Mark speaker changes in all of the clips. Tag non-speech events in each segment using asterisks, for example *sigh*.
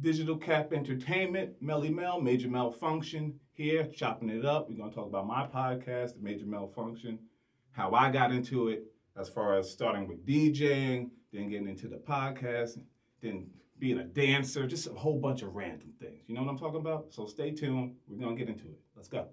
Speaker 1: Digital Cap Entertainment, Melly Mel, Major Malfunction here, chopping it up. We're going to talk about my podcast, The Major Malfunction, how I got into it as far as starting with DJing, then getting into the podcast, then being a dancer, just a whole bunch of random things. You know what I'm talking about? So stay tuned. We're going to get into it. Let's go.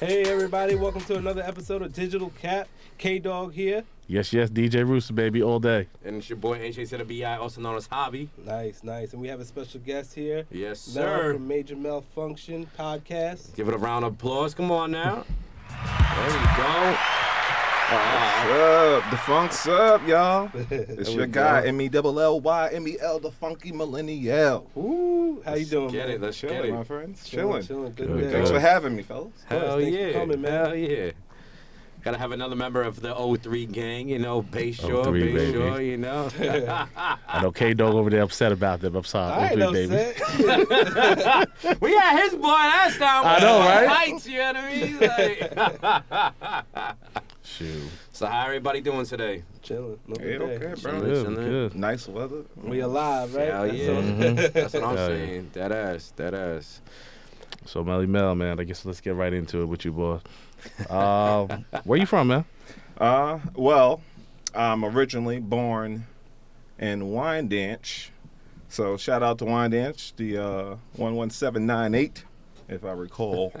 Speaker 2: Hey everybody, welcome to another episode of Digital Cap. K Dog here.
Speaker 3: Yes, yes, DJ Rooster, baby, all day.
Speaker 4: And it's your boy AJ to BI, also known as Hobby.
Speaker 2: Nice, nice. And we have a special guest here.
Speaker 4: Yes,
Speaker 2: Mel
Speaker 4: sir.
Speaker 2: from Major Malfunction Podcast.
Speaker 4: Give it a round of applause. Come on now. There we go.
Speaker 5: What's up? The funk's up,
Speaker 2: *laughs*
Speaker 5: y'all.
Speaker 2: There
Speaker 5: It's
Speaker 2: we
Speaker 5: your guy, M E double L Y M E L, the funky millennial.
Speaker 2: Ooh, how you doing,
Speaker 4: Get
Speaker 2: man?
Speaker 4: it. Let's get
Speaker 5: Chilling, my
Speaker 4: it.
Speaker 5: friends.
Speaker 2: Chilling,
Speaker 5: Chilling.
Speaker 2: chilling. Good,
Speaker 3: Good,
Speaker 2: man.
Speaker 5: Thanks for having me, fellas.
Speaker 4: Hell
Speaker 2: Thanks for
Speaker 4: yeah.
Speaker 2: coming, man.
Speaker 4: Hell yeah. Gotta have another member of the O3 gang, you know, Bayshore,
Speaker 3: 03, baby.
Speaker 4: Bayshore, you know.
Speaker 3: I know K Dog over there upset about that, but I'm sorry,
Speaker 2: I ain't
Speaker 3: O3, baby.
Speaker 2: upset.
Speaker 4: *laughs* we had his boy last time.
Speaker 3: I know, right?
Speaker 4: Fights, you know what I mean? Like- *laughs*
Speaker 3: Shoot,
Speaker 4: so how everybody doing today?
Speaker 2: chilling. No
Speaker 5: Yeah,
Speaker 2: bad.
Speaker 5: okay, bro.
Speaker 4: Chilling,
Speaker 3: good,
Speaker 4: chilling.
Speaker 3: good.
Speaker 5: Nice weather.
Speaker 2: We alive, right?
Speaker 4: Hell
Speaker 2: That's
Speaker 4: yeah.
Speaker 2: all.
Speaker 4: That's what
Speaker 3: *laughs*
Speaker 4: I'm
Speaker 3: Hell yeah.
Speaker 4: saying. That ass, that ass.
Speaker 3: So Melly Mel, man, I guess let's get right into it with you, boy. Um, where you from, man?
Speaker 5: Uh, well, I'm originally born in Wyandanch. So shout out to Wyandanch, the uh, 11798, if I
Speaker 3: *laughs*
Speaker 5: recall.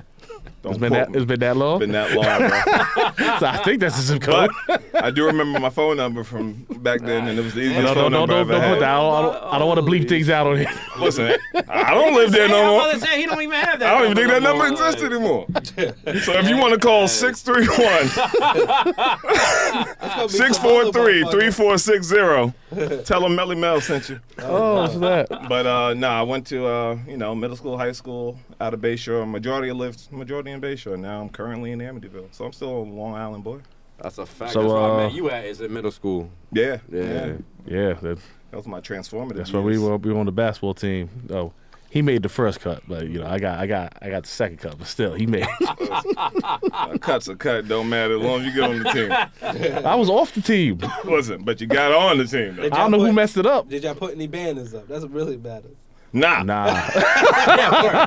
Speaker 5: Don't
Speaker 3: It's been
Speaker 5: quote
Speaker 3: that,
Speaker 5: me.
Speaker 3: it's been that long.
Speaker 5: been that long, bro.
Speaker 3: *laughs* so I think that's the zip code.
Speaker 5: But I do remember my phone number from back then, and it was the easiest
Speaker 3: No, no,
Speaker 5: phone
Speaker 3: no,
Speaker 5: number
Speaker 3: no, no,
Speaker 5: I ever
Speaker 3: no,
Speaker 5: had.
Speaker 3: I don't, I don't, I don't want to bleep things out on here.
Speaker 5: *laughs* Listen, I don't live
Speaker 3: *laughs*
Speaker 5: there no
Speaker 3: Oh,
Speaker 5: more.
Speaker 4: I'm about to say, he don't even have that.
Speaker 5: I don't even think that number
Speaker 4: no more.
Speaker 5: exists anymore. So if you want to call
Speaker 3: *laughs*
Speaker 5: 631
Speaker 2: It's gonna be some other
Speaker 5: 643
Speaker 2: motherfucker.
Speaker 5: 3460, tell them Melly Mel sent you.
Speaker 3: Oh, what's that?
Speaker 5: But uh, nah, I went to uh, you know middle school, high school out of Bayshore. Majority of lived majority in Bayshore. Now I'm currently in Amityville, so I'm still a Long Island boy.
Speaker 4: That's a fact.
Speaker 3: So,
Speaker 4: That's where I
Speaker 3: uh,
Speaker 4: met you at is in middle school.
Speaker 5: Yeah,
Speaker 4: Yeah.
Speaker 3: Yeah, that,
Speaker 5: That was my transformative.
Speaker 3: that's why we
Speaker 5: years.
Speaker 3: were. We were on the basketball team. Oh, he made the first cut, but you know, I got, I got, I got the second cut, but still,
Speaker 5: *laughs*
Speaker 3: he made.
Speaker 5: A cut's a cut, don't matter as long as you get on the team. *laughs*
Speaker 3: I was off the team.
Speaker 5: Listen, but you got on the team. Though.
Speaker 3: I don't know who messed it up.
Speaker 2: Did y'all put any banners up? That's what really matters.
Speaker 5: Nah,
Speaker 3: *laughs* Nah.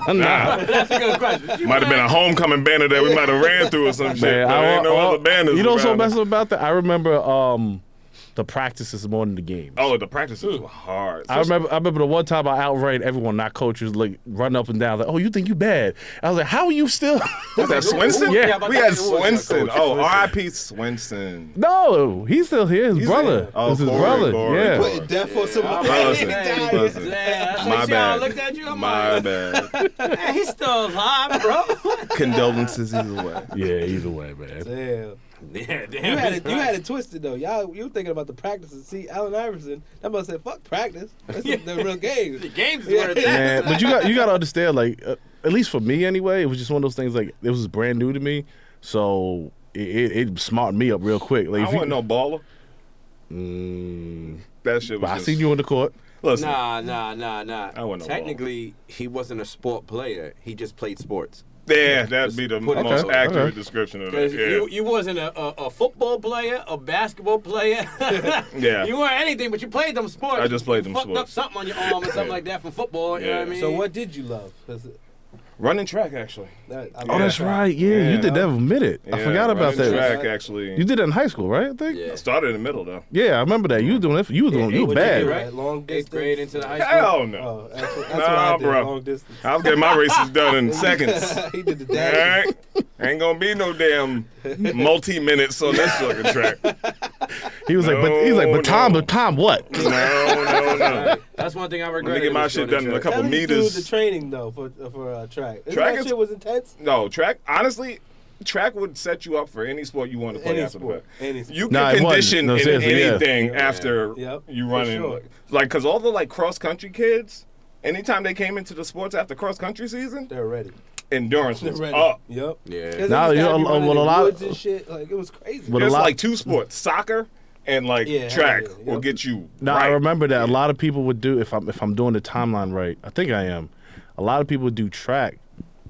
Speaker 5: nah.
Speaker 4: That's a good question.
Speaker 5: Might have been a homecoming banner that we might have ran through or some shit.
Speaker 3: Man,
Speaker 5: but
Speaker 3: I-
Speaker 5: ain't no
Speaker 3: I-
Speaker 5: other banners.
Speaker 3: You know what's so
Speaker 5: around.
Speaker 3: messed up about that? I remember um, the practices more than the games.
Speaker 5: Oh, the practices were hard.
Speaker 3: I remember. I remember the one time I outran everyone. Not coaches, like run up and down. Like, oh, you think you bad? I was like, how are you still? *laughs*
Speaker 5: Was that Swinson?
Speaker 3: Yeah.
Speaker 5: we had Swinson. Oh, R.I.P. Swinson.
Speaker 3: no, he's still here. His brother.
Speaker 5: Oh,
Speaker 3: it's his
Speaker 5: Corey,
Speaker 3: brother.
Speaker 5: Corey,
Speaker 3: yeah.
Speaker 5: Corey.
Speaker 4: Oh,
Speaker 2: Put death for somebody.
Speaker 5: Bro, listen,
Speaker 2: Dying.
Speaker 5: listen. My bad. My
Speaker 4: *laughs*
Speaker 5: bad.
Speaker 4: he's still
Speaker 5: *laughs*
Speaker 4: alive, bro.
Speaker 5: Condolences either way.
Speaker 3: Yeah. Either way, man.
Speaker 2: Damn.
Speaker 4: yeah, damn.
Speaker 2: You had it. You had it twisted though. Y'all, you were thinking about the practices. See, Allen Iverson, that must said, "Fuck practice. That's the, the real
Speaker 4: *laughs* The
Speaker 2: game."
Speaker 4: games were at.
Speaker 3: Man, but you got you got to understand. Like, uh, at least for me, anyway, it was just one of those things. Like, it was brand new to me, so it it, it smarted me up real quick. Like,
Speaker 5: I
Speaker 3: if you,
Speaker 5: wasn't no baller.
Speaker 3: Mm,
Speaker 5: That shit was.
Speaker 3: but I
Speaker 5: just-
Speaker 3: seen you on the court.
Speaker 5: Listen,
Speaker 4: Nah, nah, nah, nah.
Speaker 5: I wouldn't know
Speaker 4: Technically, he wasn't a sport player. He just played sports.
Speaker 5: yeah, that'd be the
Speaker 4: Put it-
Speaker 5: most
Speaker 4: Okay,
Speaker 5: accurate
Speaker 3: okay.
Speaker 5: description of it.
Speaker 4: Because you,
Speaker 5: Uh, Yeah.
Speaker 4: you wasn't a, a, a football player, a basketball player.
Speaker 5: *laughs* Yeah.
Speaker 4: You weren't anything, but you played them sports.
Speaker 5: I just played them
Speaker 4: you fucked up
Speaker 5: sports.
Speaker 4: something on your arm or something
Speaker 5: Yeah.
Speaker 4: like that from football. You know what I
Speaker 5: Yeah.
Speaker 4: mean?
Speaker 2: So what did you love? 'Cause
Speaker 5: Running track, actually.
Speaker 2: that- I
Speaker 3: Oh,
Speaker 2: love
Speaker 3: that's
Speaker 2: that.
Speaker 3: right. Yeah, you did that
Speaker 2: Yeah.
Speaker 3: with minute. I
Speaker 5: Yeah,
Speaker 3: forgot about
Speaker 5: running
Speaker 3: that.
Speaker 5: Track, actually.
Speaker 3: You did that in high school, right? I think.
Speaker 4: Yeah.
Speaker 5: I started in the middle though.
Speaker 3: Yeah, I remember that. You were doing that. For, you were doing.
Speaker 2: Hey,
Speaker 3: you were
Speaker 2: what'd
Speaker 3: bad.
Speaker 2: do,
Speaker 4: right?
Speaker 2: Long distance.
Speaker 4: Eighth grade into the high school.
Speaker 5: Hell no.
Speaker 2: Oh, that's, what- that's
Speaker 5: Nah,
Speaker 2: what I did.
Speaker 5: bro.
Speaker 2: Long distance. *laughs*
Speaker 5: I was getting my races done in seconds.
Speaker 2: he did the
Speaker 5: All
Speaker 2: dash.
Speaker 5: right. Ain't gonna be no damn multi minutes on this fucking track.
Speaker 2: *laughs*
Speaker 3: He was like, but he was like,
Speaker 5: No,
Speaker 3: but Tom,
Speaker 5: no.
Speaker 3: but Tom, what?
Speaker 5: No, no, no.
Speaker 4: That's one thing I regret.
Speaker 5: Let me get my shit done in a
Speaker 4: couple.
Speaker 2: How
Speaker 5: couple
Speaker 2: did you do the
Speaker 5: meters.
Speaker 2: training though for for uh, track? Isn't
Speaker 5: Track
Speaker 2: that
Speaker 5: is-
Speaker 2: shit was intense.
Speaker 5: No, track. Honestly, track would set you up for any sport you want to play
Speaker 2: Any
Speaker 5: after
Speaker 2: sport.
Speaker 5: that.
Speaker 2: Any sport.
Speaker 5: You can
Speaker 3: Nah, it wasn't.
Speaker 5: condition
Speaker 3: No,
Speaker 5: in
Speaker 3: seriously, yeah.
Speaker 5: anything after
Speaker 2: Yep,
Speaker 5: you
Speaker 2: for
Speaker 5: run in.
Speaker 2: sure.
Speaker 5: Like, cause all the like cross country kids, anytime they came into the sports after cross country season,
Speaker 2: They're ready.
Speaker 5: endurance
Speaker 2: They're
Speaker 5: was
Speaker 2: ready.
Speaker 5: up.
Speaker 2: Yep.
Speaker 4: Yeah.
Speaker 2: 'Cause they used to
Speaker 3: Nah, you
Speaker 2: have
Speaker 3: know,
Speaker 2: you running
Speaker 3: well, a
Speaker 2: in
Speaker 3: lot-
Speaker 2: woods and shit. Like it was crazy.
Speaker 3: Well, But a
Speaker 5: It's
Speaker 3: lot-
Speaker 5: like two sports, soccer and like
Speaker 2: Yeah,
Speaker 5: track
Speaker 2: hell yeah,
Speaker 5: will
Speaker 2: yep.
Speaker 5: get you.
Speaker 3: Now
Speaker 5: right.
Speaker 3: I remember that a lot of people would do if I'm if I'm doing the timeline right. I think I am. A lot of people would do track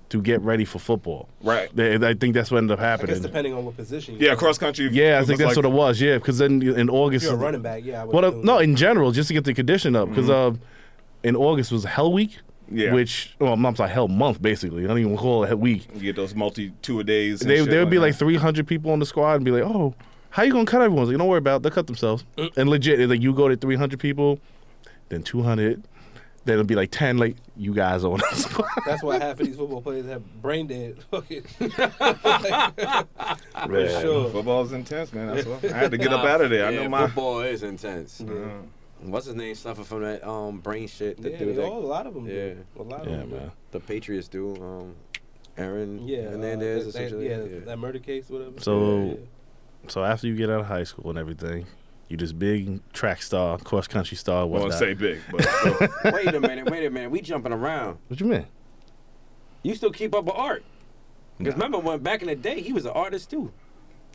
Speaker 3: to get ready for football.
Speaker 5: Right.
Speaker 3: They, I think that's what ended up
Speaker 2: I guess
Speaker 3: happening.
Speaker 2: depending on what position. you
Speaker 5: Yeah, cross country.
Speaker 3: yeah,
Speaker 5: it
Speaker 3: I think
Speaker 5: was
Speaker 3: that's
Speaker 5: like-
Speaker 3: what it was. Yeah, because then in August,
Speaker 2: If you're a running back, yeah. I would
Speaker 3: Well, uh,
Speaker 2: assume.
Speaker 3: no, in general, just to get the condition up, because uh, in August was Hell Week,
Speaker 5: Mm-hmm. Yeah.
Speaker 3: which well, I'm sorry, Hell Month basically. I don't even call it Hell Week.
Speaker 5: You get those multi two a days. and
Speaker 3: They
Speaker 5: shit
Speaker 3: there would be
Speaker 5: that.
Speaker 3: like 300 people on the squad and be like, oh, how you gonna cut everyone? Like, don't worry about, it. they'll cut themselves.
Speaker 5: Uh.
Speaker 3: And legit, it's like you go to 300 people, then 200, then it'll be like 10. Like you guys on the *laughs* squad.
Speaker 2: That's why half of these football players have brain dead. *laughs* Fucking-
Speaker 3: Yeah.
Speaker 2: sure.
Speaker 5: Football's intense, man. That's what I had to get
Speaker 2: *laughs*
Speaker 5: up out of there. I
Speaker 4: Yeah,
Speaker 5: know my.
Speaker 4: football is intense. Mm-hmm. What's his name? Suffer from that um brain shit. That
Speaker 2: yeah,
Speaker 4: dude,
Speaker 2: they
Speaker 4: that-
Speaker 2: all, a lot of them. do.
Speaker 4: Yeah.
Speaker 2: a lot of
Speaker 3: yeah,
Speaker 2: them. do.
Speaker 3: man.
Speaker 4: the Patriots do. Um, Aaron.
Speaker 2: Yeah,
Speaker 4: And then there's
Speaker 2: uh, that, that,
Speaker 4: essentially.
Speaker 2: yeah,
Speaker 4: yeah.
Speaker 2: that murder case, whatever.
Speaker 3: So-
Speaker 2: Yeah, yeah.
Speaker 3: So after you get out of high school and everything, you this big track star, cross country star,
Speaker 5: I won't
Speaker 3: whatnot.
Speaker 5: say big, but still.
Speaker 4: wait a minute. Wait a minute. We jumping around.
Speaker 3: What you mean?
Speaker 4: You still keep up with art. Because remember when back in the day he was an artist *laughs* too.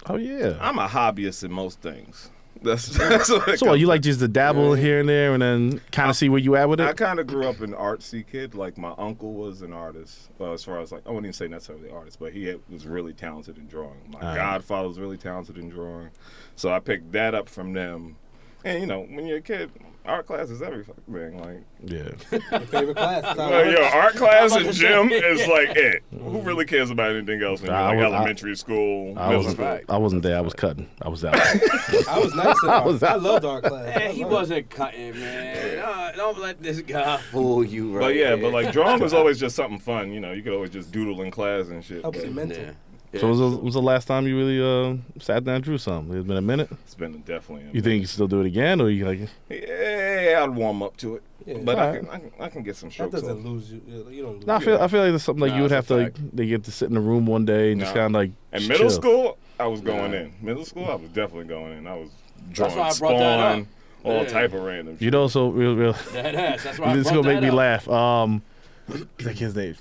Speaker 3: Oh yeah.
Speaker 5: I'm a hobbyist in most things. That's, *laughs* that's what it
Speaker 3: So what,
Speaker 5: comes-
Speaker 3: you like just to dabble here and there and then kind of see where you at with
Speaker 5: I
Speaker 3: it?
Speaker 5: kind of grew up an artsy kid. Like my uncle was an artist. Well, as far as like, I wouldn't even say necessarily artist, but he had- was really talented in drawing. My
Speaker 3: right.
Speaker 5: godfather was really talented in drawing, so I picked that up from them. And you know, when you're a kid, art class is every fucking thing. Like,
Speaker 3: Yeah.
Speaker 5: *laughs*
Speaker 2: Your favorite class.
Speaker 3: *laughs*
Speaker 2: is how
Speaker 5: well,
Speaker 2: it
Speaker 5: yo,
Speaker 2: works.
Speaker 5: art class and gym is like it. Who really cares about anything else when you're
Speaker 3: Mm. Nah, I
Speaker 5: like
Speaker 3: was- I-
Speaker 5: elementary school,
Speaker 3: I
Speaker 5: middle
Speaker 3: wasn't.
Speaker 5: school?
Speaker 3: I wasn't there. I was cutting. I
Speaker 5: *laughs*
Speaker 3: was out.
Speaker 2: I was nice.
Speaker 3: *laughs*
Speaker 2: In art.
Speaker 3: was-
Speaker 2: I loved art
Speaker 4: *laughs*
Speaker 2: class. I
Speaker 4: Man, he
Speaker 2: loved
Speaker 4: wasn't cutting, man. Uh, don't let this guy fool you, right?
Speaker 5: But yeah, but like drawing
Speaker 3: *laughs*
Speaker 5: was always just something fun. You know, you could always just doodle in class and shit.
Speaker 2: Helps
Speaker 5: but
Speaker 2: you mental.
Speaker 4: Yeah. Yeah.
Speaker 3: so was the, was the last time you really uh, sat down and drew something? It's been a minute.
Speaker 5: It's been definitely. a
Speaker 3: You think you can still do it again, or you like?
Speaker 5: Yeah, I'd warm up to it,
Speaker 2: Yeah.
Speaker 5: but I
Speaker 3: Alright.
Speaker 5: can, I can I can get some
Speaker 2: That
Speaker 5: strokes.
Speaker 2: doesn't
Speaker 5: off.
Speaker 2: lose you. You you don't lose.
Speaker 3: Nah, I feel.
Speaker 5: Yeah.
Speaker 3: I feel like there's something like
Speaker 4: Nah,
Speaker 3: you would have
Speaker 4: that's
Speaker 3: to.
Speaker 4: a
Speaker 3: Like, they get to sit in a room one day and just
Speaker 5: Nah.
Speaker 3: kind of like.
Speaker 5: And
Speaker 3: just
Speaker 5: middle
Speaker 3: chill.
Speaker 5: school, I was going in. Middle school, I was definitely going in. I was drawing
Speaker 4: why I brought that up.
Speaker 5: spawn, all
Speaker 4: Yeah.
Speaker 5: type of random.
Speaker 3: You know, so real, real.
Speaker 4: That ass. That's why
Speaker 3: *laughs*
Speaker 4: I
Speaker 3: this is
Speaker 4: brought
Speaker 3: gonna make
Speaker 4: that
Speaker 3: me
Speaker 4: up.
Speaker 3: laugh. Um, *clears throat* the kid's name.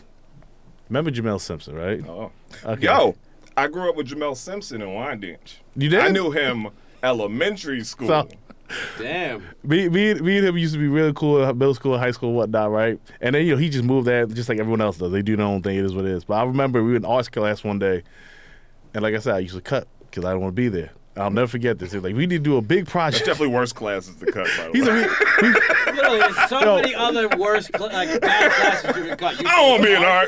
Speaker 3: Remember Jamel Simpson, right?
Speaker 5: shit. Oh.
Speaker 3: Okay.
Speaker 5: Yo, I grew up with Jamel Simpson in Wyandanch.
Speaker 3: you did.
Speaker 5: I knew him elementary school.
Speaker 3: So-
Speaker 5: *laughs*
Speaker 4: Damn.
Speaker 3: Me, me, and- me and him used to be really cool in middle school, high school, whatnot, right? And then you know he just moved there, just like everyone else does. They do their own thing. It is what it is. But I remember we were in arts class one day, and like I said, I used to cut because I don't want to be there. I'll never forget this. It's like we need to do a big project.
Speaker 5: definitely worse classes to cut. By the
Speaker 3: He's
Speaker 5: way.
Speaker 3: like, we, we,
Speaker 4: Literally, there's so
Speaker 3: Yo.
Speaker 4: many other worse cl- like bad classes you can cut. You
Speaker 5: I don't want to be an
Speaker 3: *laughs*
Speaker 5: art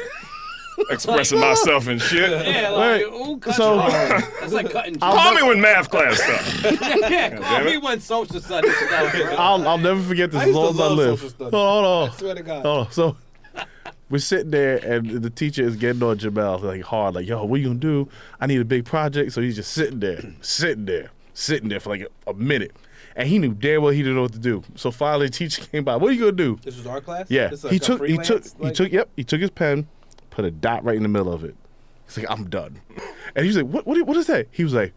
Speaker 5: expressing myself and shit.
Speaker 4: Yeah, like
Speaker 3: Wait,
Speaker 4: who cuts
Speaker 3: so-
Speaker 4: so, That's like cutting. I'll,
Speaker 5: Call me when math class starts.
Speaker 4: yeah, call
Speaker 5: damn
Speaker 4: me
Speaker 5: it.
Speaker 4: when social studies. is done, bro.
Speaker 3: I'll, I'll never forget this
Speaker 2: I
Speaker 3: as
Speaker 2: used to
Speaker 3: long as I
Speaker 2: love
Speaker 3: live.
Speaker 2: social
Speaker 3: Hold
Speaker 2: studies.
Speaker 3: on, hold on.
Speaker 2: I swear to God.
Speaker 3: Hold on. So *laughs* we're sitting there, and the teacher is getting on Jamel like hard, like, "Yo, what you gonna do? I need a big project." So he's just sitting there, sitting there, sitting there for like a, a minute, and he knew damn well he didn't know what to do. So finally, the teacher *laughs* came by. What are you gonna do?
Speaker 2: This was art class.
Speaker 3: Yeah,
Speaker 2: This is like
Speaker 3: he
Speaker 2: a
Speaker 3: took, he took,
Speaker 2: freelance,
Speaker 3: he
Speaker 2: like-
Speaker 3: took. Yep, he took his pen, put a dot right in the middle of it. He's like, "I'm done," and he was like, "What? What, what is that?" He was like,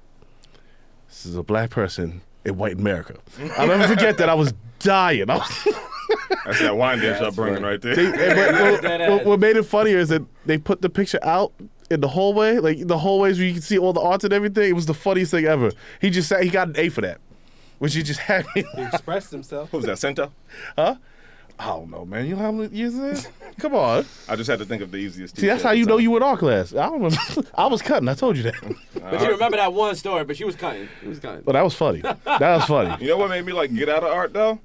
Speaker 3: "This is a black person in white America." I'll never forget that. I was dying. I was.
Speaker 5: That's that Wyandanch upbringing right there.
Speaker 3: And what,
Speaker 4: Dead
Speaker 3: what-
Speaker 4: ass.
Speaker 3: what- what made it funnier is that they put the picture out in the hallway, like the hallways where you can see all the arts and everything. It was the funniest thing ever. He just said he got an A for that, which he just *laughs* had me.
Speaker 2: He expressed himself.
Speaker 5: Who was that, Senta?
Speaker 3: I don't know, man. You know how many years it is? Come on.
Speaker 5: I just had to think of the easiest teacher.
Speaker 3: See, that's
Speaker 5: at
Speaker 3: how
Speaker 5: the
Speaker 3: you know
Speaker 5: time.
Speaker 3: you were in our class. I don't remember. *laughs* I was cutting. I told you that. *laughs*
Speaker 4: But you remember that one story, but she was cutting. She was cutting.
Speaker 3: But that was funny. That was funny.
Speaker 5: You know what made me like get out of art though?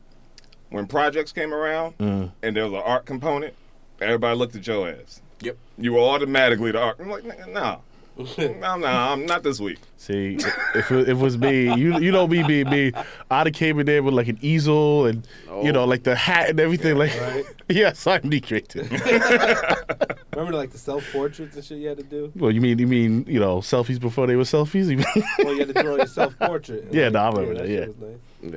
Speaker 5: When projects came around and there was an art component, everybody looked at your ass.
Speaker 4: Yep.
Speaker 5: You were automatically the art. I'm like, "Nigga, nah. no, no, I'm not this week.
Speaker 3: See, if it, if it was me, you you know me being me, I'd have came in there with like an easel and
Speaker 4: Oh.
Speaker 3: you know like the hat and everything. like, *laughs*
Speaker 2: right.
Speaker 3: yes, I'm degraded.
Speaker 2: Remember, like the self portraits and shit you had to do.
Speaker 3: Well, you mean you mean you know selfies before they were selfies? *laughs* You mean-
Speaker 2: Well, you had to draw your self portrait.
Speaker 3: Yeah, nah, I remember that, yeah.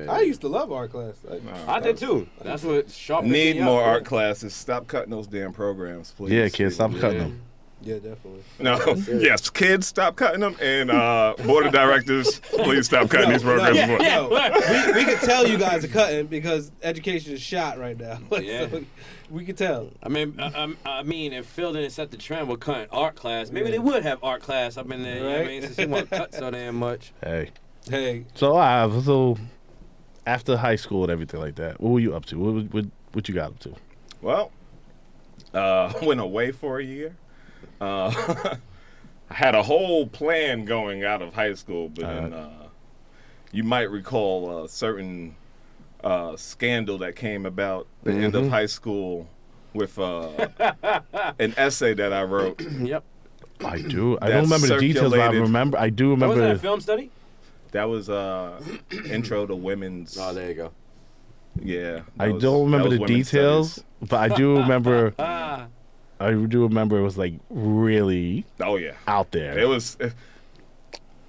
Speaker 4: Yeah.
Speaker 2: I used to love art class. Like,
Speaker 4: I did too. That's what sharpened
Speaker 5: Need
Speaker 4: me up.
Speaker 5: more art classes. Stop cutting those damn programs, please.
Speaker 3: yeah, kids, stop cutting them.
Speaker 2: Yeah, definitely.
Speaker 5: No, yes, kids, stop cutting them. And uh, board of directors, please stop cutting these programs.
Speaker 2: no,
Speaker 5: before-
Speaker 4: *laughs*
Speaker 2: no. we, we could tell you guys are cutting because education is shot right now. *laughs*
Speaker 4: Yeah.
Speaker 2: So, we could tell.
Speaker 4: I mean, I, I, I mean, if Phil didn't set the trend with cutting art class, maybe they would have art class up in there. You know what I
Speaker 2: Right.
Speaker 4: mean, since he want to cut so damn much.
Speaker 3: Hey,
Speaker 2: Hey,
Speaker 3: so I so after high school and everything like that, what were you up to? What what, what you got up to?
Speaker 5: *laughs* Well, uh, went away for a year. Uh, *laughs* I had a whole plan going out of high school, but then uh, you might recall a certain uh, scandal that came about the end
Speaker 3: Mm-hmm.
Speaker 5: of high school with uh,
Speaker 3: *laughs*
Speaker 5: an essay that I wrote.
Speaker 4: Yep.
Speaker 3: I do. I
Speaker 5: That
Speaker 3: don't remember the details, but I
Speaker 5: circulated-
Speaker 3: remember. I do
Speaker 4: What was
Speaker 3: remember.
Speaker 4: that a film study?
Speaker 5: That was uh, intro to women's.
Speaker 4: Oh, there you go.
Speaker 5: Yeah, that
Speaker 3: I
Speaker 5: was-
Speaker 3: don't
Speaker 5: that
Speaker 3: remember
Speaker 5: was
Speaker 3: the
Speaker 5: women's
Speaker 3: details,
Speaker 5: studies.
Speaker 3: but I do remember.
Speaker 4: Ah,
Speaker 3: I do remember it was like really
Speaker 5: Oh yeah,
Speaker 3: out there.
Speaker 5: it was. *laughs*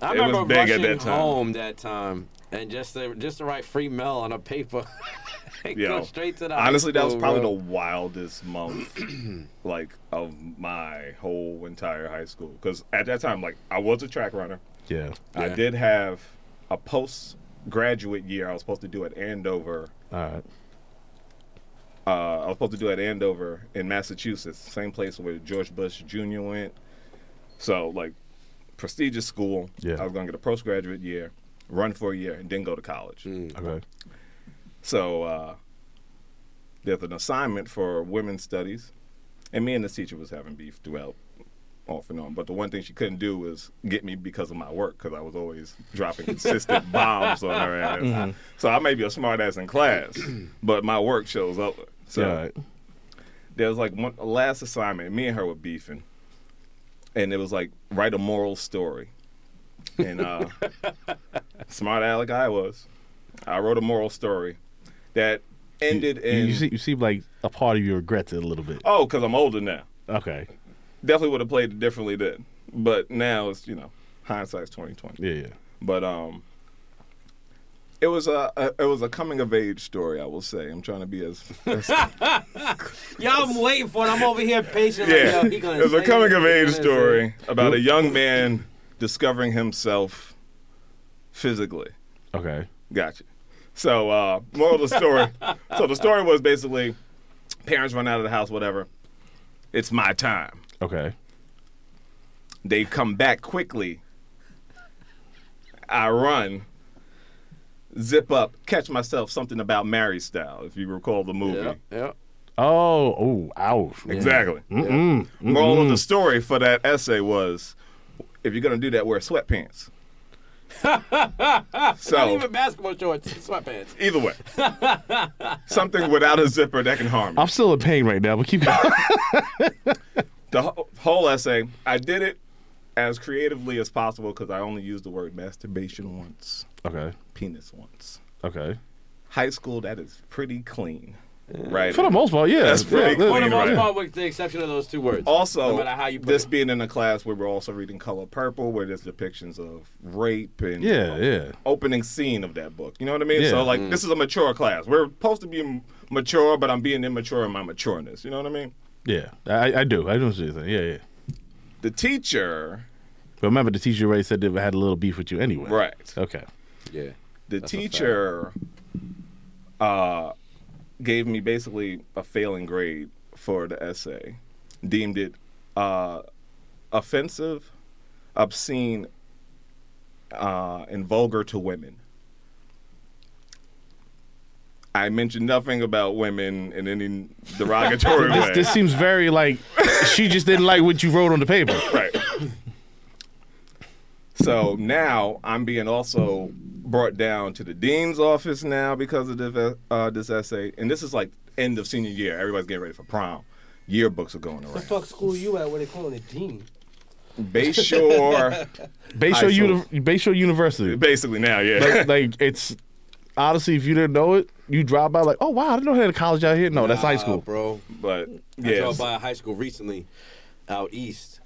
Speaker 4: I
Speaker 5: It
Speaker 4: remember
Speaker 5: was big at
Speaker 4: rushing
Speaker 5: that time.
Speaker 4: home that time and just to, just to write free mail on a paper. *laughs* and
Speaker 5: Yo,
Speaker 4: go straight to the high
Speaker 5: Honestly, that was
Speaker 4: school,
Speaker 5: probably
Speaker 4: bro.
Speaker 5: the wildest month, *clears throat* like of my whole entire high school. Because at that time, like I was a track runner.
Speaker 3: yeah.
Speaker 5: I
Speaker 4: Yeah.
Speaker 5: did have a postgraduate year. I was supposed to do at Andover.
Speaker 3: All right.
Speaker 5: Uh, I was supposed to do at Andover in Massachusetts, same place where George Bush Jr. went. So like prestigious school.
Speaker 3: Yeah.
Speaker 5: I was gonna get a postgraduate year, run for a year, and then go to college.
Speaker 3: Okay.
Speaker 5: So uh, there's an assignment for women's studies, and me and this teacher was having beef throughout, off and on. But the one thing she couldn't do was get me because of my work, because I was always dropping consistent bombs on her ass. So I may be a smart ass in class, but my work shows up. So
Speaker 3: Yeah, all right.
Speaker 5: there was like one last assignment. Me and her were beefing, and it was like write a moral story. And
Speaker 3: *laughs*
Speaker 5: uh, smart aleck I was, I wrote a moral story that ended in
Speaker 3: you, see, you seem like a part of you regrets it a little bit.
Speaker 5: oh, because I'm older now.
Speaker 3: Okay.
Speaker 5: Definitely would have played it differently then, but now it's you know hindsight's twenty twenty.
Speaker 3: Yeah. Yeah.
Speaker 5: But um, it was a, a it was a coming of age story. I will say. I'm trying to be as, as
Speaker 4: Y'all, I'm waiting for it. I'm over here patient.
Speaker 5: Yeah,
Speaker 4: Like, yo, he gonna
Speaker 5: it was a
Speaker 4: say
Speaker 5: coming
Speaker 4: it,
Speaker 5: of
Speaker 4: he
Speaker 5: age
Speaker 4: gonna say it.
Speaker 5: story about a young man discovering himself physically.
Speaker 3: Okay.
Speaker 5: Gotcha. So, uh, moral of the
Speaker 4: *laughs*
Speaker 5: story. so the story was basically, parents run out of the house, whatever. It's my time.
Speaker 3: Okay.
Speaker 5: They come back quickly. I run, zip up, catch myself something about Mary style, if you recall the movie.
Speaker 4: Yep, yep.
Speaker 3: Oh. Oh. Ouch.
Speaker 5: Exactly.
Speaker 3: Mm.
Speaker 5: Moral of the story for that essay was if you're gonna do that, wear sweatpants.
Speaker 4: *laughs* Not
Speaker 5: so
Speaker 4: even basketball shorts, *laughs* sweatpants.
Speaker 5: either way, something without a zipper that can harm. You.
Speaker 3: I'm still in pain right now, but keep
Speaker 5: *laughs*
Speaker 3: going.
Speaker 5: The wh- whole essay, I did it as creatively as possible because I only used the word masturbation once,
Speaker 3: okay.
Speaker 5: penis once.
Speaker 3: Okay.
Speaker 5: High school, that is pretty clean, right?
Speaker 3: For the most part, yeah.
Speaker 5: That's pretty
Speaker 3: yeah,
Speaker 4: For the
Speaker 5: clean,
Speaker 4: most
Speaker 5: right?
Speaker 4: part, with the exception of those two words.
Speaker 5: Also,
Speaker 4: no matter how you put
Speaker 5: this
Speaker 4: it.
Speaker 5: being in a class where we're also reading Color Purple, where there's depictions of rape and
Speaker 3: Yeah. Yeah.
Speaker 5: opening scene of that book. You know what I mean?
Speaker 3: Yeah.
Speaker 5: So like this is a mature class. We're supposed to be m- mature, but I'm being immature in my matureness. You know what I mean?
Speaker 3: Yeah. I, I do. I do see anything. Yeah. Yeah.
Speaker 5: The teacher,
Speaker 3: But remember, the teacher already said they had a little beef with you anyway.
Speaker 5: right?
Speaker 3: Okay.
Speaker 4: Yeah.
Speaker 5: The teacher uh gave me basically a failing grade for the essay. Deemed it uh offensive, obscene, uh and vulgar to women. I mentioned nothing about women in any derogatory
Speaker 3: This,
Speaker 5: way.
Speaker 3: this seems very like she just didn't like what you wrote on the paper.
Speaker 5: Right. so now I'm being also brought down to the dean's office now because of this, uh, this essay. And this is like end of senior year. Everybody's getting ready for prom. Yearbooks are going
Speaker 2: The
Speaker 5: around.
Speaker 2: *laughs* fuck school you at? Where they calling it dean?
Speaker 5: Bayshore,
Speaker 3: Bayshore,
Speaker 5: Iso.
Speaker 3: Uni- Bayshore University.
Speaker 5: basically now, yeah.
Speaker 3: like, like, it's honestly, if you didn't know it, you drop by like, oh wow, I didn't know they had a college out here. No, that's high
Speaker 4: Nah,
Speaker 3: school.
Speaker 4: bro.
Speaker 5: but
Speaker 4: I
Speaker 5: yeah,
Speaker 4: drove by a high school recently out east.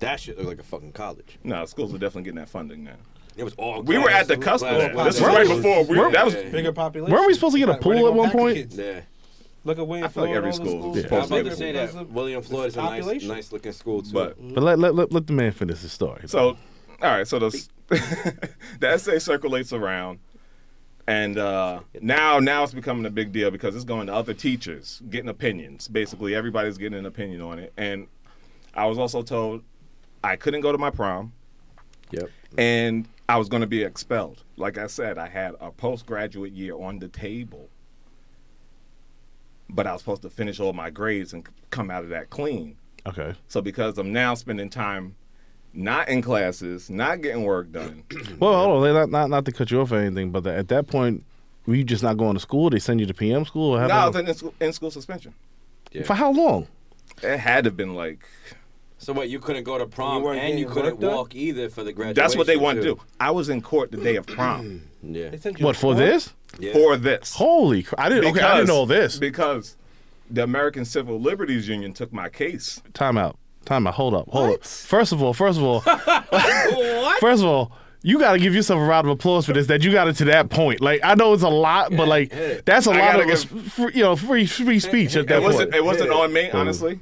Speaker 4: That shit looked like a fucking college.
Speaker 5: no, schools are definitely getting that funding now.
Speaker 4: It was all.
Speaker 5: We were at the
Speaker 4: glass-
Speaker 5: cusp of
Speaker 4: glass
Speaker 5: that.
Speaker 4: windows.
Speaker 5: This was right
Speaker 3: We're-
Speaker 5: before we.
Speaker 3: we're-
Speaker 5: That was.
Speaker 2: Bigger population.
Speaker 3: Weren't we supposed to get a
Speaker 2: Like, where they
Speaker 3: pool at
Speaker 2: gonna
Speaker 3: one
Speaker 2: pack the
Speaker 3: point?
Speaker 2: kids?
Speaker 4: Yeah.
Speaker 2: Look at William
Speaker 5: feel like
Speaker 2: Floyd.
Speaker 5: every
Speaker 2: all those
Speaker 5: school is
Speaker 2: schools.
Speaker 5: supposed
Speaker 4: I
Speaker 5: to
Speaker 4: was about to
Speaker 5: get
Speaker 4: say that William Floyd is a nice,
Speaker 2: population.
Speaker 4: nice looking school too.
Speaker 5: But
Speaker 3: But let, let, let, let the man finish his story.
Speaker 5: So, all right. So the *laughs* the essay circulates around, and uh, now now it's becoming a big deal because it's going to other teachers getting opinions. Basically, everybody's getting an opinion on it. And I was also told I couldn't go to my prom,
Speaker 4: Yep.
Speaker 5: and I was going to be expelled. Like I said, I had a postgraduate year on the table, but I was supposed to finish all my grades and c- come out of that clean.
Speaker 3: Okay.
Speaker 5: So because I'm now spending time not in classes, not getting work done.
Speaker 3: Well, hold on. Not, not not to cut you off or anything, but at that point, were you just not going to school? They send you to PM school? Or
Speaker 5: no, I
Speaker 3: *clears throat* how-
Speaker 5: was in school, in school suspension.
Speaker 3: for how long?
Speaker 5: It had to have been like
Speaker 4: So what? You couldn't go to prom
Speaker 2: weren't
Speaker 4: and you
Speaker 2: getting
Speaker 4: couldn't
Speaker 2: work done?
Speaker 4: walk either for the graduation.
Speaker 5: that's what they want to
Speaker 4: too.
Speaker 5: do. I was in court the day of
Speaker 3: *clears throat*
Speaker 5: prom
Speaker 4: Yeah.
Speaker 2: They sent you
Speaker 3: What
Speaker 2: to
Speaker 3: for
Speaker 2: court?
Speaker 3: this?
Speaker 4: yeah.
Speaker 5: for this.
Speaker 3: Holy! Cr- I didn't. okay, I didn't
Speaker 5: Because-
Speaker 3: know this.
Speaker 5: because the American Civil Liberties Union took my case.
Speaker 3: Time out. Time out. Hold up. Hold up.
Speaker 2: What?
Speaker 3: First of all, first of all, *laughs* first of all, you got to give yourself a round of applause for this. That you got it to that point. Like I know it's a lot, but like that's a
Speaker 5: I
Speaker 3: lot
Speaker 5: gotta
Speaker 3: of res- free, you know free free speech at
Speaker 5: It
Speaker 3: that
Speaker 5: wasn't.
Speaker 3: point. Mm-hmm.
Speaker 5: It wasn't on me, honestly.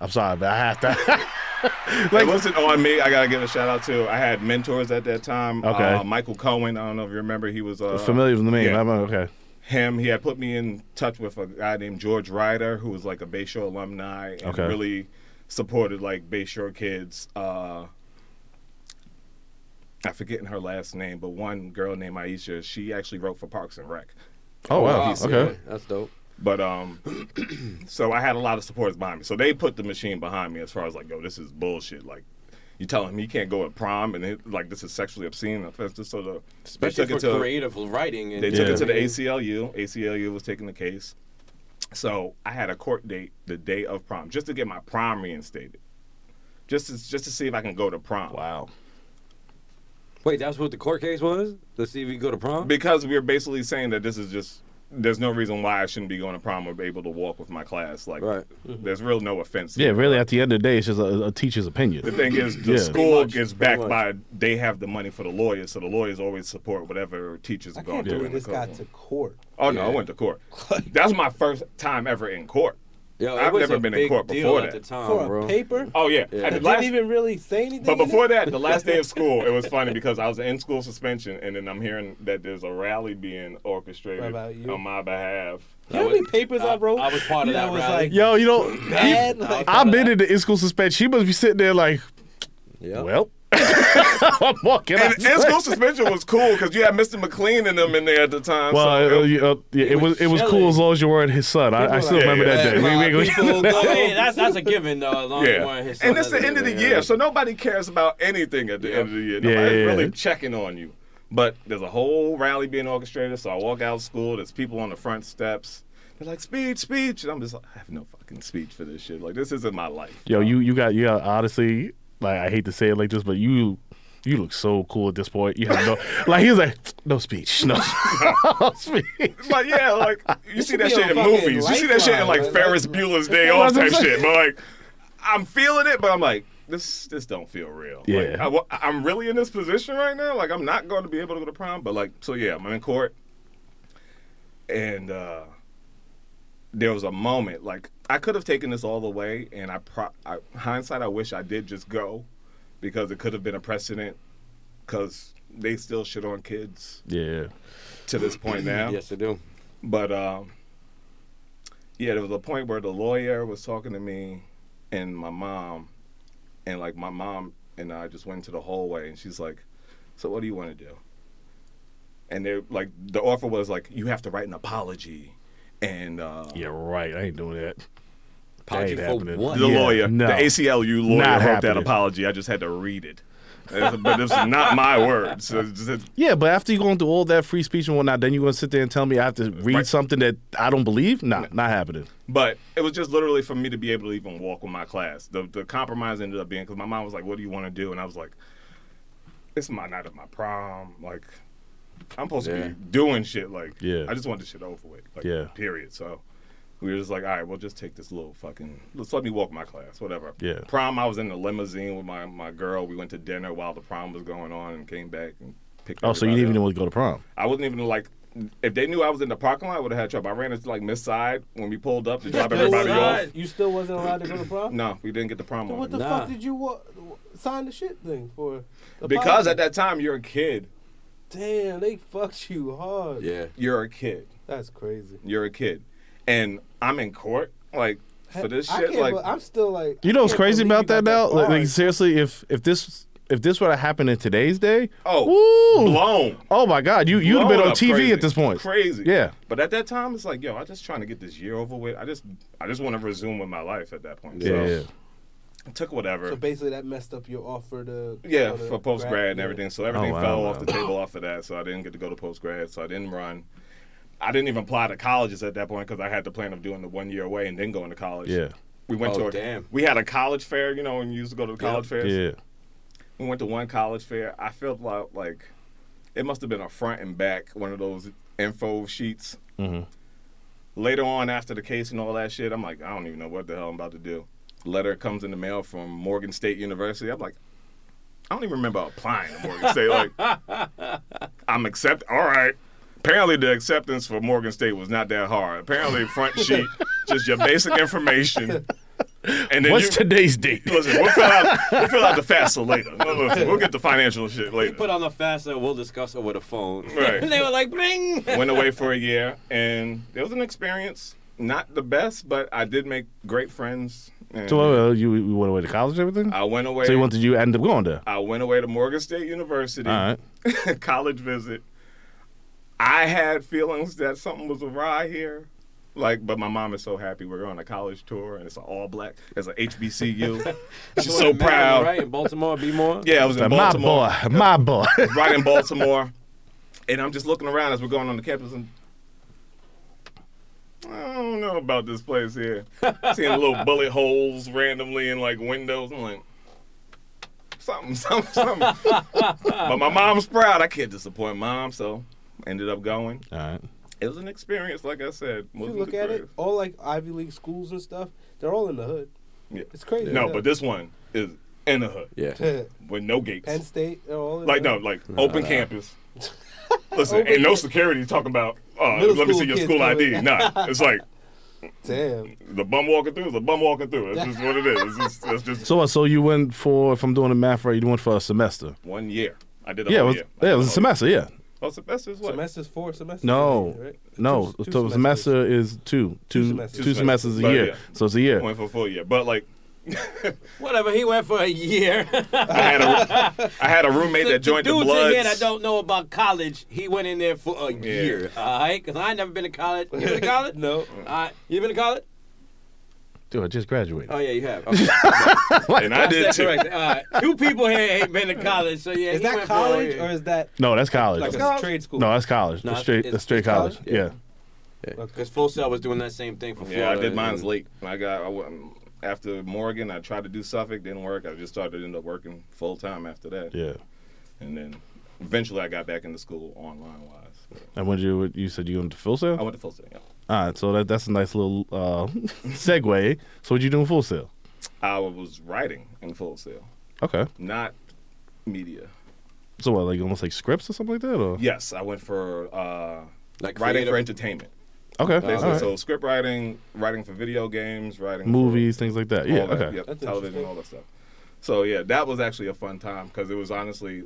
Speaker 3: I'm sorry, but I have to. *laughs*
Speaker 5: It wasn't on me. I gotta give a shout out to. I had mentors at that time.
Speaker 3: Okay.
Speaker 5: Uh, Michael Cohen. I don't know if you remember. He was uh,
Speaker 3: Familiar with the name?
Speaker 5: Yeah.
Speaker 3: I'm, uh, okay.
Speaker 5: him. He had put me in touch with a guy named George Ryder, who was like a Bayshore alumni and
Speaker 3: Okay.
Speaker 5: really supported like Bayshore kids. Uh, I'm forgetting her last name, but one girl named Aisha, she actually wrote for Parks and Rec.
Speaker 3: Oh wow.
Speaker 4: Wow,
Speaker 3: Okay.
Speaker 4: yeah, That's dope.
Speaker 5: But um, *clears throat* so I had a lot of supporters behind me. So they put the machine behind me as far as like, yo, this is bullshit. Like, you telling me you can't go to prom and it, like this is sexually obscene and offensive. So the they
Speaker 4: Especially
Speaker 5: took
Speaker 4: for
Speaker 5: it to
Speaker 4: creative writing. And
Speaker 5: they took
Speaker 3: Yeah.
Speaker 5: it to the ACLU. ACLU was taking the case. So I had a court date the day of prom just to get my prom reinstated, just to, just to see if I can go to prom.
Speaker 3: Wow.
Speaker 4: Wait, that's what the court case was? Let's see if you go to prom.
Speaker 5: Because we were basically saying that this is just there's no reason why I shouldn't be going to prom or be able to walk with my class. Like,
Speaker 4: Right.
Speaker 5: there's real no offense.
Speaker 3: Yeah. Really. At the end of the day, it's just a, a teacher's opinion.
Speaker 5: The thing is, the
Speaker 3: Yeah.
Speaker 5: school
Speaker 4: much,
Speaker 5: gets
Speaker 4: pretty
Speaker 5: backed by they have the money for the lawyers, so the lawyers always support whatever teachers
Speaker 2: I
Speaker 5: are
Speaker 2: can't
Speaker 5: going through.
Speaker 2: believe
Speaker 5: in the
Speaker 2: this got
Speaker 5: courtroom.
Speaker 2: to court.
Speaker 5: Oh no, I
Speaker 4: Yeah.
Speaker 5: went to
Speaker 2: *laughs*
Speaker 5: court. That's my first time ever in court.
Speaker 4: Yo, it
Speaker 5: I've
Speaker 4: was
Speaker 5: never
Speaker 4: a
Speaker 5: been in
Speaker 4: big
Speaker 5: court
Speaker 4: deal
Speaker 5: before
Speaker 4: at
Speaker 5: that.
Speaker 4: the time,
Speaker 2: For
Speaker 4: bro.
Speaker 2: a paper?
Speaker 5: Oh yeah,
Speaker 4: Yeah.
Speaker 5: At the
Speaker 4: Didn't
Speaker 5: last-
Speaker 2: Didn't even really say anything.
Speaker 5: but
Speaker 2: *laughs* in it?
Speaker 5: before that, the last day of school, it was funny because I was in school suspension, and then I'm hearing that there's a rally being
Speaker 2: What
Speaker 5: orchestrated
Speaker 2: about you?
Speaker 5: on my behalf.
Speaker 2: You know how
Speaker 4: I was-
Speaker 2: many papers I,
Speaker 4: I-
Speaker 2: wrote?
Speaker 4: I was part of that
Speaker 2: was
Speaker 4: rally.
Speaker 2: like,
Speaker 3: Yo, you know,
Speaker 2: mad, like,
Speaker 3: I've been in the in school suspension. She must be sitting there like,
Speaker 5: *laughs*
Speaker 4: Yeah.
Speaker 3: well, *laughs* I'm walking.
Speaker 5: And,
Speaker 3: out.
Speaker 5: and school suspension was cool because you had Mr. McLean and them in there at the time.
Speaker 3: Well,
Speaker 5: so
Speaker 3: uh, you- uh, yeah, it
Speaker 4: was
Speaker 3: was it was
Speaker 4: chilling.
Speaker 3: cool as long as you weren't his son. I, I
Speaker 2: were
Speaker 3: still
Speaker 2: like,
Speaker 3: remember that
Speaker 5: "Yeah,
Speaker 3: day. We- we- we-
Speaker 5: *laughs*
Speaker 2: people
Speaker 3: *laughs*
Speaker 2: go-
Speaker 4: I mean, that's, that's a given, though. As long as you
Speaker 5: yeah.
Speaker 4: weren't his son,
Speaker 5: And it's the
Speaker 4: that's a uh,
Speaker 5: end of the
Speaker 4: given,
Speaker 5: year,
Speaker 4: yeah.
Speaker 5: so nobody cares about anything at the end of the year.
Speaker 3: Yeah,
Speaker 5: Nobody's
Speaker 3: yeah,
Speaker 5: really
Speaker 3: yeah.
Speaker 5: checking on you. But there's a whole rally being orchestrated, so I walk out of school. There's people on the front steps. They're like, speech, speech. And I'm just like, I have no fucking speech for this shit. Like, this isn't my life.
Speaker 3: Yo, you you got yeah. Honestly, like I hate to say it like this, but you you look so cool at this point. You have no like he was like no speech, *laughs* no, no speech.
Speaker 5: But yeah, like you see
Speaker 2: should
Speaker 5: that
Speaker 2: be
Speaker 5: shit
Speaker 2: on
Speaker 5: in
Speaker 2: fucking
Speaker 5: movies. You see that shit in like
Speaker 2: Lifeline,
Speaker 5: Ferris Bueller's Day Off
Speaker 3: what I'm
Speaker 5: type
Speaker 3: saying.
Speaker 5: shit. But like, I'm feeling it, but I'm like, this this don't feel real.
Speaker 3: Yeah.
Speaker 5: Like, I, am really in this position right now. Like, I'm not going to be able to go to prom. But like, so yeah, I'm in court, and uh there was a moment like I could have taken this all the way, and I, pro- I hindsight, I wish I did just go because it could have been a precedent because they still shit on kids
Speaker 3: Yeah,
Speaker 5: to this point now.
Speaker 4: Yes, I do.
Speaker 5: But um, yeah, there was a point where the lawyer was talking to me and my mom, and like my mom and I just went into the hallway, and she's like, "So what do you want to do?" And they are like, the offer was like, "You have to write an apology," and uh,
Speaker 3: yeah, right. I ain't doing that.
Speaker 4: Apology
Speaker 3: That
Speaker 4: for
Speaker 3: ain't happening.
Speaker 4: what?
Speaker 5: the
Speaker 3: Yeah,
Speaker 5: lawyer,
Speaker 3: no.
Speaker 5: the ACLU lawyer,
Speaker 3: Not
Speaker 5: wrote
Speaker 3: happening.
Speaker 5: that apology. I just had to read it, but it's not my words. So it's just-
Speaker 3: Yeah, but after you going through all that free speech and whatnot, then you gonna sit there and tell me I have to read
Speaker 5: Right.
Speaker 3: something that I don't believe? Nah, not happening.
Speaker 5: But it was just literally for me to be able to even walk with my class. The the compromise ended up being because my mom was like, "What do you want to do?" And I was like, "It's my night of my prom. Like, I'm supposed to
Speaker 4: Yeah.
Speaker 5: be doing shit. Like,
Speaker 3: Yeah.
Speaker 5: I just want this shit over with. Like,
Speaker 3: Yeah.
Speaker 5: period." So we were just like, "All right, we'll just take this little fucking. Let's let me walk my class, whatever."
Speaker 3: Yeah.
Speaker 5: Prom. I was in the limousine with my my girl. We went to dinner while the prom was going on and came back and picked.
Speaker 3: Oh, so you
Speaker 5: everybody
Speaker 3: didn't
Speaker 5: up.
Speaker 3: even want to go to prom?
Speaker 5: I wasn't even like. If they knew I was in the parking lot, I would have had trouble. I ran into like Miss Side when we pulled up to drop
Speaker 2: You still
Speaker 5: everybody off.
Speaker 2: wasn't- You still wasn't allowed to go to prom?
Speaker 5: No, we didn't get the prom
Speaker 2: Then what
Speaker 5: on.
Speaker 2: the
Speaker 4: Nah.
Speaker 2: fuck did you wa- sign the shit thing for? The
Speaker 5: because
Speaker 2: apology?
Speaker 5: at that time you're a kid.
Speaker 2: Damn, they fucked you hard.
Speaker 4: Yeah.
Speaker 5: You're a kid.
Speaker 2: That's crazy.
Speaker 5: You're a kid, and I'm in court like for this
Speaker 2: I
Speaker 5: shit.
Speaker 2: can't
Speaker 5: Like
Speaker 2: be- I'm still like.
Speaker 3: You
Speaker 2: I
Speaker 3: know what's
Speaker 2: can't
Speaker 3: crazy
Speaker 2: believe
Speaker 3: about
Speaker 2: you
Speaker 3: that
Speaker 2: got
Speaker 3: now? Like, like,
Speaker 2: far.
Speaker 3: seriously, if if this if this would have happened in today's day,
Speaker 5: Oh,
Speaker 3: Woo!
Speaker 5: blown.
Speaker 3: oh my God, you you'd have been
Speaker 5: Blown
Speaker 3: on
Speaker 5: up
Speaker 3: TV
Speaker 5: crazy.
Speaker 3: at this point.
Speaker 5: Crazy.
Speaker 3: Yeah.
Speaker 5: But at that time, it's like, yo, I'm just trying to get this year over with. I just, I just want to resume with my life at that point.
Speaker 3: Yeah,
Speaker 5: So I took whatever.
Speaker 2: So basically, that messed up your offer to
Speaker 5: yeah,
Speaker 2: go to
Speaker 5: for post grad and everything. So everything
Speaker 3: Oh, wow,
Speaker 5: fell off
Speaker 3: wow.
Speaker 5: the table off of that. So I didn't get to go to post grad. So I didn't run. I didn't even apply to colleges at that point because I had the plan of doing the one year away and then going to college.
Speaker 3: yeah,
Speaker 5: We went
Speaker 4: Oh,
Speaker 5: to a,
Speaker 4: damn.
Speaker 5: we had a college fair, you know, and you used to go to the college
Speaker 3: yeah,
Speaker 5: fairs.
Speaker 3: yeah.
Speaker 5: We went to one college fair. I felt like like it must have been a front and back one of those info sheets.
Speaker 3: Mhm.
Speaker 5: Later on, after the case and all that shit, I'm like, I don't even know what the hell I'm about to do. Letter comes in the mail from Morgan State University. I'm like, I don't even remember applying to Morgan State. Like, I'm accept. All right. Apparently, the acceptance for Morgan State was not that hard. Apparently, front sheet, just your basic information. And then
Speaker 3: What's
Speaker 5: you, *laughs*
Speaker 3: today's date?
Speaker 5: Listen, we'll fill out we'll fill out the FAFSA later. We'll, listen, we'll get the financial shit
Speaker 4: We
Speaker 5: later.
Speaker 4: put on the FAFSA. We'll discuss over the phone. *laughs*
Speaker 5: Right.
Speaker 4: they were like, "Bling."
Speaker 5: Went away for a year, and it was an experience. Not the best, but I did make great friends. and
Speaker 3: So uh, you, you went away to college, and everything.
Speaker 5: I went away.
Speaker 3: so you went to you ended up going there.
Speaker 5: I went away to Morgan State University,
Speaker 3: All
Speaker 5: *laughs*
Speaker 3: right.
Speaker 5: college visit. I had feelings that something was awry here. Like, but my mom is so happy we're on a college tour and it's an all black. It's a
Speaker 4: *laughs*
Speaker 5: HBCU. She's so
Speaker 4: Maryland,
Speaker 5: proud.
Speaker 4: right? In Baltimore, be more.
Speaker 5: Yeah, I was in
Speaker 3: my
Speaker 5: Baltimore.
Speaker 3: boy,
Speaker 5: *laughs*
Speaker 3: my boy.
Speaker 5: right in Baltimore, and I'm just looking around as we're going on the campus, and I don't know about this place here. Seeing little bullet holes randomly in like windows. I'm like, something, something, something. but my mom's proud. I can't disappoint mom, so ended up going.
Speaker 3: All right.
Speaker 5: It was an experience, like I said.
Speaker 2: If you
Speaker 5: wasn't
Speaker 2: look
Speaker 5: the
Speaker 2: at it, Oh,
Speaker 5: greatest.
Speaker 2: all like Ivy League schools and stuff, they're all in the hood.
Speaker 5: Yeah.
Speaker 2: It's crazy.
Speaker 5: no,
Speaker 2: yeah. *laughs*
Speaker 5: but this one is in a hood
Speaker 6: Yeah.
Speaker 5: with no gates.
Speaker 2: Penn State, they're all in
Speaker 5: Like
Speaker 2: the
Speaker 5: no,
Speaker 2: hood.
Speaker 5: like open
Speaker 3: *laughs*
Speaker 5: campus. Listen,
Speaker 2: Open
Speaker 5: ain't no
Speaker 2: camp-
Speaker 5: security talking about. Uh,
Speaker 2: Middle
Speaker 5: let me
Speaker 2: school
Speaker 5: see your
Speaker 2: kids
Speaker 5: school
Speaker 2: coming
Speaker 5: ID. Nah,
Speaker 3: *laughs*
Speaker 5: it's like
Speaker 2: Damn.
Speaker 5: the bum walking through is a bum walking through. That's just what it is. It's just, that's just
Speaker 3: So what? So you went for if I'm doing the math right, you went for a semester.
Speaker 5: one year. I did. A
Speaker 3: Yeah, it
Speaker 5: whole
Speaker 3: was,
Speaker 5: year. I
Speaker 3: yeah,
Speaker 5: did
Speaker 3: it was a
Speaker 5: whole
Speaker 3: semester. Yeah.
Speaker 5: year. Oh, semester is what?
Speaker 2: Semester's four semesters.
Speaker 3: No,
Speaker 2: right?
Speaker 3: no.
Speaker 2: Two- two
Speaker 3: so
Speaker 2: *laughs*
Speaker 3: a semester is two, two,
Speaker 2: semesters.
Speaker 3: two semesters,
Speaker 5: Two
Speaker 3: a
Speaker 5: semesters.
Speaker 3: year.
Speaker 5: But, yeah.
Speaker 3: So it's a year.
Speaker 5: Went for a full year, but like *laughs*
Speaker 4: Whatever. He went for a year.
Speaker 5: I had
Speaker 3: *laughs*
Speaker 5: a, I had a roommate that joined the,
Speaker 4: *laughs* dudes
Speaker 5: Bloods.
Speaker 4: in here that don't know about college, he went in there for a year. All right, because I ain't never been to college. You been
Speaker 5: *laughs*
Speaker 4: to college?
Speaker 2: No.
Speaker 4: Uh, you been to college?
Speaker 3: Dude, I just graduated.
Speaker 4: Oh yeah, you have. *laughs* Okay.
Speaker 5: and I did
Speaker 4: That's
Speaker 5: too.
Speaker 4: correct. All right. Two people here ain't been to college, so yeah.
Speaker 2: Is
Speaker 4: he
Speaker 2: that
Speaker 4: went for a
Speaker 2: college
Speaker 4: year.
Speaker 2: or is that
Speaker 3: No, that's college.
Speaker 2: like a
Speaker 5: College?
Speaker 2: trade school?
Speaker 3: no, that's college.
Speaker 4: No,
Speaker 3: that's straight,
Speaker 4: it's-
Speaker 3: that's straight
Speaker 4: it's
Speaker 3: college.
Speaker 4: college?
Speaker 3: Yeah.
Speaker 4: Because Full Sail was doing that same thing for
Speaker 5: *laughs* Yeah, I
Speaker 4: Florida.
Speaker 5: did mine's
Speaker 4: and-
Speaker 5: late. I got I went, after Morgan. I tried to do Suffolk, didn't work. I just started end up working full time after that,
Speaker 3: yeah,
Speaker 5: and then eventually I got back into school online wise.
Speaker 3: And when you you said you went to full
Speaker 5: I
Speaker 3: sale.
Speaker 5: went to full sale. Yeah.
Speaker 3: All right, so that, that's a nice little uh, *laughs* segue. So what you doing full sale?
Speaker 5: I was writing in full sale,
Speaker 3: Okay.
Speaker 5: not media.
Speaker 3: So what, like almost like scripts or something like that, or
Speaker 5: Yes, I went for uh,
Speaker 4: Like
Speaker 5: writing for
Speaker 4: creative-
Speaker 5: entertainment.
Speaker 3: okay,
Speaker 5: Basically,
Speaker 3: Oh, all right.
Speaker 5: so script writing, writing for video games, writing for
Speaker 3: movies, things like that.
Speaker 5: all
Speaker 3: Yeah.
Speaker 5: that,
Speaker 3: Okay.
Speaker 5: yep,
Speaker 2: That's
Speaker 5: television,
Speaker 2: interesting.
Speaker 5: all that stuff. So yeah, that was actually a fun time because it was honestly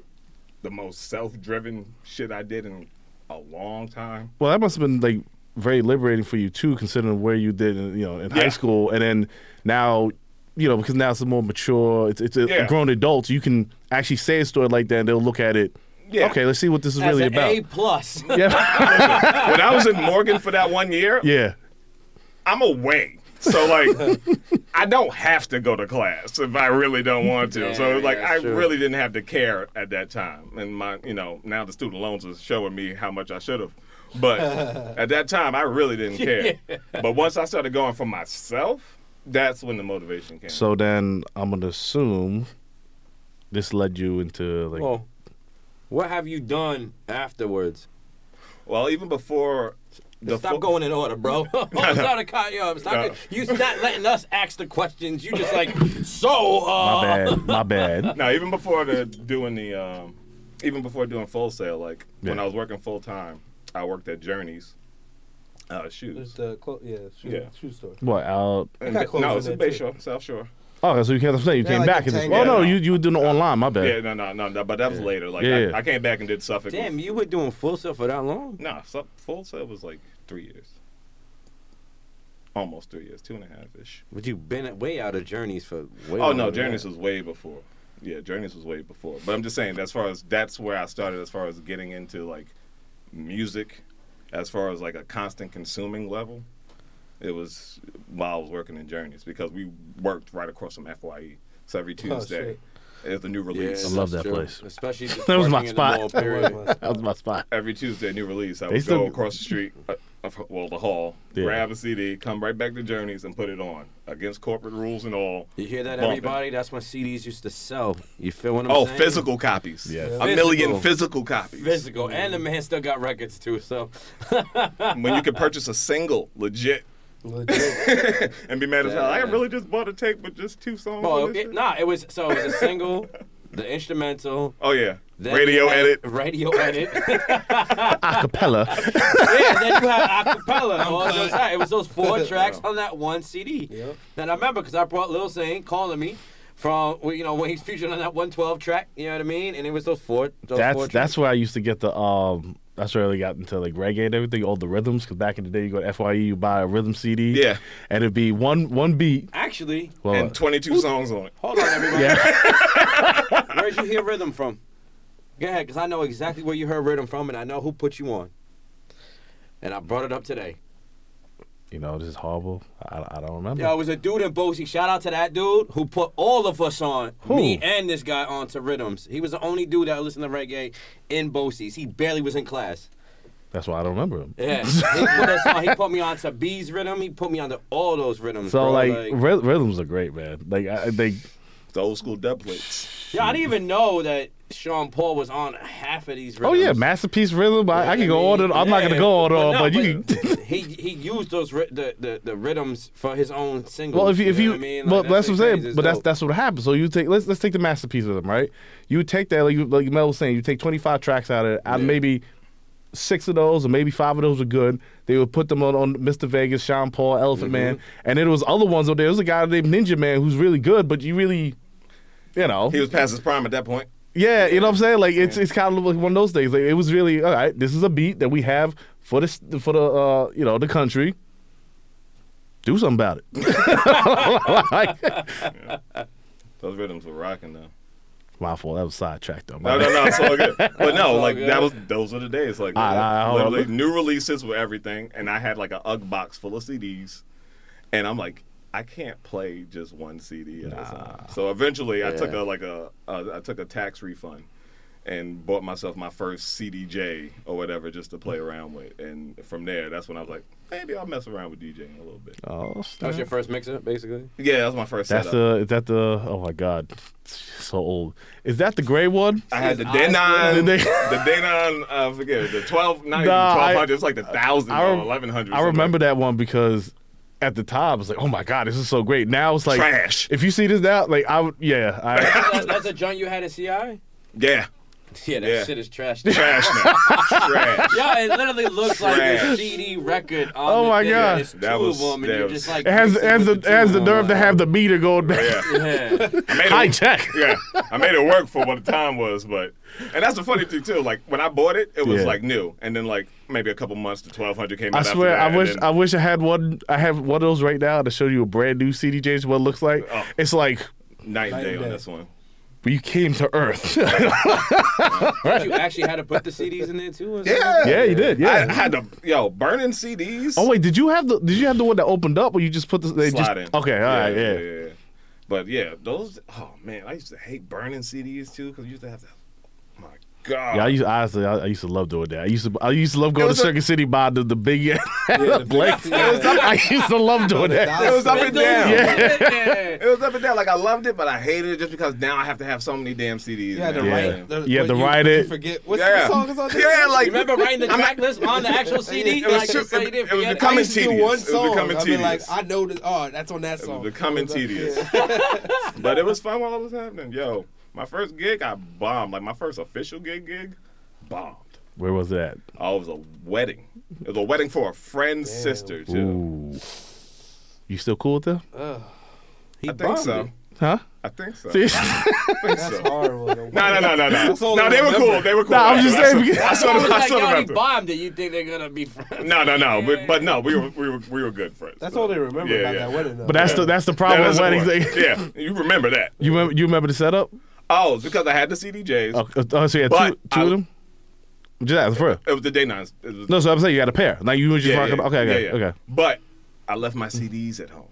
Speaker 5: the most self-driven shit I did in a long time. *laughs*
Speaker 3: Well, that must have been like very liberating for you too, considering where you did, in, you know, in
Speaker 5: Yeah.
Speaker 3: high school, and then now, you know, because now it's a more mature, it's it's a
Speaker 5: Yeah.
Speaker 3: grown adult. You can actually say a story like that, and they'll look at it.
Speaker 5: Yeah.
Speaker 3: Okay, let's see what this is really
Speaker 4: That's an
Speaker 3: about.
Speaker 4: A plus. *laughs*
Speaker 3: Yeah.
Speaker 5: when I was in Morgan for that one year,
Speaker 3: yeah.
Speaker 5: I'm away. So
Speaker 4: *laughs*
Speaker 5: like I don't have to go to class if I really don't want to. so
Speaker 4: Yeah,
Speaker 5: like
Speaker 4: that's
Speaker 5: I
Speaker 4: true.
Speaker 5: really didn't have to care at that time. And my you know, now the student loans is showing me how much I should have.
Speaker 4: *laughs*
Speaker 5: But at that time I really didn't care. But once I started going for myself, that's when the motivation came.
Speaker 3: So then I'm gonna assume this led you into like
Speaker 4: Well, *laughs* what have you done afterwards?
Speaker 5: well, even before the Uh,
Speaker 4: Stop
Speaker 5: fu-
Speaker 4: going in
Speaker 5: *laughs*
Speaker 4: order, bro. oh, stop the car, yo, stop
Speaker 5: No.
Speaker 4: it. You not letting us ask the questions. You just like so.
Speaker 3: my
Speaker 4: Uh,
Speaker 5: *laughs*
Speaker 3: bad, my bad.
Speaker 5: No, even before the doing the, um, even before doing full sale, like when
Speaker 3: Yeah.
Speaker 5: I was working full time, I worked at Journeys uh,
Speaker 2: There's
Speaker 5: shoes.
Speaker 2: the clo- yeah, shoe,
Speaker 5: Yeah.
Speaker 2: shoe store.
Speaker 3: What? Out?
Speaker 5: And
Speaker 2: got
Speaker 5: th-
Speaker 2: clothes
Speaker 5: no,
Speaker 2: in
Speaker 5: it's
Speaker 2: there,
Speaker 5: in Bay
Speaker 2: too.
Speaker 5: Shore, South Shore.
Speaker 3: Oh, so you can't *laughs* say you
Speaker 2: Yeah,
Speaker 3: came
Speaker 2: like
Speaker 3: back.
Speaker 2: the
Speaker 3: And just,
Speaker 2: tango.
Speaker 3: oh no,
Speaker 5: Yeah, no.
Speaker 3: you you were doing it online. My bad.
Speaker 5: Yeah, no, no, no, no, but that was later. Like
Speaker 3: Yeah,
Speaker 5: I,
Speaker 3: yeah.
Speaker 5: I came back and did Suffolk.
Speaker 4: damn,
Speaker 5: with-
Speaker 4: you were doing Full Sail for that long?
Speaker 5: Nah, Su- full sale was like three years, almost three years, two and a Oh, half ish.
Speaker 4: But you've been way out of journeys for way.
Speaker 5: Oh no, Journeys was way before. Yeah, Journeys was way before. But I'm just saying, as far as that's where I started, as far as getting into like music, as far as like a constant consuming level, it was while I was working in Journeys because we worked right across from FYE. So every Tuesday,
Speaker 2: Oh, shit.
Speaker 5: is the new release.
Speaker 3: I love that place.
Speaker 4: Especially
Speaker 3: *laughs* That was my spot.
Speaker 2: That was my-
Speaker 3: That was my spot.
Speaker 5: Every Tuesday, new release. I
Speaker 3: They
Speaker 5: would
Speaker 3: still-
Speaker 5: go across the street, uh, of- well, the hall,
Speaker 3: Yeah.
Speaker 5: grab a CD, come right back to Journeys, and put it on against corporate rules and all.
Speaker 4: You hear that,
Speaker 5: Bumping.
Speaker 4: everybody? That's when CDs used to sell. You feel what I'm
Speaker 5: Oh,
Speaker 4: saying?
Speaker 5: physical copies.
Speaker 3: Yeah.
Speaker 5: A million
Speaker 4: Physical.
Speaker 5: physical copies.
Speaker 4: Physical. And the man still got records,
Speaker 5: *laughs*
Speaker 4: too, so.
Speaker 5: when you could purchase a single, legit,
Speaker 2: *laughs*
Speaker 5: *laughs*
Speaker 2: Legit.
Speaker 5: and be mad as hell. I
Speaker 4: Yeah.
Speaker 5: really just bought a tape with just two songs.
Speaker 4: Well,
Speaker 5: on this
Speaker 4: it,
Speaker 5: shit.
Speaker 4: nah, it was, so it was a single, the instrumental.
Speaker 5: oh yeah,
Speaker 4: then
Speaker 5: radio
Speaker 4: you had-
Speaker 5: edit.
Speaker 4: *laughs* Radio edit. *laughs*
Speaker 5: *laughs*
Speaker 3: Acapella.
Speaker 4: yeah,
Speaker 3: *laughs*
Speaker 4: and then you had acapella. All those- it was those four tracks on that one CD.
Speaker 2: Yep.
Speaker 4: Then I remember because I brought Lil Zane calling me from well, you know when he's featured on that 112 track. You know what I mean? And it was those four. Those four
Speaker 3: that's
Speaker 4: tracks.
Speaker 3: that's where I used to get the um. That's where I really got into like reggae and everything, all the rhythms. Because back in the day, you go to Fye, you buy a rhythm CD,
Speaker 5: Yeah.
Speaker 3: and it'd be one one beat.
Speaker 4: actually.
Speaker 3: Well, uh,
Speaker 5: and 22 songs on it.
Speaker 4: Hold on, everybody.
Speaker 3: yeah,
Speaker 4: *laughs* Where'd you hear rhythm from? Go ahead, because I know exactly where you heard rhythm from, and I know who put you on. And I brought it up today.
Speaker 3: you know, this is horrible. I, I don't remember.
Speaker 4: Yo, it was a dude in Boise. Shout out to that dude who put all of us on,
Speaker 3: Who?
Speaker 4: me and this guy on to rhythms. He was the only dude that listened to reggae in Bosie's. He barely was in class.
Speaker 3: That's why I don't remember them. *laughs*
Speaker 4: Yeah, he, with that song, he put me on to B's rhythm. He put me on to all those rhythms.
Speaker 3: So
Speaker 4: bro.
Speaker 3: like, ry- rhythms are great, man. Like I, they,
Speaker 5: The old school dub plates.
Speaker 4: yeah, I didn't even know that Sean Paul was on half of these.
Speaker 3: oh
Speaker 4: Rhythms.
Speaker 3: yeah, masterpiece rhythm. I, I can go all the. I'm not gonna go all the, but, you can. *laughs*
Speaker 4: he he used those ry- the, the the rhythms for his own single.
Speaker 3: Well, if you, if you,
Speaker 4: know what I mean?
Speaker 3: well,
Speaker 4: Like,
Speaker 3: that's what I'm saying.
Speaker 4: crazy.
Speaker 3: But that's
Speaker 4: So-
Speaker 3: that's what happens. So you take let's let's take the masterpiece of them, right? You would take that like you, like Mel was saying, you take 25 tracks out of it. Out of
Speaker 4: Yeah.
Speaker 3: maybe six of those, or maybe five of those were good. They would put them on, on Mr. Vegas, Sean Paul, Elephant Man, and then there was other ones. on There There was a guy named Ninja Man who's really good, but you really, you know,
Speaker 5: He was past his prime at that point.
Speaker 3: yeah, you know what I'm saying. Like it's it's kind of like one of those things. Like it was really all right. This is a beat that we have for this for the uh, you know the country. Do something about it. Like-
Speaker 5: Those rhythms were rocking though.
Speaker 3: My fault. That was sidetracked though.
Speaker 5: No, no, no, it's all good. But no,
Speaker 4: all
Speaker 5: like
Speaker 4: good.
Speaker 5: that was those are the days. Like
Speaker 3: Ah, nah, hold on.
Speaker 5: literally new releases with everything, and I had like a UGG box full of CDs, and I'm like, I can't play just one CD at a time. So eventually, I took a
Speaker 4: Yeah.
Speaker 5: like a, a I took a tax refund. And bought myself my first CDJ or whatever just to play around with, and from there, that's when I was like, maybe I'll mess around with DJing a little bit.
Speaker 3: Oh,
Speaker 4: that was your
Speaker 3: snap.
Speaker 4: first mixer, basically.
Speaker 5: Yeah, that was my first
Speaker 3: that's
Speaker 5: setup.
Speaker 3: the is that the oh my god, so old. Is that the gray one?
Speaker 5: I had the
Speaker 4: His eyes
Speaker 5: Denon,
Speaker 3: were-
Speaker 5: the Denon. I forget the twelve, not
Speaker 3: Nah,
Speaker 5: even
Speaker 3: I-
Speaker 5: twelve hundred. It's like the thousand
Speaker 3: I
Speaker 5: or
Speaker 3: rem-
Speaker 5: eleven hundred.
Speaker 3: I remember that one because at the time I was like, oh my god, this is so great. Now it's like
Speaker 5: Trash.
Speaker 3: If you see this now, like I would, yeah,
Speaker 5: *laughs*
Speaker 3: I,
Speaker 4: That- that's a joint you had at CI. *laughs* Yeah,
Speaker 5: Yeah,
Speaker 4: that
Speaker 5: Yeah.
Speaker 4: shit is
Speaker 5: *laughs*
Speaker 4: trash.
Speaker 5: trash now. trash.
Speaker 3: *laughs*
Speaker 4: Yeah, it literally looks like a
Speaker 5: Trash.
Speaker 4: CD record. On
Speaker 3: Oh
Speaker 4: the
Speaker 3: my
Speaker 4: thing.
Speaker 3: God.
Speaker 4: It's two
Speaker 5: That was-
Speaker 4: of them, and
Speaker 5: that
Speaker 4: you're
Speaker 5: was-
Speaker 4: just like
Speaker 3: it has it
Speaker 4: mixing
Speaker 3: has the
Speaker 4: with
Speaker 3: it
Speaker 4: two
Speaker 3: has
Speaker 4: of
Speaker 3: the
Speaker 4: them.
Speaker 3: nerve to have the meter going
Speaker 5: *laughs*
Speaker 3: back. *laughs*
Speaker 5: Yeah,
Speaker 4: Yeah. *laughs*
Speaker 5: I made it.
Speaker 3: Hijack.
Speaker 5: Yeah, I made it work for what the time was, but and that's the funny thing too. Like when I bought it, it was
Speaker 3: Yeah.
Speaker 5: like new, and then like maybe a couple months to twelve hundred came out.
Speaker 3: I
Speaker 5: after
Speaker 3: swear,
Speaker 5: that,
Speaker 3: I
Speaker 5: and
Speaker 3: wish
Speaker 5: then-
Speaker 3: I wish I had one. I have one of those right now to show you a brand new CD change. What it looks like?
Speaker 5: Oh.
Speaker 3: It's like
Speaker 5: night and
Speaker 2: Night
Speaker 5: day
Speaker 2: and
Speaker 5: on
Speaker 2: day.
Speaker 5: this one.
Speaker 3: you came to
Speaker 5: *laughs*
Speaker 3: Earth. *laughs*
Speaker 4: Did you actually had to put the CDs in there too? or something?
Speaker 5: Yeah.
Speaker 3: yeah, you did. Yeah.
Speaker 5: I, I had to yo burning CDs.
Speaker 3: Oh wait, did you have the did you have the one that opened up or you just put the they just
Speaker 5: slide in.
Speaker 3: okay, all right, yeah.
Speaker 5: yeah, yeah. But yeah, those. Oh man, I used to hate burning CDs too because you used to have to. My God.
Speaker 3: Yeah, I used honestly, I, I used to love doing that. I used to, I used to love going to
Speaker 5: was a-
Speaker 3: Circuit City by the the big *laughs*
Speaker 2: the
Speaker 5: *laughs*
Speaker 3: blank.
Speaker 2: big- yeah.
Speaker 3: I used to love doing that.
Speaker 5: it was up and
Speaker 4: Windows.
Speaker 5: down.
Speaker 4: *laughs* Yeah.
Speaker 5: It was up and down. Like I loved it, but I hated it just because now I have to have so many damn CDs.
Speaker 2: You had to
Speaker 5: man.
Speaker 3: Yeah.
Speaker 2: write. the-
Speaker 3: You had
Speaker 2: what
Speaker 3: to write
Speaker 2: what
Speaker 3: it.
Speaker 2: Forget what
Speaker 5: Yeah.
Speaker 2: what song is on there?
Speaker 5: *laughs* Yeah, like
Speaker 4: Remember writing the track list on the actual CD?
Speaker 5: It was
Speaker 4: Like,
Speaker 5: too-
Speaker 4: so you
Speaker 5: it-
Speaker 4: didn't
Speaker 5: it was
Speaker 4: forget
Speaker 5: becoming
Speaker 2: I used to do
Speaker 5: tedious.
Speaker 2: one
Speaker 5: It was
Speaker 2: song.
Speaker 5: becoming
Speaker 2: I'd be like,
Speaker 5: tedious.
Speaker 2: I know this. Oh, that's on that
Speaker 5: It was
Speaker 2: song.
Speaker 5: becoming
Speaker 2: Like,
Speaker 5: tedious.
Speaker 2: yeah.
Speaker 5: *laughs* but it was fun while it was happening. Yo, my first gig, I bombed. Like my first official gig, gig, bombed.
Speaker 3: Where was that?
Speaker 5: Oh, it was a wedding. It was a wedding for a friend's sister too.
Speaker 3: Ooh. You still cool with them?
Speaker 4: He
Speaker 5: I think
Speaker 4: bombed
Speaker 5: so.
Speaker 4: it.
Speaker 3: Huh?
Speaker 5: I think so.
Speaker 3: See? *laughs*
Speaker 5: I think
Speaker 2: That's
Speaker 5: so.
Speaker 2: horrible. though.
Speaker 5: No, no, no, no,
Speaker 2: That's
Speaker 5: no.
Speaker 2: all
Speaker 5: No,
Speaker 2: I
Speaker 5: they were
Speaker 2: remember.
Speaker 5: cool. They were cool.
Speaker 3: Nah, I'm just saying,
Speaker 5: I saw- I saw
Speaker 4: It was
Speaker 5: them. I
Speaker 4: like,
Speaker 5: saw
Speaker 4: yo,
Speaker 5: them
Speaker 4: he
Speaker 5: after.
Speaker 4: bombed it. You think they're gonna be *laughs* friends?
Speaker 5: No, no, no. But but no, we were we were we were good friends.
Speaker 2: That's
Speaker 5: so.
Speaker 2: all they remember
Speaker 5: Yeah,
Speaker 2: about
Speaker 5: yeah.
Speaker 2: that wedding. Though.
Speaker 3: But that's the that's the
Speaker 5: Yeah,
Speaker 3: problem
Speaker 5: that's
Speaker 3: *laughs* with
Speaker 5: the
Speaker 3: weddings.
Speaker 5: one.
Speaker 3: They-
Speaker 5: yeah, you remember that?
Speaker 3: You remember, you remember the setup?
Speaker 5: Oh, it's because I had the CDJs.
Speaker 3: Oh, oh, so you had two,
Speaker 5: But
Speaker 3: two
Speaker 5: I-
Speaker 3: of them? Just ask for real.
Speaker 5: It was the day nines. It was-
Speaker 3: No, so I'm saying you had a pair. Like you were just
Speaker 5: Yeah,
Speaker 3: rocking.
Speaker 5: yeah,
Speaker 3: Okay, okay,
Speaker 5: yeah, yeah.
Speaker 3: okay.
Speaker 5: But I left my CDs at home,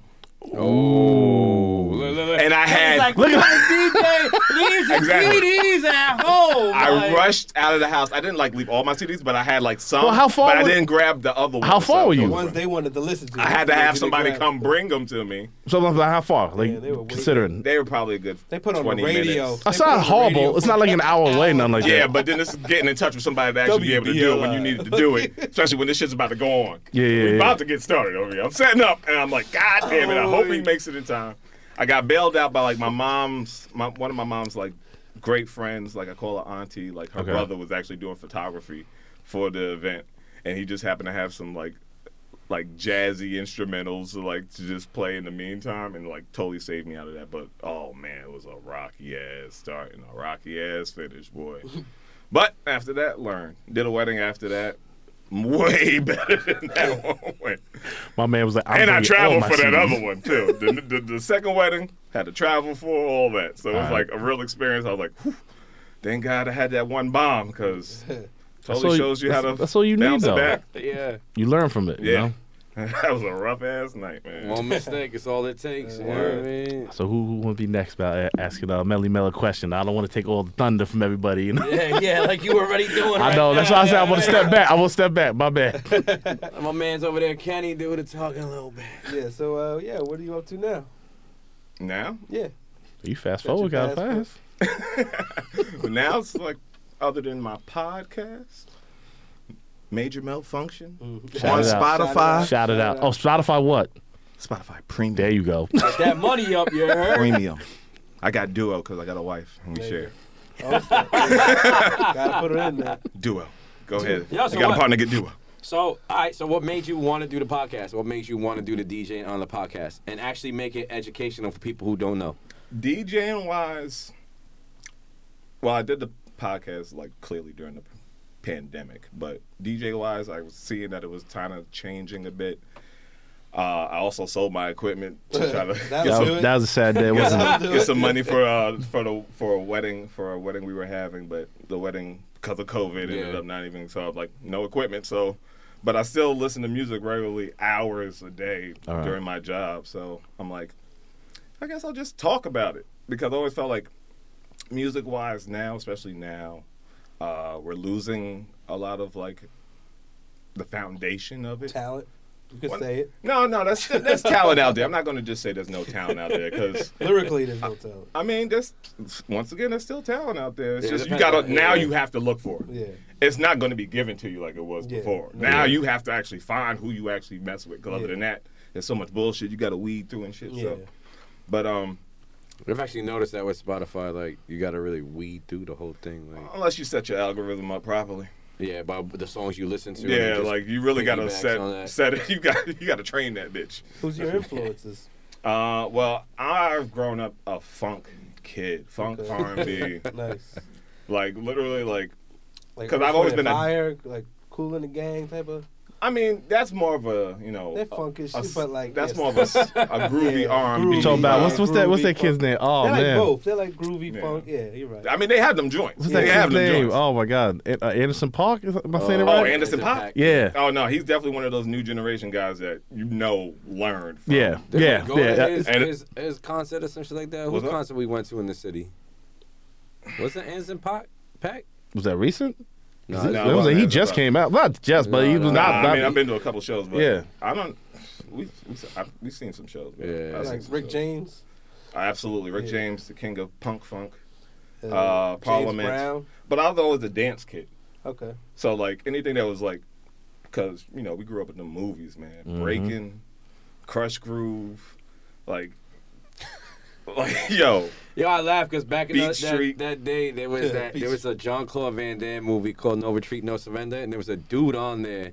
Speaker 4: Look, look, look.
Speaker 5: and I had. *laughs*
Speaker 4: He's like,
Speaker 3: Look
Speaker 4: look
Speaker 3: at-
Speaker 4: at DJ. These
Speaker 5: Exactly.
Speaker 4: CDs at home.
Speaker 5: I
Speaker 4: like,
Speaker 5: rushed out of the house. I didn't like leave all my CDs, but I had like some.
Speaker 3: Well, how far
Speaker 5: But I
Speaker 3: was-
Speaker 5: didn't grab the other ones.
Speaker 3: How far
Speaker 5: so-
Speaker 3: were you?
Speaker 2: The ones they wanted to listen to.
Speaker 5: I had to have
Speaker 2: They
Speaker 5: somebody
Speaker 2: grabbed.
Speaker 5: come bring them to me.
Speaker 3: So I'm like, how far? Like
Speaker 2: Yeah, they were way-
Speaker 3: considering.
Speaker 5: They were probably a good.
Speaker 2: They put on the
Speaker 5: 20
Speaker 2: radio.
Speaker 5: minutes.
Speaker 3: That's not horrible. It's not like an hour away, nothing like
Speaker 5: Yeah,
Speaker 3: that.
Speaker 5: but then it's getting in touch with somebody to actually be able to do it when you needed to do it, especially when this shit's about to go on.
Speaker 3: Yeah, yeah,
Speaker 5: We're
Speaker 3: yeah.
Speaker 5: about to get started over here. I'm setting up, and I'm like, God damn it! I hope he makes it in time. I got bailed out by like my mom's, my, one of my mom's like great friends. Like I call her auntie. Like her
Speaker 3: Okay.
Speaker 5: brother was actually doing photography for the event, and he just happened to have some like like jazzy instrumentals to like to just play in the meantime and like totally saved me out of that. But oh man, it was a rocky ass start and a rocky ass finish, boy. but after that, learned. Did a wedding after that. Way *laughs* better than that one. went.
Speaker 3: My man was like, I'm
Speaker 5: And I
Speaker 3: bringing all
Speaker 5: traveled
Speaker 3: my
Speaker 5: for that
Speaker 3: CDs.
Speaker 5: other one too. The, the, the second wedding had to travel for all that, so it was
Speaker 3: Alright.
Speaker 5: like a real experience. I was like, Whew, thank God I had that one bomb
Speaker 3: *laughs*
Speaker 5: because
Speaker 3: all
Speaker 5: totally
Speaker 3: you-
Speaker 5: shows you how to
Speaker 3: that's- that's all you need,
Speaker 5: bounce it
Speaker 3: though.
Speaker 5: back.
Speaker 4: yeah.
Speaker 3: You learn from it, you
Speaker 5: Yeah.
Speaker 3: know?
Speaker 5: *laughs* that was a rough ass night, man.
Speaker 4: One mistake is all it takes. you know what I mean?
Speaker 3: So who, who want to be next about a- asking a Melly Mel a question? I don't want to take all the thunder from everybody, you know?
Speaker 4: Yeah, yeah, like you already
Speaker 3: *laughs*
Speaker 4: doing.
Speaker 3: I
Speaker 4: right
Speaker 3: know. That's
Speaker 4: now,
Speaker 3: why I said I
Speaker 4: yeah,
Speaker 3: want to
Speaker 4: yeah.
Speaker 3: step back. I want to step back. My bad.
Speaker 5: *laughs*
Speaker 4: My man's over there, Kenny, do the talking a little bit.
Speaker 2: Yeah. So uh, yeah, what are you up to now?
Speaker 5: Now,
Speaker 2: Yeah.
Speaker 5: *laughs*
Speaker 3: You fast
Speaker 2: Bet you
Speaker 3: forward kind of
Speaker 2: fast.
Speaker 3: fast.
Speaker 5: But now it's like, other than my podcast, Major Malfunction
Speaker 3: Shout
Speaker 5: on
Speaker 3: it out.
Speaker 5: Spotify,
Speaker 3: Mm-hmm. Shout it out. Oh, Spotify what?
Speaker 5: Spotify Premium.
Speaker 3: There you go.
Speaker 4: Get that money up, you
Speaker 3: *laughs*
Speaker 4: heard?
Speaker 5: Premium. I got Duo because I got a wife. and We share
Speaker 2: Gotta put it in there.
Speaker 5: Duo. Go ahead.
Speaker 4: Yeah, so
Speaker 5: you got
Speaker 4: what-
Speaker 5: a partner, get Duo.
Speaker 4: So, all right, so what made you want to do the podcast? What makes you want to do the DJing on the podcast and actually make it educational for people who don't know?
Speaker 5: DJing wise, well, I did the podcast like clearly during the pandemic, but DJ wise, I was seeing that it was kind of changing a bit. Uh, I also sold my equipment to try to
Speaker 2: That
Speaker 5: get
Speaker 3: That
Speaker 5: some
Speaker 3: was, that was a sad day, wasn't it?
Speaker 5: get some money for uh for the for a wedding for a wedding we were having, but the wedding because of COVID ended
Speaker 4: Yeah.
Speaker 5: up not even so like no equipment. So, but I still listen to music regularly, hours a day
Speaker 3: All right.
Speaker 5: during my job. So I'm like, I guess I'll just talk about it because I always felt like music wise now, especially now, uh, we're losing a lot of like the foundation of it.
Speaker 2: Talent. You could
Speaker 5: What?
Speaker 2: say it.
Speaker 5: No, no, that's that's talent out there. I'm not going to just say there's no talent out there
Speaker 3: *laughs*
Speaker 5: because.
Speaker 2: Lyrically, there's no talent.
Speaker 5: I mean, that's once again, there's still talent out there. It's
Speaker 4: Yeah,
Speaker 5: just you
Speaker 4: depends
Speaker 5: gotta
Speaker 4: on-
Speaker 5: now.
Speaker 4: yeah.
Speaker 5: You have to look for it.
Speaker 2: Yeah.
Speaker 5: It's not going to be given to you like it was
Speaker 2: Yeah.
Speaker 5: before.
Speaker 2: Yeah.
Speaker 5: Now you have to actually find who you actually mess with. 'cause
Speaker 2: Yeah.
Speaker 5: other than that, there's so much bullshit you got to weed through and shit.
Speaker 2: Yeah.
Speaker 5: So, but um,
Speaker 4: I've actually noticed that with Spotify, like, you got to really weed through the whole thing. Like,
Speaker 5: unless you set your algorithm up properly,
Speaker 4: yeah, about the songs you listen to. and
Speaker 5: yeah,
Speaker 4: just-
Speaker 5: like you really got to
Speaker 4: piggybacks on
Speaker 5: set set
Speaker 4: that.
Speaker 5: it. *laughs* You got you got to train that bitch.
Speaker 2: Who's your influences?
Speaker 5: Uh, well, I've grown up a funk kid, funk
Speaker 2: Okay.
Speaker 5: R&B,
Speaker 2: *laughs* Nice.
Speaker 5: like literally like
Speaker 2: Like
Speaker 5: 'Cause I've always
Speaker 2: Earth,
Speaker 5: been a-
Speaker 2: fire, like cool in the gang type of.
Speaker 5: I mean, that's more of a you know
Speaker 2: They're funk as
Speaker 5: a-
Speaker 2: shit, but like
Speaker 5: that's
Speaker 2: yes.
Speaker 5: more of a, s-
Speaker 2: *laughs*
Speaker 5: a groovy
Speaker 2: Yeah,
Speaker 5: R&B.
Speaker 3: You talking about
Speaker 5: uh,
Speaker 3: what's what's that what's that
Speaker 2: Groovy
Speaker 3: kid's name? Oh
Speaker 2: They're like
Speaker 3: man,
Speaker 2: both. They're like groovy
Speaker 5: Yeah.
Speaker 2: funk. Yeah, you're right.
Speaker 5: I mean, they have them joints.
Speaker 3: what's
Speaker 5: They
Speaker 3: that
Speaker 5: have
Speaker 3: kid's
Speaker 5: them
Speaker 3: name?
Speaker 5: joints.
Speaker 3: Oh my god, An- uh, Anderson Park? Is- Am I saying it
Speaker 5: Oh,
Speaker 3: right?
Speaker 5: Anderson Paak.
Speaker 3: Yeah,
Speaker 5: Oh no, he's definitely one of those new generation guys that you know learned. From.
Speaker 3: yeah,
Speaker 4: Did
Speaker 3: yeah,
Speaker 4: we go
Speaker 3: yeah.
Speaker 4: to
Speaker 3: Uh,
Speaker 4: His,
Speaker 5: and-
Speaker 4: his, his concert or some shit like that. Whose
Speaker 5: What's up?
Speaker 4: concert we went to in the city? Was it Anderson Pac? Pack?
Speaker 3: Was that recent?
Speaker 5: it-
Speaker 4: No, that's-
Speaker 5: it
Speaker 3: That was
Speaker 5: wasn't
Speaker 3: he
Speaker 5: Anderson
Speaker 3: just
Speaker 5: Paak.
Speaker 3: came out. Not just, but he
Speaker 4: No,
Speaker 5: Nah,
Speaker 3: was
Speaker 4: no,
Speaker 3: not.
Speaker 5: I
Speaker 3: not-
Speaker 5: mean, I've been to a couple shows, but
Speaker 3: Yeah.
Speaker 5: I don't. We we I, we've seen some shows. But
Speaker 4: Yeah.
Speaker 5: I've seen
Speaker 2: like
Speaker 5: some
Speaker 2: Rick
Speaker 5: shows.
Speaker 2: James.
Speaker 5: Uh, absolutely, Rick
Speaker 2: Yeah.
Speaker 5: James, the king of punk funk.
Speaker 2: Uh,
Speaker 5: Parliament. But I was always a dance kid,
Speaker 2: Okay.
Speaker 5: so like anything that was like, because you know we grew up in the movies, man.
Speaker 3: Mm-hmm.
Speaker 5: Breaking, Crush Groove, like, *laughs* like yo,
Speaker 4: Yo, I laugh because back in the,
Speaker 5: Beat
Speaker 4: that,
Speaker 5: Street.
Speaker 4: that day there
Speaker 5: *laughs*
Speaker 4: was that there was a John Claude Van Damme movie called No Retreat, No Surrender, and there was a dude on there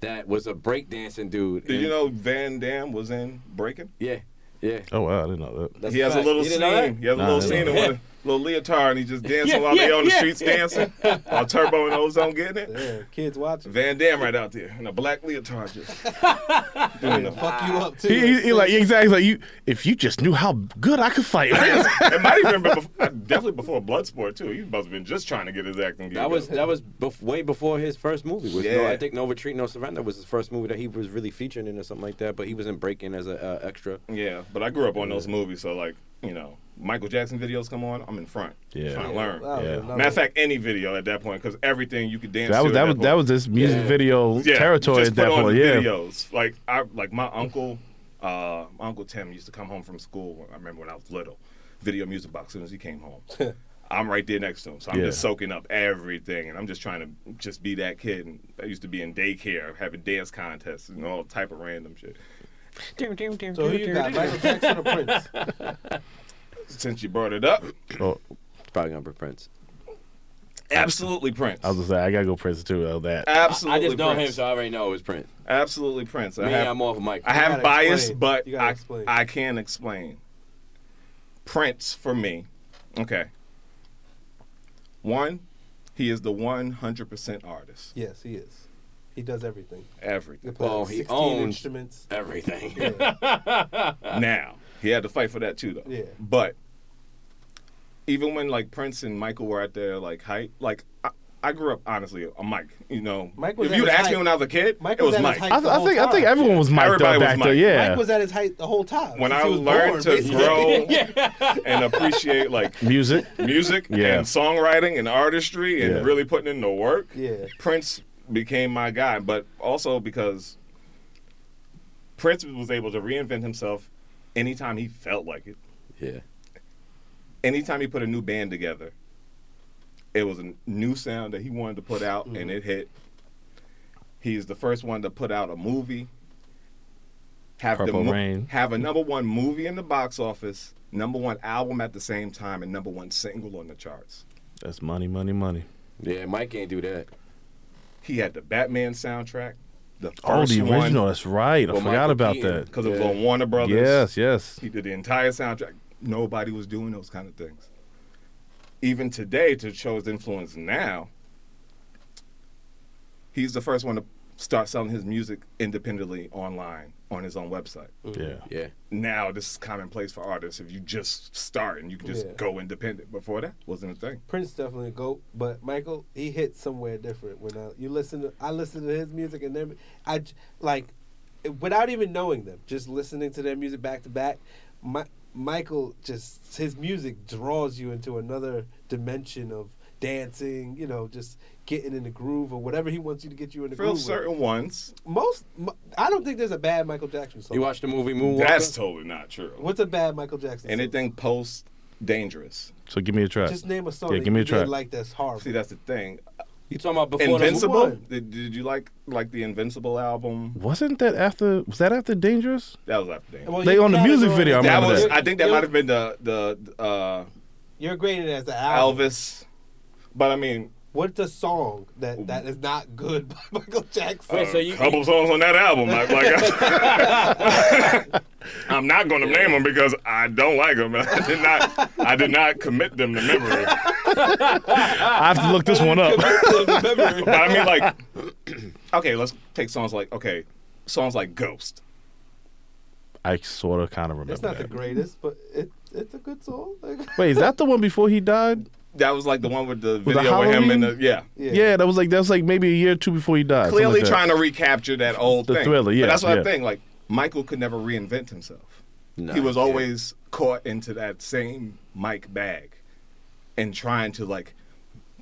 Speaker 4: that was a breakdancing dude.
Speaker 5: did
Speaker 4: and-
Speaker 5: you know Van Damme was in Breaking?
Speaker 4: Yeah, yeah.
Speaker 3: Oh wow, I didn't know that.
Speaker 4: That's
Speaker 5: he
Speaker 4: a
Speaker 5: has a
Speaker 4: fact.
Speaker 5: little
Speaker 4: You didn't know that?
Speaker 5: scene. He has a
Speaker 3: Nah,
Speaker 5: little
Speaker 3: I
Speaker 5: scene
Speaker 3: didn't
Speaker 5: in
Speaker 4: know
Speaker 5: one.
Speaker 4: that.
Speaker 5: of- little leotard and he just dancing
Speaker 4: *laughs* Yeah,
Speaker 5: while they
Speaker 4: yeah,
Speaker 5: on the
Speaker 4: yeah,
Speaker 5: streets
Speaker 4: yeah. *laughs*
Speaker 5: dancing while Turbo and Ozone getting it.
Speaker 2: Yeah, kids
Speaker 5: *laughs*
Speaker 2: watching.
Speaker 5: Van Dam right out there in a black leotard
Speaker 4: *laughs*
Speaker 5: just doing the
Speaker 2: Fuck you up too.
Speaker 3: He, he, he like exactly like you. If you just knew how good I could fight.
Speaker 5: it might even been before, definitely before Bloodsport too. He must have been just trying to get his acting.
Speaker 4: That was that was bef- way before his first movie. With no,
Speaker 5: Yeah.
Speaker 4: I think No Retreat, No Surrender was his first movie that he was really featuring in or something like that. But he was in Breaking as an uh, extra.
Speaker 5: yeah. But I grew up on those movies, so like you know, Michael Jackson videos come on, I'm in front.
Speaker 3: Yeah.
Speaker 5: trying to learn.
Speaker 2: Wow,
Speaker 3: Yeah.
Speaker 2: another-
Speaker 5: Matter of fact, any video at that point because everything you could dance.
Speaker 3: *laughs* that
Speaker 5: to
Speaker 3: was
Speaker 5: at
Speaker 3: that was that was this music video territory
Speaker 5: just
Speaker 3: at that
Speaker 5: put on
Speaker 3: point.
Speaker 5: the
Speaker 3: Yeah.
Speaker 5: videos. Like I like my uncle, uh, my uncle Tim used to come home from school. I remember when I was little, video music box. As soon as he came
Speaker 4: *laughs*
Speaker 5: home, I'm right there next to him, so I'm
Speaker 3: Yeah.
Speaker 5: just soaking up everything, and I'm just trying to just be that kid. And I used to be in daycare, having dance contests and all type of random shit.
Speaker 2: So who you got, Michael Jackson or Prince?
Speaker 5: Since you brought it up,
Speaker 3: Oh,
Speaker 4: Probably gonna be Prince.
Speaker 5: absolutely Prince.
Speaker 3: I was just like, I gotta go prison too. Oh, that.
Speaker 5: absolutely
Speaker 4: I just know
Speaker 5: Prince.
Speaker 4: him, so I already know it was Prince.
Speaker 5: absolutely Prince. I
Speaker 4: Me,
Speaker 5: have-
Speaker 4: I'm off of Mike.
Speaker 5: I
Speaker 2: You
Speaker 5: have
Speaker 2: gotta
Speaker 5: bias,
Speaker 2: explain.
Speaker 5: but
Speaker 2: You gotta
Speaker 5: I,
Speaker 2: explain.
Speaker 5: I can explain. Prince for me. Okay. One, he is the 100% artist.
Speaker 2: Yes, he is. He does everything. He
Speaker 5: Everything.
Speaker 2: can play
Speaker 4: Well,
Speaker 2: like
Speaker 4: he
Speaker 2: 16
Speaker 4: owns-
Speaker 2: instruments.
Speaker 4: everything.
Speaker 2: Yeah.
Speaker 5: now, he had to fight for that too, though.
Speaker 2: Yeah.
Speaker 5: But even when like Prince and Michael were at their like height, like I, I grew up honestly on Mike. You know,
Speaker 2: Mike was
Speaker 5: if
Speaker 2: at
Speaker 5: you'd
Speaker 2: his
Speaker 5: asked me
Speaker 2: height.
Speaker 5: when I was a kid,
Speaker 2: Mike
Speaker 5: it
Speaker 2: was
Speaker 5: was
Speaker 2: at his
Speaker 5: Mike.
Speaker 2: height.
Speaker 3: I, th- I think I think everyone was mic'd
Speaker 5: Everybody
Speaker 3: up
Speaker 5: was
Speaker 3: back
Speaker 5: mic'd.
Speaker 3: there. Yeah.
Speaker 2: Mike was at his height the whole time.
Speaker 5: When
Speaker 2: since
Speaker 5: I
Speaker 2: he was
Speaker 5: learned
Speaker 2: born,
Speaker 5: to grow *laughs* and appreciate like
Speaker 3: Music.
Speaker 5: music
Speaker 3: Yeah.
Speaker 5: and songwriting and artistry and
Speaker 3: Yeah.
Speaker 5: really putting in the work.
Speaker 2: Yeah.
Speaker 5: Prince became my guy, but also because Prince was able to reinvent himself anytime he felt like it.
Speaker 4: *laughs* yeah.
Speaker 5: Anytime he put a new band together, it was a new sound that he wanted to put out and it hit. He's the first one to put out a movie. Have
Speaker 3: Purple
Speaker 5: the mo-
Speaker 3: Rain.
Speaker 5: have a number one movie in the box office, number one album at the same time, and number one single on the charts.
Speaker 3: That's money, money, money.
Speaker 4: Yeah, Mike can't do that.
Speaker 5: He had the Batman soundtrack, the first
Speaker 3: Oh, the original.
Speaker 5: one
Speaker 3: That's right. I
Speaker 4: Well,
Speaker 3: forgot
Speaker 4: Michael
Speaker 3: about
Speaker 4: Keaton.
Speaker 3: that.
Speaker 5: because it was on Warner Brothers.
Speaker 3: Yes, yes.
Speaker 5: he did the entire soundtrack. Nobody was doing those kind of things. Even today, to show his influence now, he's the first one to start selling his music independently online on his own website.
Speaker 3: Yeah.
Speaker 4: Yeah.
Speaker 5: Now this is commonplace for artists. If you just start and you can just
Speaker 2: Yeah.
Speaker 5: go independent. Before that wasn't a thing.
Speaker 2: Prince definitely a goat, but Michael he hit somewhere different. When I, you listen, to, I listen to his music and then I j- like without even knowing them, just listening to their music back to back. My, Michael just his music draws you into another dimension of dancing. You know, just getting in the groove or whatever he wants you to get you in the
Speaker 5: For
Speaker 2: groove.
Speaker 5: certain ones,
Speaker 2: With. Most, mo- I don't think there's a bad Michael Jackson song.
Speaker 4: You watch the movie Moonwalker?
Speaker 5: that's totally not true.
Speaker 2: What's a bad Michael Jackson? song?
Speaker 5: Anything post dangerous.
Speaker 3: So give me a try.
Speaker 2: Just name a song.
Speaker 3: Yeah,
Speaker 2: that
Speaker 3: give me
Speaker 2: you
Speaker 3: a track.
Speaker 2: did Like that's horrible.
Speaker 5: See, that's the thing.
Speaker 4: you talking about before
Speaker 5: Invincible.
Speaker 2: one.
Speaker 5: Did, did you like like the Invincible album?
Speaker 3: Wasn't that after? Was that after Dangerous?
Speaker 5: That was after dangerous.
Speaker 2: Well,
Speaker 3: They
Speaker 2: your
Speaker 3: on the music
Speaker 2: category-
Speaker 3: video, I
Speaker 5: That
Speaker 3: remember
Speaker 5: was.
Speaker 3: that.
Speaker 5: I think that
Speaker 2: Your-
Speaker 5: might have been the the uh,
Speaker 2: You're graded as an album.
Speaker 5: Elvis, but I mean,
Speaker 2: What's a song that that is not good *laughs* by Michael Jackson?
Speaker 4: Wait,
Speaker 5: a
Speaker 4: so you-
Speaker 5: couple songs on that album. Like, like- I'm not going to name them because I don't like them. *laughs* I did not. I did not commit them to memory.
Speaker 3: I have to look this one up.
Speaker 5: *laughs* But I mean, like, *clears throat* okay, let's take songs like okay, songs like Ghost.
Speaker 3: I sort of kind of remember
Speaker 2: It's not the
Speaker 3: that.
Speaker 2: greatest, but it it's a good song. *laughs*
Speaker 3: Wait, is that the one before he died?
Speaker 5: That was like the one with the
Speaker 3: With the
Speaker 5: video with him and the
Speaker 3: Halloween?
Speaker 5: yeah.
Speaker 3: Yeah, that was like that was like maybe a year or two before he died. something
Speaker 5: Clearly
Speaker 3: like that.
Speaker 5: trying to recapture that old
Speaker 3: The
Speaker 5: thing.
Speaker 3: Thriller,
Speaker 5: But
Speaker 3: yeah,
Speaker 5: that's what
Speaker 3: yeah.
Speaker 5: I think. Like Michael could never reinvent himself.
Speaker 4: Nah,
Speaker 5: he was
Speaker 4: yeah.
Speaker 5: always caught into that same Mike bag and trying to like,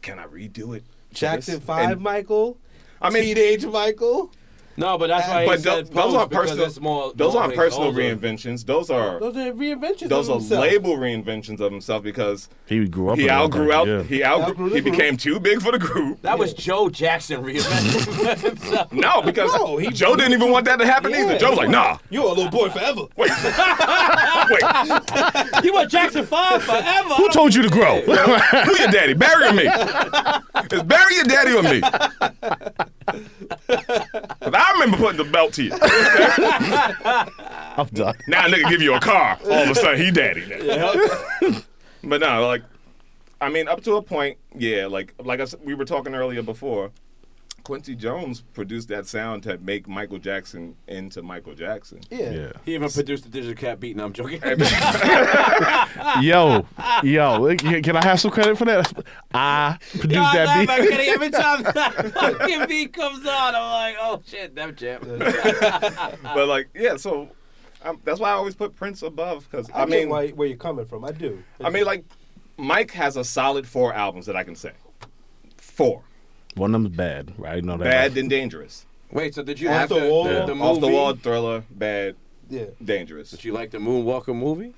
Speaker 5: can I redo it? for
Speaker 2: Jackson
Speaker 5: this?
Speaker 2: Five,
Speaker 5: And-
Speaker 2: Michael.
Speaker 5: I mean-
Speaker 2: teenage Michael.
Speaker 4: No, but that's why he
Speaker 5: but tho-
Speaker 4: said
Speaker 5: those
Speaker 4: Pose
Speaker 5: aren't
Speaker 4: because
Speaker 5: personal.
Speaker 4: it's more-
Speaker 5: those aren't
Speaker 4: always
Speaker 5: personal
Speaker 4: older.
Speaker 5: reinventions. Those are
Speaker 2: Those are reinventions.
Speaker 5: those
Speaker 2: of
Speaker 5: are
Speaker 2: himself.
Speaker 5: label reinventions of himself because
Speaker 3: He grew up.
Speaker 5: he
Speaker 3: in it, I
Speaker 5: outgrew
Speaker 3: think,
Speaker 5: out.
Speaker 3: yeah.
Speaker 5: He outgrew.
Speaker 2: Outgrew the
Speaker 5: he
Speaker 2: group.
Speaker 5: became too big for the group.
Speaker 4: That was Joe
Speaker 5: *laughs*
Speaker 4: Jackson reinventing himself.
Speaker 5: No, because
Speaker 2: No, he-
Speaker 5: Joe didn't even want that to happen
Speaker 2: Yeah.
Speaker 5: either. Joe was like, nah,
Speaker 2: You're a little
Speaker 5: *laughs*
Speaker 2: boy forever.
Speaker 5: wait, wait.
Speaker 4: *laughs* You were Jackson 5 forever.
Speaker 3: Who told you to
Speaker 4: *laughs*
Speaker 3: grow?
Speaker 5: Who your daddy? Bury me. Just bury your daddy on me. Cause I remember putting the belt to you.
Speaker 3: I'm done.
Speaker 5: Now a nigga give you a car. All of a sudden he daddy now. But no, like I mean, up to a point, yeah. Like like I s we were talking earlier before, Quincy Jones produced that sound to make Michael Jackson into Michael Jackson.
Speaker 3: *laughs* Yeah.
Speaker 4: He even produced the Digital Cat beat, and I'm joking. *laughs*
Speaker 3: Yo, yo, like, yeah, can I have some credit for that? I produced
Speaker 4: Yo, I
Speaker 3: that
Speaker 4: laugh
Speaker 3: beat.
Speaker 4: at Kenny
Speaker 5: *laughs*
Speaker 4: every time that fucking beat comes on. I'm like, oh shit, that jam.
Speaker 5: But like, yeah. So um, that's why I always put Prince above because I,
Speaker 2: I,
Speaker 5: mean,
Speaker 2: mean, why, where you're coming from. I do.
Speaker 5: I mean, like Mike has a solid four albums that I can say, four
Speaker 3: One of them's bad, right? You know that.
Speaker 5: bad and dangerous.
Speaker 4: Wait, so did you
Speaker 2: Off
Speaker 4: have
Speaker 2: the Wall?
Speaker 4: the,
Speaker 5: Off
Speaker 4: movie?
Speaker 5: the wall thriller, bad,
Speaker 2: yeah.
Speaker 5: dangerous.
Speaker 4: Did you like the Moonwalker movie?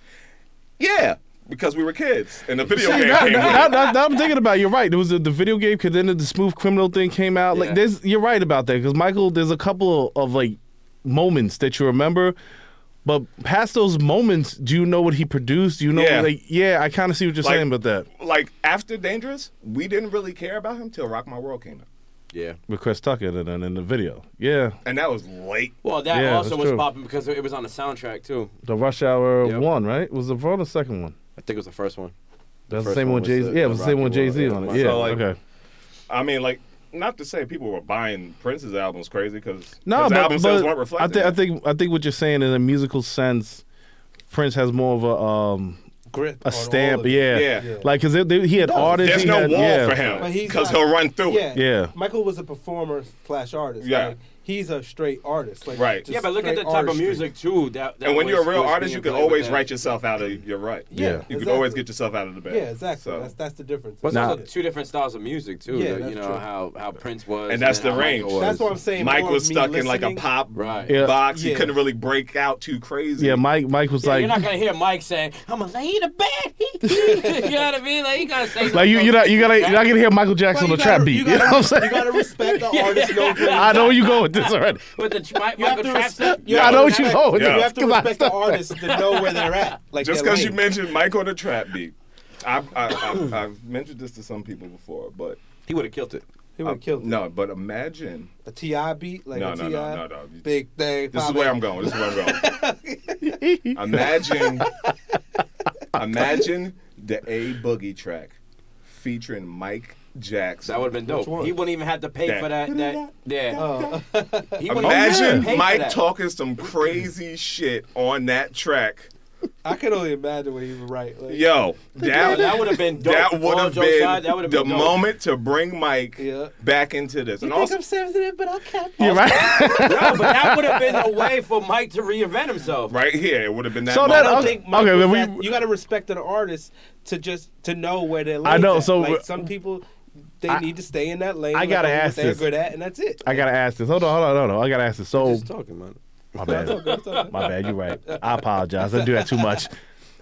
Speaker 5: Yeah, because we were kids and the video
Speaker 3: See,
Speaker 5: game
Speaker 3: now,
Speaker 5: came
Speaker 3: now-
Speaker 5: out.
Speaker 3: now- now- now I'm thinking about. it. You're right. There was the, the video game, because then the smooth criminal thing came out.
Speaker 4: Yeah.
Speaker 3: Like, there's you're right about that. Because Michael, there's a couple of, like moments that you remember, but past those moments, do you know what he produced? Do you know,
Speaker 5: Yeah.
Speaker 3: like, yeah, I kind of see what you're
Speaker 5: Like-
Speaker 3: saying about that
Speaker 5: Like after Dangerous, we didn't really care about him till Rock My World came out,
Speaker 4: Yeah.
Speaker 3: with Chris Tucker and then in the video. Yeah,
Speaker 5: and that was late.
Speaker 4: Well, that
Speaker 3: Yeah,
Speaker 4: also
Speaker 3: that's
Speaker 4: was
Speaker 3: true.
Speaker 4: popping because it was on the soundtrack too.
Speaker 3: the Rush Hour
Speaker 4: Yep.
Speaker 3: one, right? Was the one or second one?
Speaker 4: I think it was the first one.
Speaker 3: That's the,
Speaker 4: first
Speaker 3: same
Speaker 4: one
Speaker 3: one,
Speaker 4: was
Speaker 3: Jay.
Speaker 4: the-
Speaker 3: Z. Yeah, it was
Speaker 4: the
Speaker 3: the same
Speaker 4: Rocky
Speaker 3: one Jay Z
Speaker 4: one,
Speaker 3: on
Speaker 4: yeah.
Speaker 3: it. Yeah,
Speaker 5: So, like,
Speaker 3: okay.
Speaker 5: I mean, like not to say people were buying Prince's albums crazy because
Speaker 3: No, but,
Speaker 5: album sales
Speaker 3: but
Speaker 5: weren't
Speaker 3: I
Speaker 5: reflecting.
Speaker 3: think I
Speaker 5: that.
Speaker 3: think I think what you're saying in a musical sense, Prince has more of a um
Speaker 2: Grip.
Speaker 3: a
Speaker 2: on all
Speaker 3: stamp.
Speaker 2: of it.
Speaker 3: Yeah.
Speaker 5: Yeah.
Speaker 2: Yeah.
Speaker 3: Like, cause they, they- he had
Speaker 2: does.
Speaker 3: artists.
Speaker 5: there's
Speaker 3: he
Speaker 5: no
Speaker 3: had-
Speaker 5: wall
Speaker 3: yeah.
Speaker 5: for
Speaker 2: But
Speaker 5: him
Speaker 2: he's
Speaker 5: because
Speaker 2: not-
Speaker 5: he'll run through
Speaker 2: Yeah.
Speaker 5: it.
Speaker 3: Yeah.
Speaker 2: Michael was a performer slash artist.
Speaker 5: Yeah.
Speaker 2: Like, he's a straight artist. Like,
Speaker 5: Right.
Speaker 2: just
Speaker 4: yeah, but look at the
Speaker 2: straight
Speaker 4: type of
Speaker 2: artistry.
Speaker 4: music too. That, that
Speaker 5: And when
Speaker 4: was-
Speaker 5: you're a real
Speaker 4: was
Speaker 5: artist,
Speaker 4: being
Speaker 5: you can
Speaker 4: played with
Speaker 5: always
Speaker 4: that.
Speaker 5: write yourself out of your right.
Speaker 2: Yeah,
Speaker 5: you can
Speaker 2: exactly.
Speaker 5: always get yourself out of the bed.
Speaker 2: Yeah, exactly.
Speaker 5: So-
Speaker 2: That's that's the difference.
Speaker 4: But it's
Speaker 3: Nah.
Speaker 4: also two different styles of music too.
Speaker 2: Yeah,
Speaker 4: that,
Speaker 2: that's
Speaker 4: you know
Speaker 2: true.
Speaker 4: how how Prince was,
Speaker 5: And that's
Speaker 4: then
Speaker 5: the
Speaker 4: how
Speaker 5: range.
Speaker 4: Michael
Speaker 2: that's
Speaker 4: was.
Speaker 2: what I'm saying.
Speaker 5: Mike
Speaker 2: more
Speaker 5: was
Speaker 2: of me
Speaker 5: stuck in like a
Speaker 2: listening-
Speaker 5: pop
Speaker 4: Right.
Speaker 3: Yeah.
Speaker 5: box. He
Speaker 2: Yeah.
Speaker 5: couldn't really break out too crazy.
Speaker 3: Yeah. Mike. Mike was
Speaker 4: Yeah,
Speaker 3: like,
Speaker 4: you're not gonna hear Mike say, "I'm a lady bad." *laughs* you know what I mean? Like you gotta say.
Speaker 3: like you, you're not, you gotta, you're not gonna hear Michael
Speaker 2: Well,
Speaker 3: Jackson
Speaker 2: you
Speaker 3: on the trap
Speaker 2: gotta-
Speaker 3: beat.
Speaker 2: You
Speaker 3: *laughs*
Speaker 2: gotta,
Speaker 3: You, know what I'm saying?
Speaker 2: you gotta respect
Speaker 3: *laughs*
Speaker 2: the artist. no good.
Speaker 4: *laughs*
Speaker 3: I know where you go with this already.
Speaker 4: with the tr- Mi-
Speaker 2: *laughs* You have
Speaker 4: Michael
Speaker 2: to
Speaker 4: Jackson.
Speaker 2: respect.
Speaker 5: Yeah, I
Speaker 2: have to
Speaker 5: know
Speaker 3: what you
Speaker 2: respect-
Speaker 3: know.
Speaker 5: Yeah.
Speaker 2: You have to
Speaker 3: Come on,
Speaker 2: respect the artist to know where they're at. Like
Speaker 5: Just
Speaker 2: their
Speaker 5: because you
Speaker 2: lane.
Speaker 5: mentioned Michael the Trap Beat, I, I, I, I've mentioned this to some people before, but
Speaker 4: He would have killed it.
Speaker 2: he would kill
Speaker 5: no. But imagine
Speaker 2: a Ti beat like
Speaker 5: No,
Speaker 2: a
Speaker 5: no,
Speaker 2: Ti
Speaker 5: no, no, no.
Speaker 2: big thing.
Speaker 5: this is
Speaker 2: pop
Speaker 5: where
Speaker 2: it.
Speaker 5: I'm going. This is where I'm
Speaker 2: *laughs*
Speaker 5: going. imagine, imagine the A Boogie track featuring Mike Jackson.
Speaker 4: That would have been dope.
Speaker 2: Which one?
Speaker 4: He wouldn't even have to pay
Speaker 5: That.
Speaker 4: for that. That yeah.
Speaker 2: Oh,
Speaker 4: He wouldn't even
Speaker 5: Imagine
Speaker 4: pay for
Speaker 5: Mike
Speaker 4: that.
Speaker 5: talking some crazy shit on that track.
Speaker 2: I can only imagine what he would write. Like,
Speaker 5: Yo,
Speaker 4: Yo,
Speaker 5: that,
Speaker 4: that would have been dope.
Speaker 5: that would
Speaker 4: All
Speaker 5: have
Speaker 4: jokes
Speaker 5: been
Speaker 4: aside, that would've
Speaker 5: the
Speaker 4: been dope.
Speaker 5: moment to bring Mike
Speaker 2: Yeah.
Speaker 5: back into this. And also,
Speaker 2: sensitive, but I can't.
Speaker 3: *laughs*
Speaker 2: *laughs*
Speaker 3: You're right.
Speaker 4: no, but that would have been a way for Mike to reinvent himself.
Speaker 5: right here, it would have been that.
Speaker 3: So
Speaker 5: moment.
Speaker 2: I
Speaker 3: that-
Speaker 2: don't
Speaker 3: Okay,
Speaker 2: think Mike
Speaker 3: okay,
Speaker 2: was
Speaker 3: but
Speaker 2: that-
Speaker 3: we-
Speaker 2: you got to respect an artist to just to know where they're.
Speaker 3: I know,
Speaker 2: At.
Speaker 3: so-
Speaker 2: like some people, they need to stay in that lane.
Speaker 3: I
Speaker 2: like,
Speaker 3: gotta
Speaker 2: know what
Speaker 3: ask
Speaker 2: they're
Speaker 3: this.
Speaker 2: good at, and that's it.
Speaker 3: I gotta ask this. Hold on, hold on, hold on. I gotta ask this. So
Speaker 4: Just talking, man.
Speaker 3: my bad. *laughs* My bad. You're right. I apologize. I do that too much.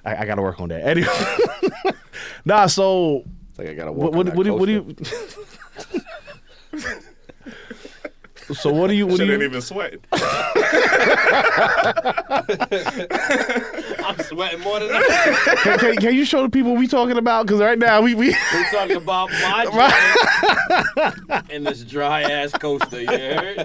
Speaker 3: I, I gotta work on that. Anyway. *laughs* nah. So
Speaker 4: It's like I gotta
Speaker 3: what? What, what, do you- what do you? so what do you? *laughs* What do
Speaker 5: Shouldn't
Speaker 3: you?
Speaker 5: even sweat.
Speaker 4: I'm sweating more than that.
Speaker 3: Can, can, can you show the people we talking about? Because right now we *laughs* we.
Speaker 4: We're talking about my job in this dry ass coaster. You heard?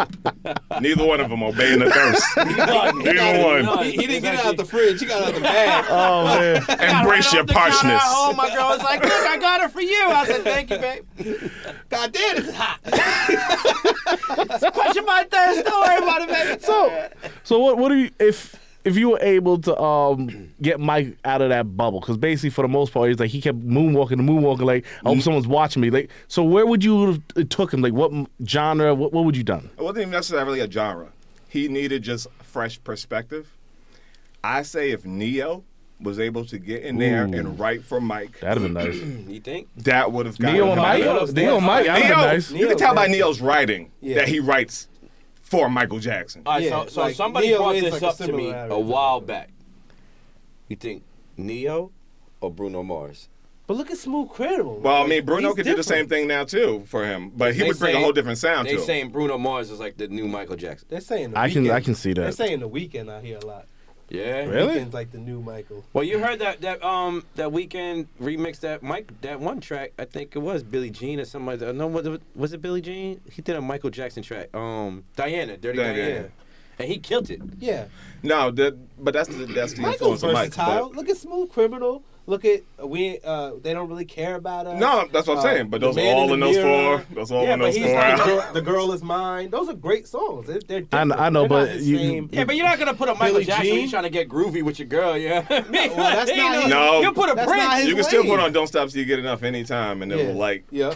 Speaker 5: Neither one of them obeying the
Speaker 4: *laughs*
Speaker 5: thirst.
Speaker 4: None,
Speaker 5: Neither
Speaker 4: none,
Speaker 5: one.
Speaker 4: none.
Speaker 2: He, he didn't
Speaker 4: It's
Speaker 2: get it
Speaker 4: actually-
Speaker 2: out the fridge. He got it out the bag.
Speaker 3: Oh
Speaker 4: *laughs*
Speaker 3: man.
Speaker 5: Embrace your
Speaker 4: At
Speaker 5: parchness.
Speaker 4: home, Oh, my girl was like, "Look, I got it for you." I said, "Thank you, babe."
Speaker 2: God damn, it's hot.
Speaker 4: *laughs* Question my thirst. Don't worry about it, baby.
Speaker 3: So, so what? What do you if if you were able to um get Mike out of that bubble? Because basically, for the most part, he's like he kept moonwalking and moonwalking. Like I hope someone's watching me. Like so, where would you have it took him? Like what m- genre? What what would you done?
Speaker 5: It wasn't even necessarily a genre. He needed just fresh perspective. I say if Neo was able to get in there
Speaker 3: Ooh.
Speaker 5: and write for Mike,
Speaker 3: That'd have been nice.
Speaker 4: You think?
Speaker 5: that would have gotten
Speaker 3: Neo
Speaker 5: him
Speaker 3: and Mike.
Speaker 5: out.
Speaker 4: Neo-
Speaker 3: Neo and Mike. That'd have
Speaker 5: Neo,
Speaker 3: been nice.
Speaker 5: you can tell by
Speaker 2: Neo-
Speaker 5: Neo's writing
Speaker 2: Yeah.
Speaker 5: that he writes for Michael Jackson.
Speaker 4: All right,
Speaker 2: Yeah,
Speaker 4: so, so
Speaker 2: like,
Speaker 4: somebody
Speaker 2: Neo
Speaker 4: brought
Speaker 2: is
Speaker 4: this
Speaker 2: like a
Speaker 4: up to me
Speaker 2: similarity.
Speaker 4: a while back. You think Neo or Bruno Mars?
Speaker 2: But look at Smooth Criminal.
Speaker 5: well, I
Speaker 2: Like,
Speaker 5: mean, Bruno
Speaker 2: he's
Speaker 5: could do the
Speaker 2: different.
Speaker 5: same thing now too for him, but he
Speaker 4: They
Speaker 5: would bring a
Speaker 4: say-
Speaker 5: whole different sound
Speaker 4: They
Speaker 5: to it.
Speaker 4: saying Bruno Mars is like the new Michael Jackson.
Speaker 2: They're saying the
Speaker 3: I can-
Speaker 2: Weeknd.
Speaker 3: I can see that.
Speaker 2: They're saying the weekend. I hear a lot.
Speaker 4: Yeah.
Speaker 3: Really?
Speaker 2: Weeknd's like the new Michael.
Speaker 4: Well, you heard that that um that weekend remix that Mike that one track I think it was Billie Jean or something like that. No, was it, was it Billie Jean? He did a Michael Jackson track. Um, Diana, Dirty
Speaker 5: Diana.
Speaker 4: Diana, and he killed it.
Speaker 2: Yeah.
Speaker 5: No, that, but that's the, that's the influence
Speaker 2: Michael's
Speaker 5: of Mike.
Speaker 2: versatile.
Speaker 5: but-
Speaker 2: Look at Smooth Criminal. Look at we. Uh, they don't really care about us.
Speaker 5: No, that's what I'm
Speaker 2: Uh,
Speaker 5: saying. But
Speaker 2: The
Speaker 5: those are
Speaker 2: Man
Speaker 5: all in
Speaker 2: the
Speaker 5: those
Speaker 2: Mirror.
Speaker 5: four. That's all
Speaker 2: yeah,
Speaker 5: in
Speaker 2: but
Speaker 5: those
Speaker 2: he's
Speaker 5: four. *laughs*
Speaker 2: like, the, girl, the girl is mine. Those are great songs. They're, they're
Speaker 3: I know- I
Speaker 2: different.
Speaker 3: know,
Speaker 2: They're
Speaker 3: but
Speaker 2: not the
Speaker 3: you-
Speaker 2: same.
Speaker 4: Yeah, but you're not gonna put a Michael
Speaker 2: Billie
Speaker 4: Jackson when
Speaker 2: Jean?
Speaker 4: you're trying to get groovy with your girl,
Speaker 2: *laughs*
Speaker 4: yeah. well, *laughs*
Speaker 2: that's not his-
Speaker 5: No.
Speaker 4: You put a
Speaker 2: That's not
Speaker 4: Prince
Speaker 5: you
Speaker 2: his
Speaker 5: can still
Speaker 2: way.
Speaker 5: put on "Don't Stop Till You Get Enough" anytime, and it
Speaker 2: yeah.
Speaker 5: will like
Speaker 2: yeah.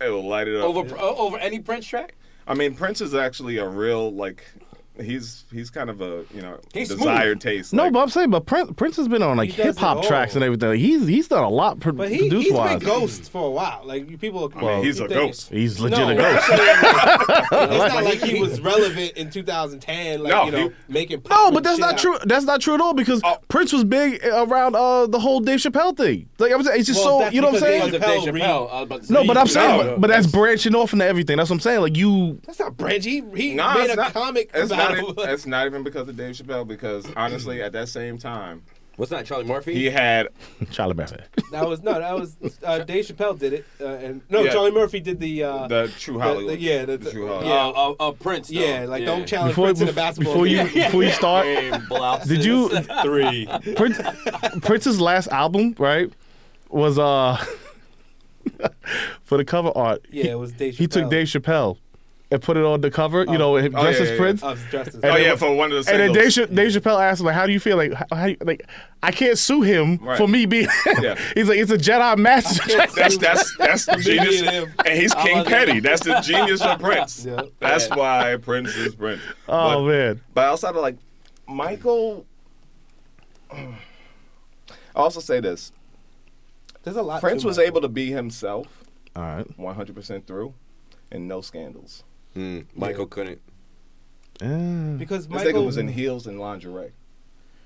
Speaker 5: it will light it up.
Speaker 4: over uh, over any Prince track.
Speaker 5: I mean, Prince is actually a real like. He's he's kind of a you know
Speaker 4: He's
Speaker 5: desired taste.
Speaker 3: No,
Speaker 5: like,
Speaker 3: but I'm saying, but Prince, Prince has been on like
Speaker 2: He does
Speaker 3: hip hop
Speaker 2: it all.
Speaker 3: tracks and everything. Like, he's he's done a lot pro-
Speaker 2: But he,
Speaker 3: produce
Speaker 2: he's been
Speaker 3: wise.
Speaker 2: ghost for a while. Like you people.
Speaker 5: I mean, he's
Speaker 2: you
Speaker 5: a
Speaker 2: think-
Speaker 5: ghost.
Speaker 3: He's legit
Speaker 2: No, *laughs*
Speaker 3: a ghost.
Speaker 2: It's not like he was relevant in 2010, like
Speaker 5: No,
Speaker 2: you know,
Speaker 5: he-
Speaker 2: making.
Speaker 3: No,
Speaker 2: pop
Speaker 3: but
Speaker 2: and
Speaker 3: that's
Speaker 2: shit
Speaker 3: not
Speaker 2: out.
Speaker 3: true. That's not true at all because
Speaker 5: Oh.
Speaker 3: Prince was big around uh, the whole Dave Chappelle thing. Like I was, it's just
Speaker 2: Well,
Speaker 3: so
Speaker 2: that's
Speaker 3: you know what I'm
Speaker 2: because
Speaker 3: saying.
Speaker 4: Because of
Speaker 2: Chappelle
Speaker 4: Dave
Speaker 2: re-
Speaker 4: Chappelle, I was about to
Speaker 3: No,
Speaker 4: say,
Speaker 3: but I'm saying,
Speaker 5: No.
Speaker 3: but, but that's branching off into everything. That's what I'm saying. Like you,
Speaker 2: That's not Reggie. He
Speaker 5: Nah,
Speaker 2: made
Speaker 5: it's
Speaker 2: a
Speaker 5: not-
Speaker 2: comic
Speaker 5: It's
Speaker 2: about
Speaker 5: not.
Speaker 2: *laughs*
Speaker 5: e-
Speaker 2: it.
Speaker 5: It's not even because of Dave Chappelle. Because honestly, at that same time,
Speaker 4: What's that, Charlie Murphy?
Speaker 5: he had
Speaker 3: Charlie Murphy.
Speaker 2: That was no, that was uh, Dave Chappelle did it, uh, and no,
Speaker 5: Yeah.
Speaker 2: Charlie Murphy did the. Uh,
Speaker 5: the True Hollywood.
Speaker 2: the- yeah, the-
Speaker 5: True Hollywood.
Speaker 4: yeah, uh, uh, Prince. Though.
Speaker 2: yeah, like don't challenge
Speaker 3: Before,
Speaker 2: Oh, Prince in a
Speaker 3: before,
Speaker 2: basketball.
Speaker 3: before you
Speaker 2: game. *laughs*
Speaker 3: before you start,
Speaker 4: Damn, blouses.
Speaker 3: did you
Speaker 5: *laughs* Three.
Speaker 3: Prince, Prince's last album right was uh *laughs* for the cover art?
Speaker 2: yeah, it was Dave. Chappelle.
Speaker 3: He took Dave Chappelle and put it on the cover. You know, him
Speaker 5: Oh,
Speaker 3: dressed
Speaker 5: yeah,
Speaker 3: as
Speaker 5: yeah,
Speaker 3: Prince.
Speaker 2: I was dressed as
Speaker 5: Oh
Speaker 3: And
Speaker 5: yeah,
Speaker 3: then-
Speaker 5: for one of the
Speaker 3: And then
Speaker 5: singles.
Speaker 3: Dave, Cha- Dave Chappelle asked him, like, "How do you feel? Like, how, how you, like, I can't sue him
Speaker 5: Right.
Speaker 3: for me being."
Speaker 5: *laughs* Yeah.
Speaker 3: *laughs* He's like, "It's a Jedi
Speaker 5: *laughs*
Speaker 3: master."
Speaker 5: That's that's
Speaker 2: *laughs*
Speaker 5: that's the genius,
Speaker 2: being him.
Speaker 5: and he's King
Speaker 4: love that.
Speaker 5: Petty. That's
Speaker 2: *laughs*
Speaker 5: the genius of Prince.
Speaker 2: Yeah.
Speaker 5: That's why Prince is Prince.
Speaker 3: *laughs* oh
Speaker 5: But-
Speaker 3: man,
Speaker 5: But outside of like Michael, *sighs* I also say this:
Speaker 2: There's a lot.
Speaker 5: Prince
Speaker 2: to
Speaker 5: was
Speaker 2: it.
Speaker 5: able to be himself
Speaker 3: all right,
Speaker 5: 100 percent through, and no scandals.
Speaker 4: Mm, Michael couldn't.
Speaker 3: Uh,
Speaker 2: because
Speaker 5: This
Speaker 2: Michael
Speaker 5: nigga was in heels and lingerie.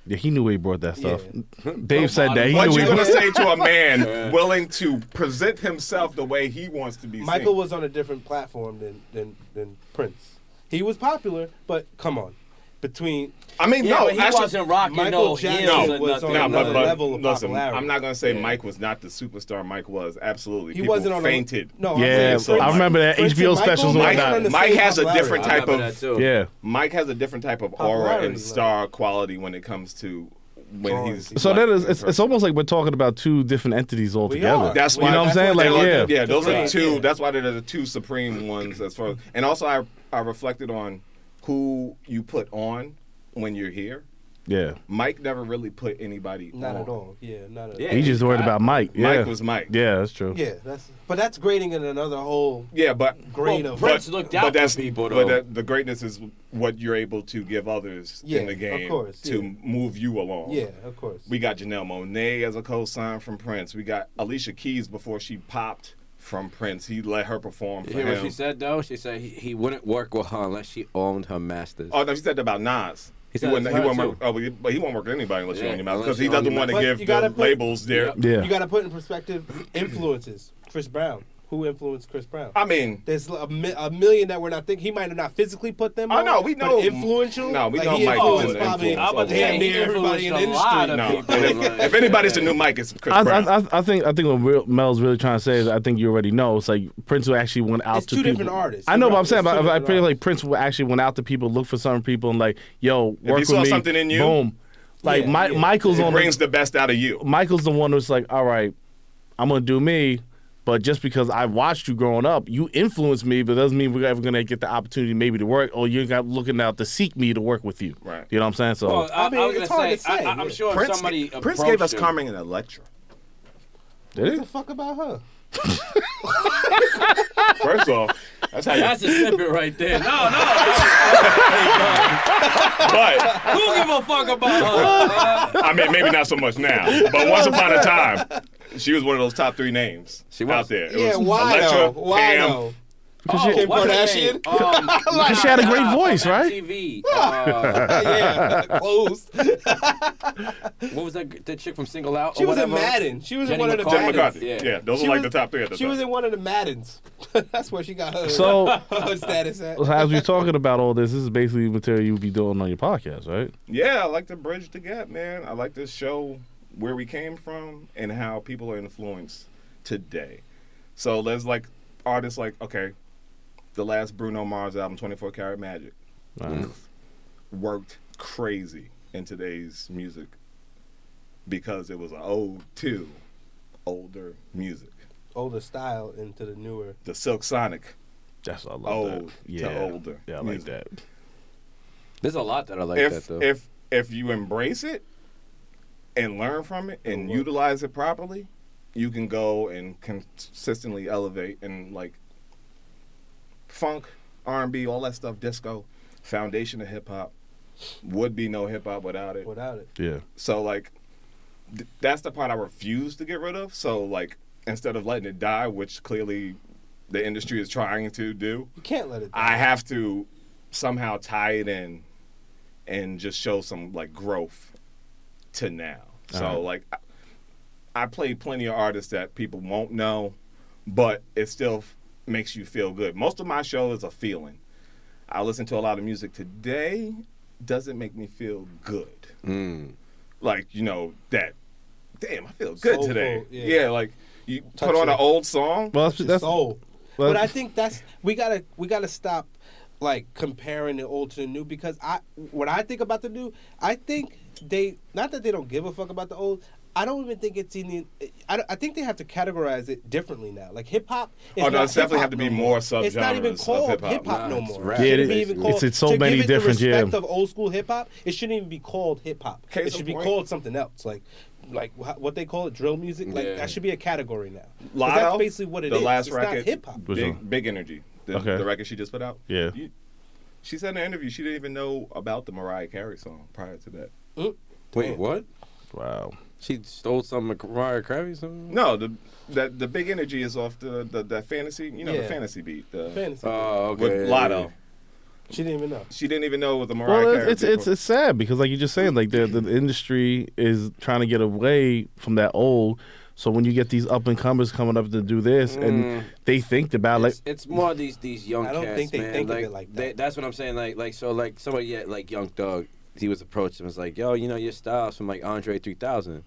Speaker 3: yeah, he knew he brought
Speaker 5: *laughs*
Speaker 3: that stuff.
Speaker 4: Come
Speaker 3: Dave said
Speaker 4: on,
Speaker 3: that he
Speaker 5: What
Speaker 3: knew
Speaker 5: you
Speaker 3: he
Speaker 5: gonna
Speaker 3: brought.
Speaker 5: say to a
Speaker 2: *laughs*
Speaker 5: man willing to present himself the way he wants to be seen?
Speaker 2: Michael was on a different platform than than than Prince. He was popular, but come on, between
Speaker 5: I mean,
Speaker 4: Yeah,
Speaker 5: no,
Speaker 4: but he
Speaker 5: actually,
Speaker 4: wasn't rocking
Speaker 2: Michael
Speaker 4: no
Speaker 2: Jackson
Speaker 4: heels or
Speaker 5: was
Speaker 4: nothing.
Speaker 2: on
Speaker 5: No,
Speaker 2: another
Speaker 5: but, but
Speaker 2: level of
Speaker 5: listen,
Speaker 2: popularity.
Speaker 5: I'm not gonna say Mike was not the superstar Mike was. Absolutely,
Speaker 2: he
Speaker 5: People
Speaker 2: wasn't on
Speaker 5: fainted.
Speaker 2: A, no, I'm
Speaker 3: Yeah,
Speaker 2: saying Prince-
Speaker 3: I remember that
Speaker 2: Prince
Speaker 3: HBO
Speaker 2: and Michael
Speaker 3: specials and
Speaker 2: wasn't
Speaker 5: Mike,
Speaker 2: on the
Speaker 3: whatnot.
Speaker 5: Mike
Speaker 2: same
Speaker 5: has a
Speaker 2: popularity.
Speaker 5: different
Speaker 4: I
Speaker 5: type
Speaker 4: remember that
Speaker 5: of
Speaker 4: too.
Speaker 3: Yeah.
Speaker 5: Mike has a different type of aura
Speaker 2: Popularity
Speaker 5: and star quality when it comes to when
Speaker 2: Drawing.
Speaker 5: he's.
Speaker 3: So
Speaker 5: like,
Speaker 3: that is, it's, it's almost like we're talking about two different entities altogether.
Speaker 2: are.
Speaker 5: That's
Speaker 3: you
Speaker 5: why
Speaker 3: know
Speaker 5: that's
Speaker 3: what I'm saying.
Speaker 5: why
Speaker 3: Like,
Speaker 5: they're
Speaker 3: yeah,
Speaker 5: yeah, those are the
Speaker 2: Right.
Speaker 5: two.
Speaker 2: Yeah.
Speaker 5: That's why they're the two supreme ones as far. And also, I I reflected on who you put on when you're here.
Speaker 3: yeah.
Speaker 5: Mike never really put anybody
Speaker 2: Not
Speaker 5: on.
Speaker 2: at all. Yeah, not at all.
Speaker 4: Yeah.
Speaker 3: He just worried about Mike. Yeah.
Speaker 5: Mike was Mike.
Speaker 3: Yeah, that's true.
Speaker 2: Yeah, that's but that's grading in another whole
Speaker 5: Yeah, but
Speaker 2: grade
Speaker 4: Well,
Speaker 2: of
Speaker 4: Prince looked out for people, though.
Speaker 5: But that, the greatness is what you're able to give others
Speaker 2: Yeah,
Speaker 5: in the
Speaker 2: of
Speaker 5: game
Speaker 2: course,
Speaker 5: to
Speaker 2: yeah.
Speaker 5: move you along.
Speaker 2: yeah, of course.
Speaker 5: We got Janelle Monet as a co-sign from Prince. We got Alicia Keys before she popped from Prince. He let her perform for
Speaker 4: You hear what
Speaker 5: him.
Speaker 4: she said though? She said he, he wouldn't work with her unless she owned her masters.
Speaker 5: Oh no, she said that about Nas. He,
Speaker 4: He said
Speaker 5: wouldn't.
Speaker 4: that
Speaker 5: He
Speaker 4: to
Speaker 5: won't
Speaker 4: her,
Speaker 5: work. Oh, but he- but he won't work with anybody unless you
Speaker 4: Yeah,
Speaker 5: own your mouth
Speaker 4: unless
Speaker 5: because he
Speaker 4: you own
Speaker 5: doesn't
Speaker 4: your
Speaker 5: want to
Speaker 2: mouth. But
Speaker 5: give
Speaker 2: you
Speaker 5: the
Speaker 2: gotta put-
Speaker 5: labels their.
Speaker 4: Yep.
Speaker 3: Yeah.
Speaker 2: You got to put in perspective influences. Chris Brown. Who influenced Chris Brown?
Speaker 5: I mean,
Speaker 2: There's a, mi- a million that we're not thinking. He might have not physically put them.
Speaker 5: Oh,
Speaker 2: on,
Speaker 5: no, we know-
Speaker 2: But influential.
Speaker 5: no, we
Speaker 2: like,
Speaker 5: know
Speaker 2: he
Speaker 5: Mike
Speaker 2: influenced
Speaker 5: was an
Speaker 2: probably
Speaker 5: influence. I'm about to
Speaker 2: Damn
Speaker 5: say,
Speaker 2: near
Speaker 4: he
Speaker 2: everybody in the
Speaker 4: influenced a lot
Speaker 2: industry.
Speaker 4: of-
Speaker 5: no.
Speaker 4: people
Speaker 5: if,
Speaker 4: like-
Speaker 5: if anybody's the new Mike, it's Chris
Speaker 3: I,
Speaker 5: Brown.
Speaker 3: I, I, I think I think what real, Mel's really trying to say is I think you already know it's like Prince will actually went out
Speaker 2: It's
Speaker 3: to
Speaker 2: two
Speaker 3: people.
Speaker 2: different artists.
Speaker 3: I know, but I'm
Speaker 2: It's
Speaker 3: saying
Speaker 2: two
Speaker 3: but I, I
Speaker 2: different
Speaker 3: feel like
Speaker 2: artists.
Speaker 3: Prince will actually went out to people, look for certain people, and like, yo, work
Speaker 5: he
Speaker 3: with
Speaker 5: saw
Speaker 3: me.
Speaker 5: something in you-
Speaker 3: boom.
Speaker 2: Yeah,
Speaker 3: Like Mi-
Speaker 2: yeah.
Speaker 3: Michael's
Speaker 5: it
Speaker 3: on
Speaker 5: brings
Speaker 3: the,
Speaker 5: the best out of you.
Speaker 3: Michael's the one who's like, all right, I'm gonna do me, but just because I watched you growing up, you influenced me, but doesn't mean we're ever gonna get the opportunity maybe to work, or you're got- looking out to seek me to work with you.
Speaker 5: Right.
Speaker 3: You know what I'm saying? So
Speaker 4: Well, I,
Speaker 2: I mean,
Speaker 4: was
Speaker 2: it's
Speaker 4: gonna
Speaker 2: hard to say,
Speaker 4: I, am
Speaker 2: yeah.
Speaker 4: sure
Speaker 5: Prince,
Speaker 4: somebody
Speaker 5: Prince gave us
Speaker 4: approached him.
Speaker 5: Carmen and Electra.
Speaker 3: did it?
Speaker 2: the fuck about her?
Speaker 5: First off, that's how you.
Speaker 4: *laughs* That's a snippet right there. No, no.
Speaker 5: but
Speaker 4: Who give a fuck about
Speaker 5: *laughs*
Speaker 4: her?
Speaker 5: I mean, maybe not so much now. But once upon a time, she was one of those top three names
Speaker 4: She
Speaker 5: out
Speaker 4: was.
Speaker 5: there. It
Speaker 2: Yeah,
Speaker 5: was
Speaker 2: why
Speaker 5: Electra,
Speaker 2: though? Why
Speaker 5: Pam,
Speaker 2: though?
Speaker 4: Oh,
Speaker 2: Kim
Speaker 4: what's her name?
Speaker 2: Kardashian?
Speaker 4: Um,
Speaker 3: Because she had a great voice, right?
Speaker 4: TV. Uh,
Speaker 2: yeah, *laughs* closed.
Speaker 4: what was that? That chick from Single Out? or
Speaker 2: She was in
Speaker 4: whatever?
Speaker 2: Madden. She was in one
Speaker 4: Jenny
Speaker 2: of the
Speaker 4: McCarthy.
Speaker 5: Jenny
Speaker 4: Madden.
Speaker 5: McCarthy. Yeah,
Speaker 4: Yeah.
Speaker 5: those
Speaker 2: She
Speaker 5: were like
Speaker 2: was-
Speaker 5: the top three at the
Speaker 2: She
Speaker 5: time.
Speaker 2: was in one of the Maddens. *laughs* That's where she got her,
Speaker 3: So-
Speaker 2: *laughs* her status
Speaker 3: *laughs*
Speaker 2: at.
Speaker 3: So as we're talking about all this, this is basically material you would be doing on your podcast, right?
Speaker 5: yeah, I like to bridge the gap, man. I like to show where we came from and how people are influenced today. So there's like artists like okay, the last Bruno Mars album, 24 Karat Magic,
Speaker 3: Wow.
Speaker 5: Mm. worked crazy in today's music because it was an ode to older music.
Speaker 2: older style into the newer.
Speaker 5: The Silk Sonic
Speaker 3: That's what I love.
Speaker 5: ode
Speaker 3: that.
Speaker 5: to
Speaker 3: Yeah,
Speaker 5: older.
Speaker 3: yeah, I like
Speaker 5: music.
Speaker 3: that.
Speaker 4: There's a lot that I like
Speaker 5: if
Speaker 4: that though.
Speaker 5: if if you embrace it and learn from it and
Speaker 2: work.
Speaker 5: utilize it properly, you can go and consistently elevate and like funk, R and B, all that stuff, disco, foundation of hip hop. Would be no hip hop without it.
Speaker 2: Without it,
Speaker 3: Yeah,
Speaker 5: So like, th- that's the part I refuse to get rid of. So like, instead of letting it die, which clearly the industry is trying to do,
Speaker 2: you can't let it. die.
Speaker 5: I have to somehow tie it in and just show some like growth to now. So
Speaker 3: Alright.
Speaker 5: like I, I played plenty of artists that people won't know, but it still f- makes you feel good. Most of my show is a feeling. I listen to a lot of music today doesn't make me feel good.
Speaker 4: Mm.
Speaker 5: Like, you know, that damn, I feel good
Speaker 2: Soulful,
Speaker 5: today.
Speaker 2: yeah.
Speaker 5: Yeah. like you
Speaker 2: Touch
Speaker 5: put on
Speaker 2: you.
Speaker 5: an old song.
Speaker 3: well,
Speaker 2: It's
Speaker 3: that's, that's
Speaker 2: soul.
Speaker 3: well-
Speaker 2: but I think that's we gotta we gotta stop like comparing the old to the new because I when I think about the new, I think they not that they don't give a fuck about the old. I don't even think it's in the. I, don't- I think they have to categorize it differently now. Like hip hop. is
Speaker 5: Oh, no,
Speaker 2: not
Speaker 5: it's definitely
Speaker 2: hip-hop
Speaker 5: have to be
Speaker 2: no
Speaker 5: more
Speaker 2: It's not even
Speaker 5: subgenres of
Speaker 2: called
Speaker 5: hip-hop.
Speaker 2: hip hop
Speaker 4: Nah,
Speaker 2: no
Speaker 4: it's
Speaker 2: more.
Speaker 4: rap.
Speaker 2: shouldn't
Speaker 3: Yeah, it
Speaker 2: be
Speaker 3: is.
Speaker 2: even
Speaker 3: It's-
Speaker 2: called-
Speaker 3: it's so
Speaker 2: to give
Speaker 3: many
Speaker 2: it the
Speaker 3: different- yeah.
Speaker 2: respect of old school hip hop. It shouldn't even be called hip hop.
Speaker 5: Case
Speaker 2: It
Speaker 5: in
Speaker 2: should be
Speaker 5: point.
Speaker 2: called something else. Like like wha- what they call it, drill music. Like
Speaker 4: Yeah.
Speaker 2: that should be a category now. 'Cause
Speaker 5: Lotto,
Speaker 2: that's basically what it is.
Speaker 5: the last
Speaker 2: it's
Speaker 5: record,
Speaker 2: not hip hop.
Speaker 3: Which
Speaker 5: Big,
Speaker 3: one?
Speaker 5: big energy. The,
Speaker 3: Okay.
Speaker 5: the record she just put out.
Speaker 3: Yeah.
Speaker 5: You- she said in an interview she didn't even know about the Mariah Carey song prior to that.
Speaker 4: Wait, what?
Speaker 3: wow.
Speaker 4: She stole some Mac- Mariah Carey or something?
Speaker 5: No, the that the big energy is off the the, that fantasy. You know
Speaker 2: Yeah.
Speaker 5: the fantasy beat. The,
Speaker 2: Fantasy.
Speaker 4: Oh, okay.
Speaker 5: With Lotto,
Speaker 2: she didn't even know.
Speaker 5: she didn't even know what the Mariah
Speaker 3: Well,
Speaker 5: Carey.
Speaker 3: it's, it's
Speaker 5: beat
Speaker 3: it's
Speaker 5: was.
Speaker 3: it's sad because like you're just saying, like the the industry is trying to get away from that old. So when you get these up and comers coming up to do this,
Speaker 4: Mm.
Speaker 3: and they think about like
Speaker 4: It's, it's more these these young.
Speaker 2: I don't
Speaker 4: cats,
Speaker 2: think they
Speaker 4: man.
Speaker 2: think of
Speaker 4: like,
Speaker 2: it like
Speaker 4: they-
Speaker 2: that.
Speaker 4: that's what I'm saying. Like like so like somebody yeah, like Young Thug, he was approached and was like, "Yo, you know your style's from like Andre 3000."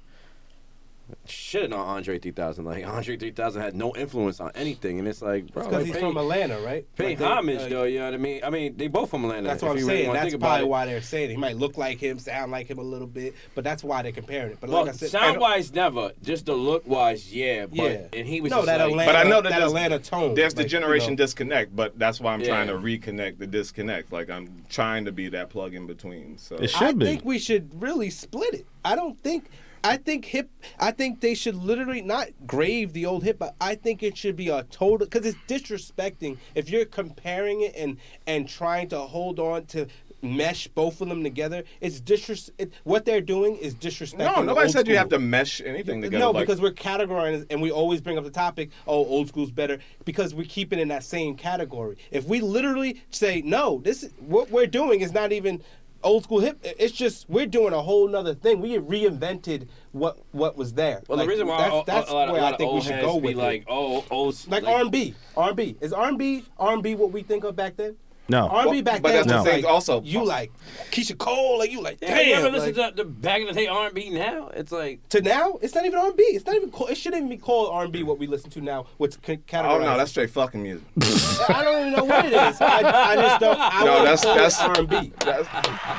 Speaker 4: Should have known Andre 3000. Like *laughs* Andre 3000 had no influence on anything, and it's like, bro,
Speaker 2: Because
Speaker 4: like,
Speaker 2: he's
Speaker 4: pay,
Speaker 2: from Atlanta, right?
Speaker 4: pay
Speaker 2: Like, they-
Speaker 4: homage
Speaker 2: like,
Speaker 4: though. You know what I mean? I mean, they both from Atlanta.
Speaker 2: That's what
Speaker 4: if
Speaker 2: I'm
Speaker 4: you really
Speaker 2: saying.
Speaker 4: wanna
Speaker 2: that's
Speaker 4: think about
Speaker 2: probably
Speaker 4: it.
Speaker 2: why they're saying it. He might look like him, sound like him a little bit, but that's why they're comparing it. But
Speaker 4: Well,
Speaker 2: like I said,
Speaker 4: sound wise, never. Just the look wise, yeah. But
Speaker 2: yeah,
Speaker 4: and he was
Speaker 2: no
Speaker 4: just
Speaker 2: that
Speaker 4: like,
Speaker 2: Atlanta,
Speaker 5: But I know that
Speaker 2: that,
Speaker 5: there's-
Speaker 2: Atlanta tone.
Speaker 5: There's the
Speaker 2: like, you know.
Speaker 5: generation disconnect, but that's why I'm
Speaker 4: Yeah.
Speaker 5: trying to reconnect the disconnect. Like I'm trying to be that plug in between. So
Speaker 3: It sh-
Speaker 2: I
Speaker 3: Should be.
Speaker 2: think we should really split it. I don't think. I think hip. I think they should literally not grave the old hip. hop. I think it should be a total because it's disrespecting if you're comparing it and and trying to hold on to mesh both of them together. It's disres. It, what they're doing is disrespecting.
Speaker 5: no,
Speaker 2: the
Speaker 5: nobody
Speaker 2: old
Speaker 5: said you
Speaker 2: school.
Speaker 5: have to mesh anything together.
Speaker 2: No,
Speaker 5: like,
Speaker 2: because we're categorizing and we always bring up the topic, oh, old school's better, because we keep it in that same category. If we literally say, no, this is, what we're doing is not even old school hip, it's just we're doing a whole nother thing. We have reinvented what what was there.
Speaker 4: Well,
Speaker 2: Like,
Speaker 4: the reason why
Speaker 2: that's,
Speaker 4: a- a-
Speaker 2: that's
Speaker 4: a lot, of-
Speaker 2: where
Speaker 4: a lot
Speaker 2: I think
Speaker 4: of
Speaker 2: we
Speaker 4: old
Speaker 2: should
Speaker 4: heads
Speaker 2: go
Speaker 4: be
Speaker 2: with
Speaker 4: like,
Speaker 2: it.
Speaker 4: oh, old,
Speaker 2: Like, R&B, R&B is R&B, R&B what we think of back then.
Speaker 3: No.
Speaker 2: R&B
Speaker 5: Well,
Speaker 2: back
Speaker 5: but
Speaker 2: then.
Speaker 5: that's the
Speaker 2: was
Speaker 5: thing
Speaker 2: like,
Speaker 5: also.
Speaker 2: you like Keisha Cole, like you like
Speaker 4: Yeah,
Speaker 2: damn.
Speaker 4: you ever
Speaker 2: like-
Speaker 4: listen to the back in the day R and B now? It's like
Speaker 2: to now, it's not even R and B. It's not even. Call, it shouldn't even be called R and B. What we listen to now, what's c- categorized.
Speaker 5: Oh no, that's straight fucking music.
Speaker 2: I don't even know what it is. I, I just don't. I
Speaker 5: No,
Speaker 2: no,
Speaker 5: that's- that's-
Speaker 2: that's that's R and B.
Speaker 5: That's,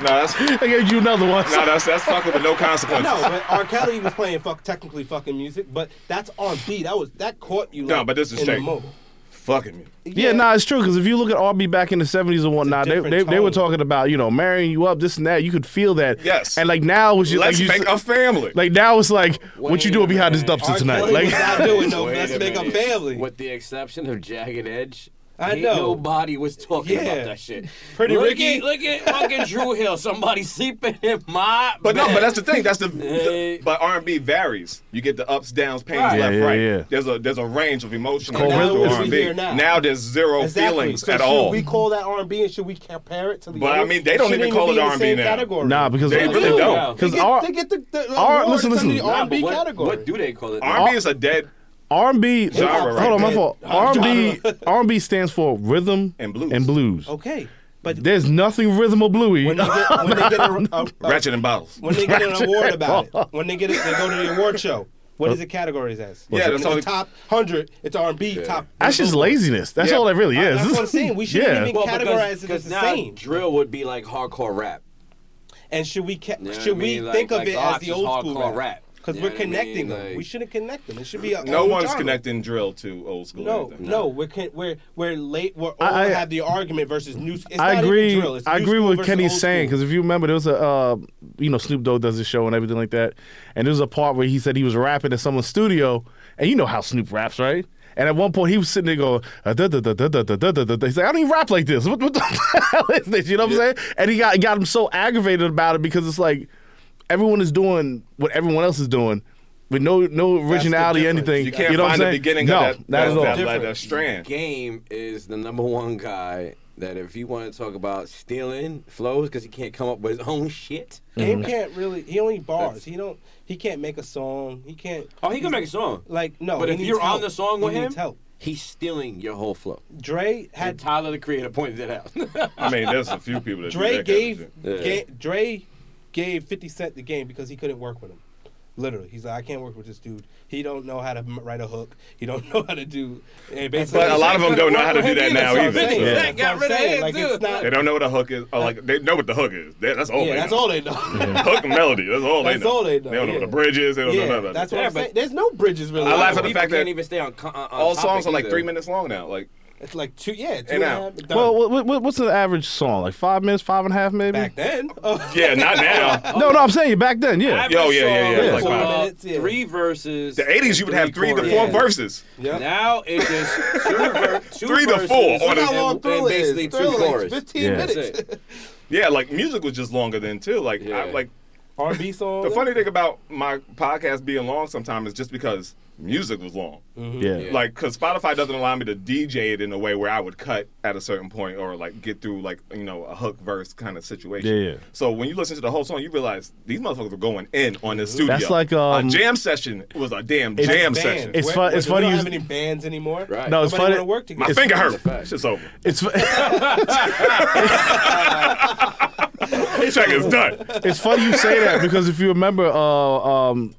Speaker 5: no, that's no,
Speaker 3: *laughs* I gave you another one.
Speaker 5: that's that's fucking with no consequences.
Speaker 2: No, but R. Kelly was playing fuck technically fucking music, but that's R and B. That was that caught you.
Speaker 5: No,
Speaker 2: like,
Speaker 5: but this is
Speaker 2: in the
Speaker 5: straight.
Speaker 2: moment.
Speaker 5: Fucking music.
Speaker 3: *laughs* Yeah, nah, it's true because if you look at R&B back in the '70s and whatnot, they,
Speaker 2: different
Speaker 3: they, they were
Speaker 2: tone.
Speaker 3: talking about you know marrying you up, this and that. You could feel that.
Speaker 5: Yes.
Speaker 3: And like now it's just
Speaker 5: Let's
Speaker 3: like you
Speaker 5: make
Speaker 3: s-
Speaker 5: a family.
Speaker 3: like now it's like what you
Speaker 4: Wait
Speaker 3: doing
Speaker 4: a
Speaker 3: behind this
Speaker 4: minute.
Speaker 3: dumpster
Speaker 2: R.
Speaker 3: tonight?
Speaker 2: Kelly was
Speaker 3: Like
Speaker 2: out doing no
Speaker 4: *laughs* Wait
Speaker 2: let's
Speaker 4: a
Speaker 2: make a
Speaker 4: minute.
Speaker 2: family.
Speaker 4: With the exception of Jagged Edge.
Speaker 2: I
Speaker 4: ain't
Speaker 2: know.
Speaker 4: Nobody was talking
Speaker 2: Yeah.
Speaker 4: about that shit.
Speaker 2: Pretty
Speaker 4: look
Speaker 2: Ricky.
Speaker 4: At, look at *laughs* fucking Drew Hill. Somebody sleeping in my
Speaker 5: But no,
Speaker 4: bed.
Speaker 5: but that's the thing. That's the,
Speaker 4: Hey.
Speaker 5: the but R and B varies. You get the ups, downs, pains,
Speaker 2: Right.
Speaker 5: left,
Speaker 3: Yeah, yeah,
Speaker 5: right.
Speaker 3: yeah.
Speaker 5: There's a there's a range of emotion
Speaker 3: called
Speaker 5: to
Speaker 2: rhythm.
Speaker 5: R and
Speaker 2: We
Speaker 5: B.
Speaker 2: hear now.
Speaker 5: Now there's zero feelings
Speaker 2: so
Speaker 5: at
Speaker 2: should
Speaker 5: all.
Speaker 2: We call that R and B, and should we compare it to the?
Speaker 5: But, I
Speaker 2: other?
Speaker 5: mean, they don't
Speaker 2: Shouldn't
Speaker 5: even call
Speaker 2: be
Speaker 5: it
Speaker 2: in the
Speaker 5: R&B
Speaker 2: same
Speaker 5: now.
Speaker 2: Category.
Speaker 3: nah, because
Speaker 5: They
Speaker 3: like-
Speaker 5: really
Speaker 3: they-
Speaker 5: don't.
Speaker 2: They
Speaker 3: Because
Speaker 2: get,
Speaker 3: R
Speaker 2: they get the, the
Speaker 3: R-
Speaker 2: awards
Speaker 3: listen,
Speaker 2: under
Speaker 3: listen.
Speaker 2: the
Speaker 4: Nah,
Speaker 2: R&B
Speaker 4: but what,
Speaker 2: category.
Speaker 4: What do they call it?
Speaker 5: R and B is a dead
Speaker 3: R&B
Speaker 5: Genre, right?
Speaker 3: Hold on, my
Speaker 2: Dead.
Speaker 3: fault.
Speaker 2: Uh,
Speaker 3: R&B R&B stands for rhythm
Speaker 5: And blues.
Speaker 3: And blues.
Speaker 2: Okay, but
Speaker 3: There's nothing rhythm or bluey.
Speaker 2: when they get, when they get
Speaker 3: *laughs*
Speaker 2: a, a, a
Speaker 5: ratchet and bottles.
Speaker 2: when they get an award about it. When they get it, they go to the award show. What
Speaker 3: Uh,
Speaker 2: is it categorized as?
Speaker 5: Yeah,
Speaker 2: When
Speaker 5: that's
Speaker 2: it's
Speaker 5: all
Speaker 2: the
Speaker 5: it-
Speaker 2: top hundred. It's R and B top.
Speaker 3: That's just laziness. That's
Speaker 5: Yeah.
Speaker 3: all that really
Speaker 2: I-
Speaker 3: is.
Speaker 2: that's what I'm saying. We shouldn't
Speaker 3: *laughs*
Speaker 2: even
Speaker 4: Well,
Speaker 2: categorize it as
Speaker 4: because, because
Speaker 2: the
Speaker 4: now
Speaker 2: same.
Speaker 4: drill would be like hardcore rap.
Speaker 2: And should we ca-
Speaker 4: You know what
Speaker 2: should
Speaker 4: I
Speaker 2: we
Speaker 4: mean? Like-
Speaker 2: think of
Speaker 4: like
Speaker 2: it as the
Speaker 4: Ox is
Speaker 2: old school
Speaker 4: hardcore
Speaker 2: rap? because
Speaker 4: You
Speaker 2: we're
Speaker 4: know what I mean?
Speaker 2: connecting them. we
Speaker 4: Like-
Speaker 2: shouldn't connect them. It should be a
Speaker 5: No
Speaker 2: own
Speaker 5: one's
Speaker 2: genre.
Speaker 5: connecting drill to old school.
Speaker 2: No,
Speaker 5: anything.
Speaker 2: no, we're con- we're we're late. We're all
Speaker 3: I- I-
Speaker 2: have the argument versus new. It's
Speaker 3: I
Speaker 2: not even
Speaker 3: agree.
Speaker 2: drill, it's
Speaker 3: I
Speaker 2: new
Speaker 3: agree
Speaker 2: school
Speaker 3: with
Speaker 2: versus
Speaker 3: Kenny's
Speaker 2: old
Speaker 3: saying
Speaker 2: school.
Speaker 3: because if you remember, there was a uh, you know Snoop Dogg does his show and everything like that, and there was a part where he said he was rapping in someone's studio, and you know how Snoop raps, right? And at one point he was sitting there going, uh, da, da, da, da, da, da, da, da, da, da. he's like, I don't even rap like this. What, what the *laughs* hell is this? You know what I'm saying? And he got got him so aggravated about it because it's like everyone is doing what everyone else is doing with no no originality, or
Speaker 2: difference.
Speaker 3: anything.
Speaker 5: You can't
Speaker 3: know what
Speaker 5: find
Speaker 3: I'm
Speaker 5: the
Speaker 3: saying?
Speaker 5: beginning
Speaker 3: no,
Speaker 5: of that,
Speaker 3: not
Speaker 5: that,
Speaker 3: at all.
Speaker 5: that, like, that
Speaker 2: Different.
Speaker 5: strand.
Speaker 4: Game is the number one guy that if you want to talk about stealing flows because he can't come up with his own shit.
Speaker 3: Mm.
Speaker 2: Game can't really. He only bars. He don't. He can't make a song. He can't.
Speaker 4: Oh, he can make a song.
Speaker 2: Like no.
Speaker 4: But
Speaker 2: Oh, he
Speaker 4: if
Speaker 2: needs
Speaker 4: you're on
Speaker 2: help.
Speaker 4: the song
Speaker 2: He
Speaker 4: with him,
Speaker 2: needs help.
Speaker 4: he's stealing your whole flow.
Speaker 2: Dre
Speaker 4: And
Speaker 2: had
Speaker 4: Tyler the Creator pointed
Speaker 5: *laughs*
Speaker 4: it out.
Speaker 5: I mean, there's a few people that do that
Speaker 2: Dre
Speaker 5: kind of
Speaker 2: gave
Speaker 5: shit.
Speaker 4: Yeah.
Speaker 2: ga- Dre gave Fifty Cent the game because he couldn't work with him. Literally, he's like, I can't work with this dude. He don't know how to m- write a hook. He don't *laughs* know how to do. And basically,
Speaker 5: But a lot of them don't know how to do that now
Speaker 2: That's what
Speaker 5: either.
Speaker 2: I'm saying.
Speaker 5: so-
Speaker 4: Yeah.
Speaker 2: That's what I'm saying. Like it's not.
Speaker 5: They don't know what a hook is. Or like they know what the hook is. That, that's all.
Speaker 2: Yeah,
Speaker 5: they
Speaker 2: that's
Speaker 5: know.
Speaker 2: all they
Speaker 5: *laughs*
Speaker 2: know. *laughs*
Speaker 5: hook and melody. That's all they know.
Speaker 2: That's all they know,
Speaker 5: They don't know
Speaker 2: yeah.
Speaker 5: what the bridge is. They don't know
Speaker 2: Yeah,
Speaker 5: nothing.
Speaker 2: that's what
Speaker 4: Yeah,
Speaker 2: I'm
Speaker 4: but-
Speaker 2: saying. There's no bridges really.
Speaker 5: I laugh at the
Speaker 4: People
Speaker 5: fact that
Speaker 4: can't even stay on, co- on
Speaker 5: all
Speaker 4: topic
Speaker 5: songs are like
Speaker 4: either.
Speaker 5: three minutes long now. Like
Speaker 2: It's like two, yeah,
Speaker 5: And
Speaker 2: two and a
Speaker 5: out.
Speaker 2: half. done.
Speaker 3: Well, what, what, what's the average song? Like five minutes, five and a half, maybe.
Speaker 2: back then, *laughs* oh,
Speaker 5: *laughs* yeah, not now.
Speaker 3: No, no, I'm saying back then, yeah.
Speaker 4: Average
Speaker 5: Yo, yeah, yeah,
Speaker 4: song
Speaker 5: yeah,
Speaker 4: is
Speaker 3: like
Speaker 4: about
Speaker 2: five minutes, yeah.
Speaker 4: Three verses.
Speaker 5: The '80s, you would have three to
Speaker 4: chords.
Speaker 5: four
Speaker 2: Yeah.
Speaker 5: verses.
Speaker 2: yeah.
Speaker 4: Now
Speaker 5: *laughs*
Speaker 4: it's just two, ver- two
Speaker 5: Three to
Speaker 4: verses
Speaker 5: four on
Speaker 2: Look
Speaker 5: a-
Speaker 2: how long
Speaker 4: and, and
Speaker 2: Thriller is.
Speaker 4: basically two
Speaker 2: Thriller is
Speaker 4: chorus.
Speaker 2: 15
Speaker 3: Yeah.
Speaker 2: *laughs*
Speaker 4: That's
Speaker 2: minutes.
Speaker 4: it.
Speaker 5: Yeah, like music was just longer then too. Like
Speaker 4: Yeah.
Speaker 5: I, like
Speaker 2: R&B song.
Speaker 5: the funny thing about my podcast being long sometimes is just because music was long.
Speaker 3: yeah.
Speaker 4: Yeah.
Speaker 5: Like, cause Spotify doesn't allow me to DJ it in a way where I would cut at a certain point or like get through like you know a hook verse kind of situation.
Speaker 3: Yeah, yeah.
Speaker 5: So when you listen to the whole song, you realize these motherfuckers were going in on the studio.
Speaker 3: That's like, um,
Speaker 5: a jam session was a damn jam
Speaker 2: Bands.
Speaker 5: session.
Speaker 3: It's
Speaker 2: Where-
Speaker 3: fun-
Speaker 2: where
Speaker 3: it's
Speaker 2: they
Speaker 3: funny
Speaker 2: Don't
Speaker 3: you-
Speaker 2: have any bands anymore.
Speaker 4: Right.
Speaker 3: No, it's
Speaker 2: Nobody
Speaker 3: funny.
Speaker 2: wanna work
Speaker 5: My
Speaker 2: together.
Speaker 5: finger
Speaker 4: a
Speaker 5: hurt.
Speaker 4: fact.
Speaker 5: Shit's over.
Speaker 3: It's
Speaker 5: Check is done.
Speaker 3: *laughs* it's funny you say that because if you remember, uh, um,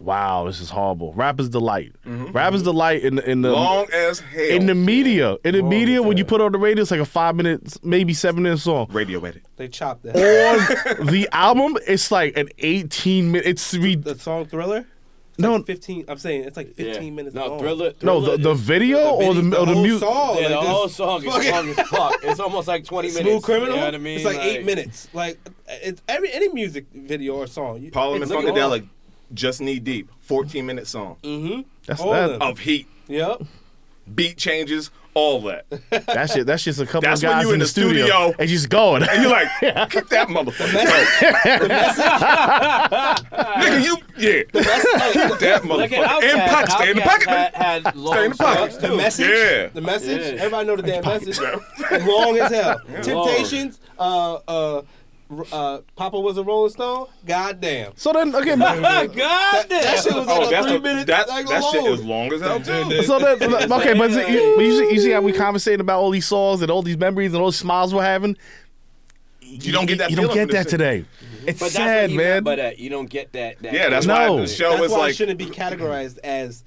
Speaker 3: wow, this is horrible. Rappers delight. Rappers delight in the in *laughs* the
Speaker 5: Long as hell.
Speaker 3: in the media. In the media, when you put on the radio, it's like a five minute, maybe seven minute song.
Speaker 5: radio edit.
Speaker 2: They chopped that.
Speaker 3: on the album, it's like an eighteen minute. It's re-
Speaker 2: the song Thriller. It's
Speaker 3: No.
Speaker 2: like 15. I'm saying it's like 15
Speaker 4: Yeah.
Speaker 2: minutes
Speaker 4: No,
Speaker 2: long.
Speaker 4: Thriller.
Speaker 3: no
Speaker 4: Thriller
Speaker 3: the, the
Speaker 4: is-
Speaker 3: video or the or the
Speaker 2: whole
Speaker 3: music.
Speaker 2: song,
Speaker 4: Yeah,
Speaker 2: like
Speaker 4: the
Speaker 2: this
Speaker 4: whole song
Speaker 2: *laughs*
Speaker 4: is long as fuck. It's almost like 20 minutes.
Speaker 2: Smooth criminal.
Speaker 4: You know what I mean?
Speaker 2: It's like, eight minutes. Like it's every any music video or song. you-
Speaker 5: Parliament
Speaker 2: it's
Speaker 5: Funkadelic, just knee deep, 14 minute song
Speaker 3: That's
Speaker 2: All
Speaker 3: that.
Speaker 2: of them.
Speaker 5: of heat,
Speaker 2: Yep.
Speaker 5: beat changes, all that. And
Speaker 3: That shit. That's just a couple
Speaker 5: That's
Speaker 3: of
Speaker 5: when
Speaker 3: guys
Speaker 5: you
Speaker 3: in,
Speaker 5: in
Speaker 3: the
Speaker 5: the studio.
Speaker 3: and just going.
Speaker 5: you're
Speaker 3: *laughs*
Speaker 5: like, kick that motherfucker. out." *laughs* Nigga, you, yeah. *laughs* Kick that
Speaker 4: Look
Speaker 5: motherfucker.
Speaker 4: at
Speaker 5: And
Speaker 4: Outkast.
Speaker 5: pocket, stay in the
Speaker 4: Outkast
Speaker 5: pocket.
Speaker 4: had,
Speaker 5: nigga.
Speaker 4: had long
Speaker 5: Stay in the pocket.
Speaker 4: songs,
Speaker 2: The
Speaker 4: too.
Speaker 2: message.
Speaker 5: Yeah.
Speaker 2: The message.
Speaker 4: Yeah.
Speaker 5: *laughs*
Speaker 2: Everybody know the damn message. *laughs* long as hell. Temptations. Uh, uh, r- uh, Papa was a Rolling Stone. Goddamn.
Speaker 3: So then, okay,
Speaker 4: Ah, God damn.
Speaker 2: That shit was like
Speaker 5: Oh,
Speaker 2: a
Speaker 5: that's
Speaker 2: three
Speaker 5: a,
Speaker 2: minutes.
Speaker 5: that,
Speaker 2: like,
Speaker 5: that shit
Speaker 2: long.
Speaker 5: is long as hell, too.
Speaker 3: So that, okay, but see- you, but you see, you see how we conversating about all these songs and all these memories and all these smiles we're having.
Speaker 5: You don't get that
Speaker 3: You don't
Speaker 5: feeling
Speaker 3: get
Speaker 5: from
Speaker 3: that
Speaker 5: this shit.
Speaker 3: today. It's
Speaker 4: Mm-hmm. But uh, that's
Speaker 3: sad,
Speaker 4: what he
Speaker 3: man.
Speaker 4: meant by that. You don't get that. that
Speaker 5: Yeah, that's
Speaker 3: No.
Speaker 5: why the show
Speaker 2: That's
Speaker 5: is
Speaker 2: why it
Speaker 5: like,
Speaker 2: shouldn't be categorized as.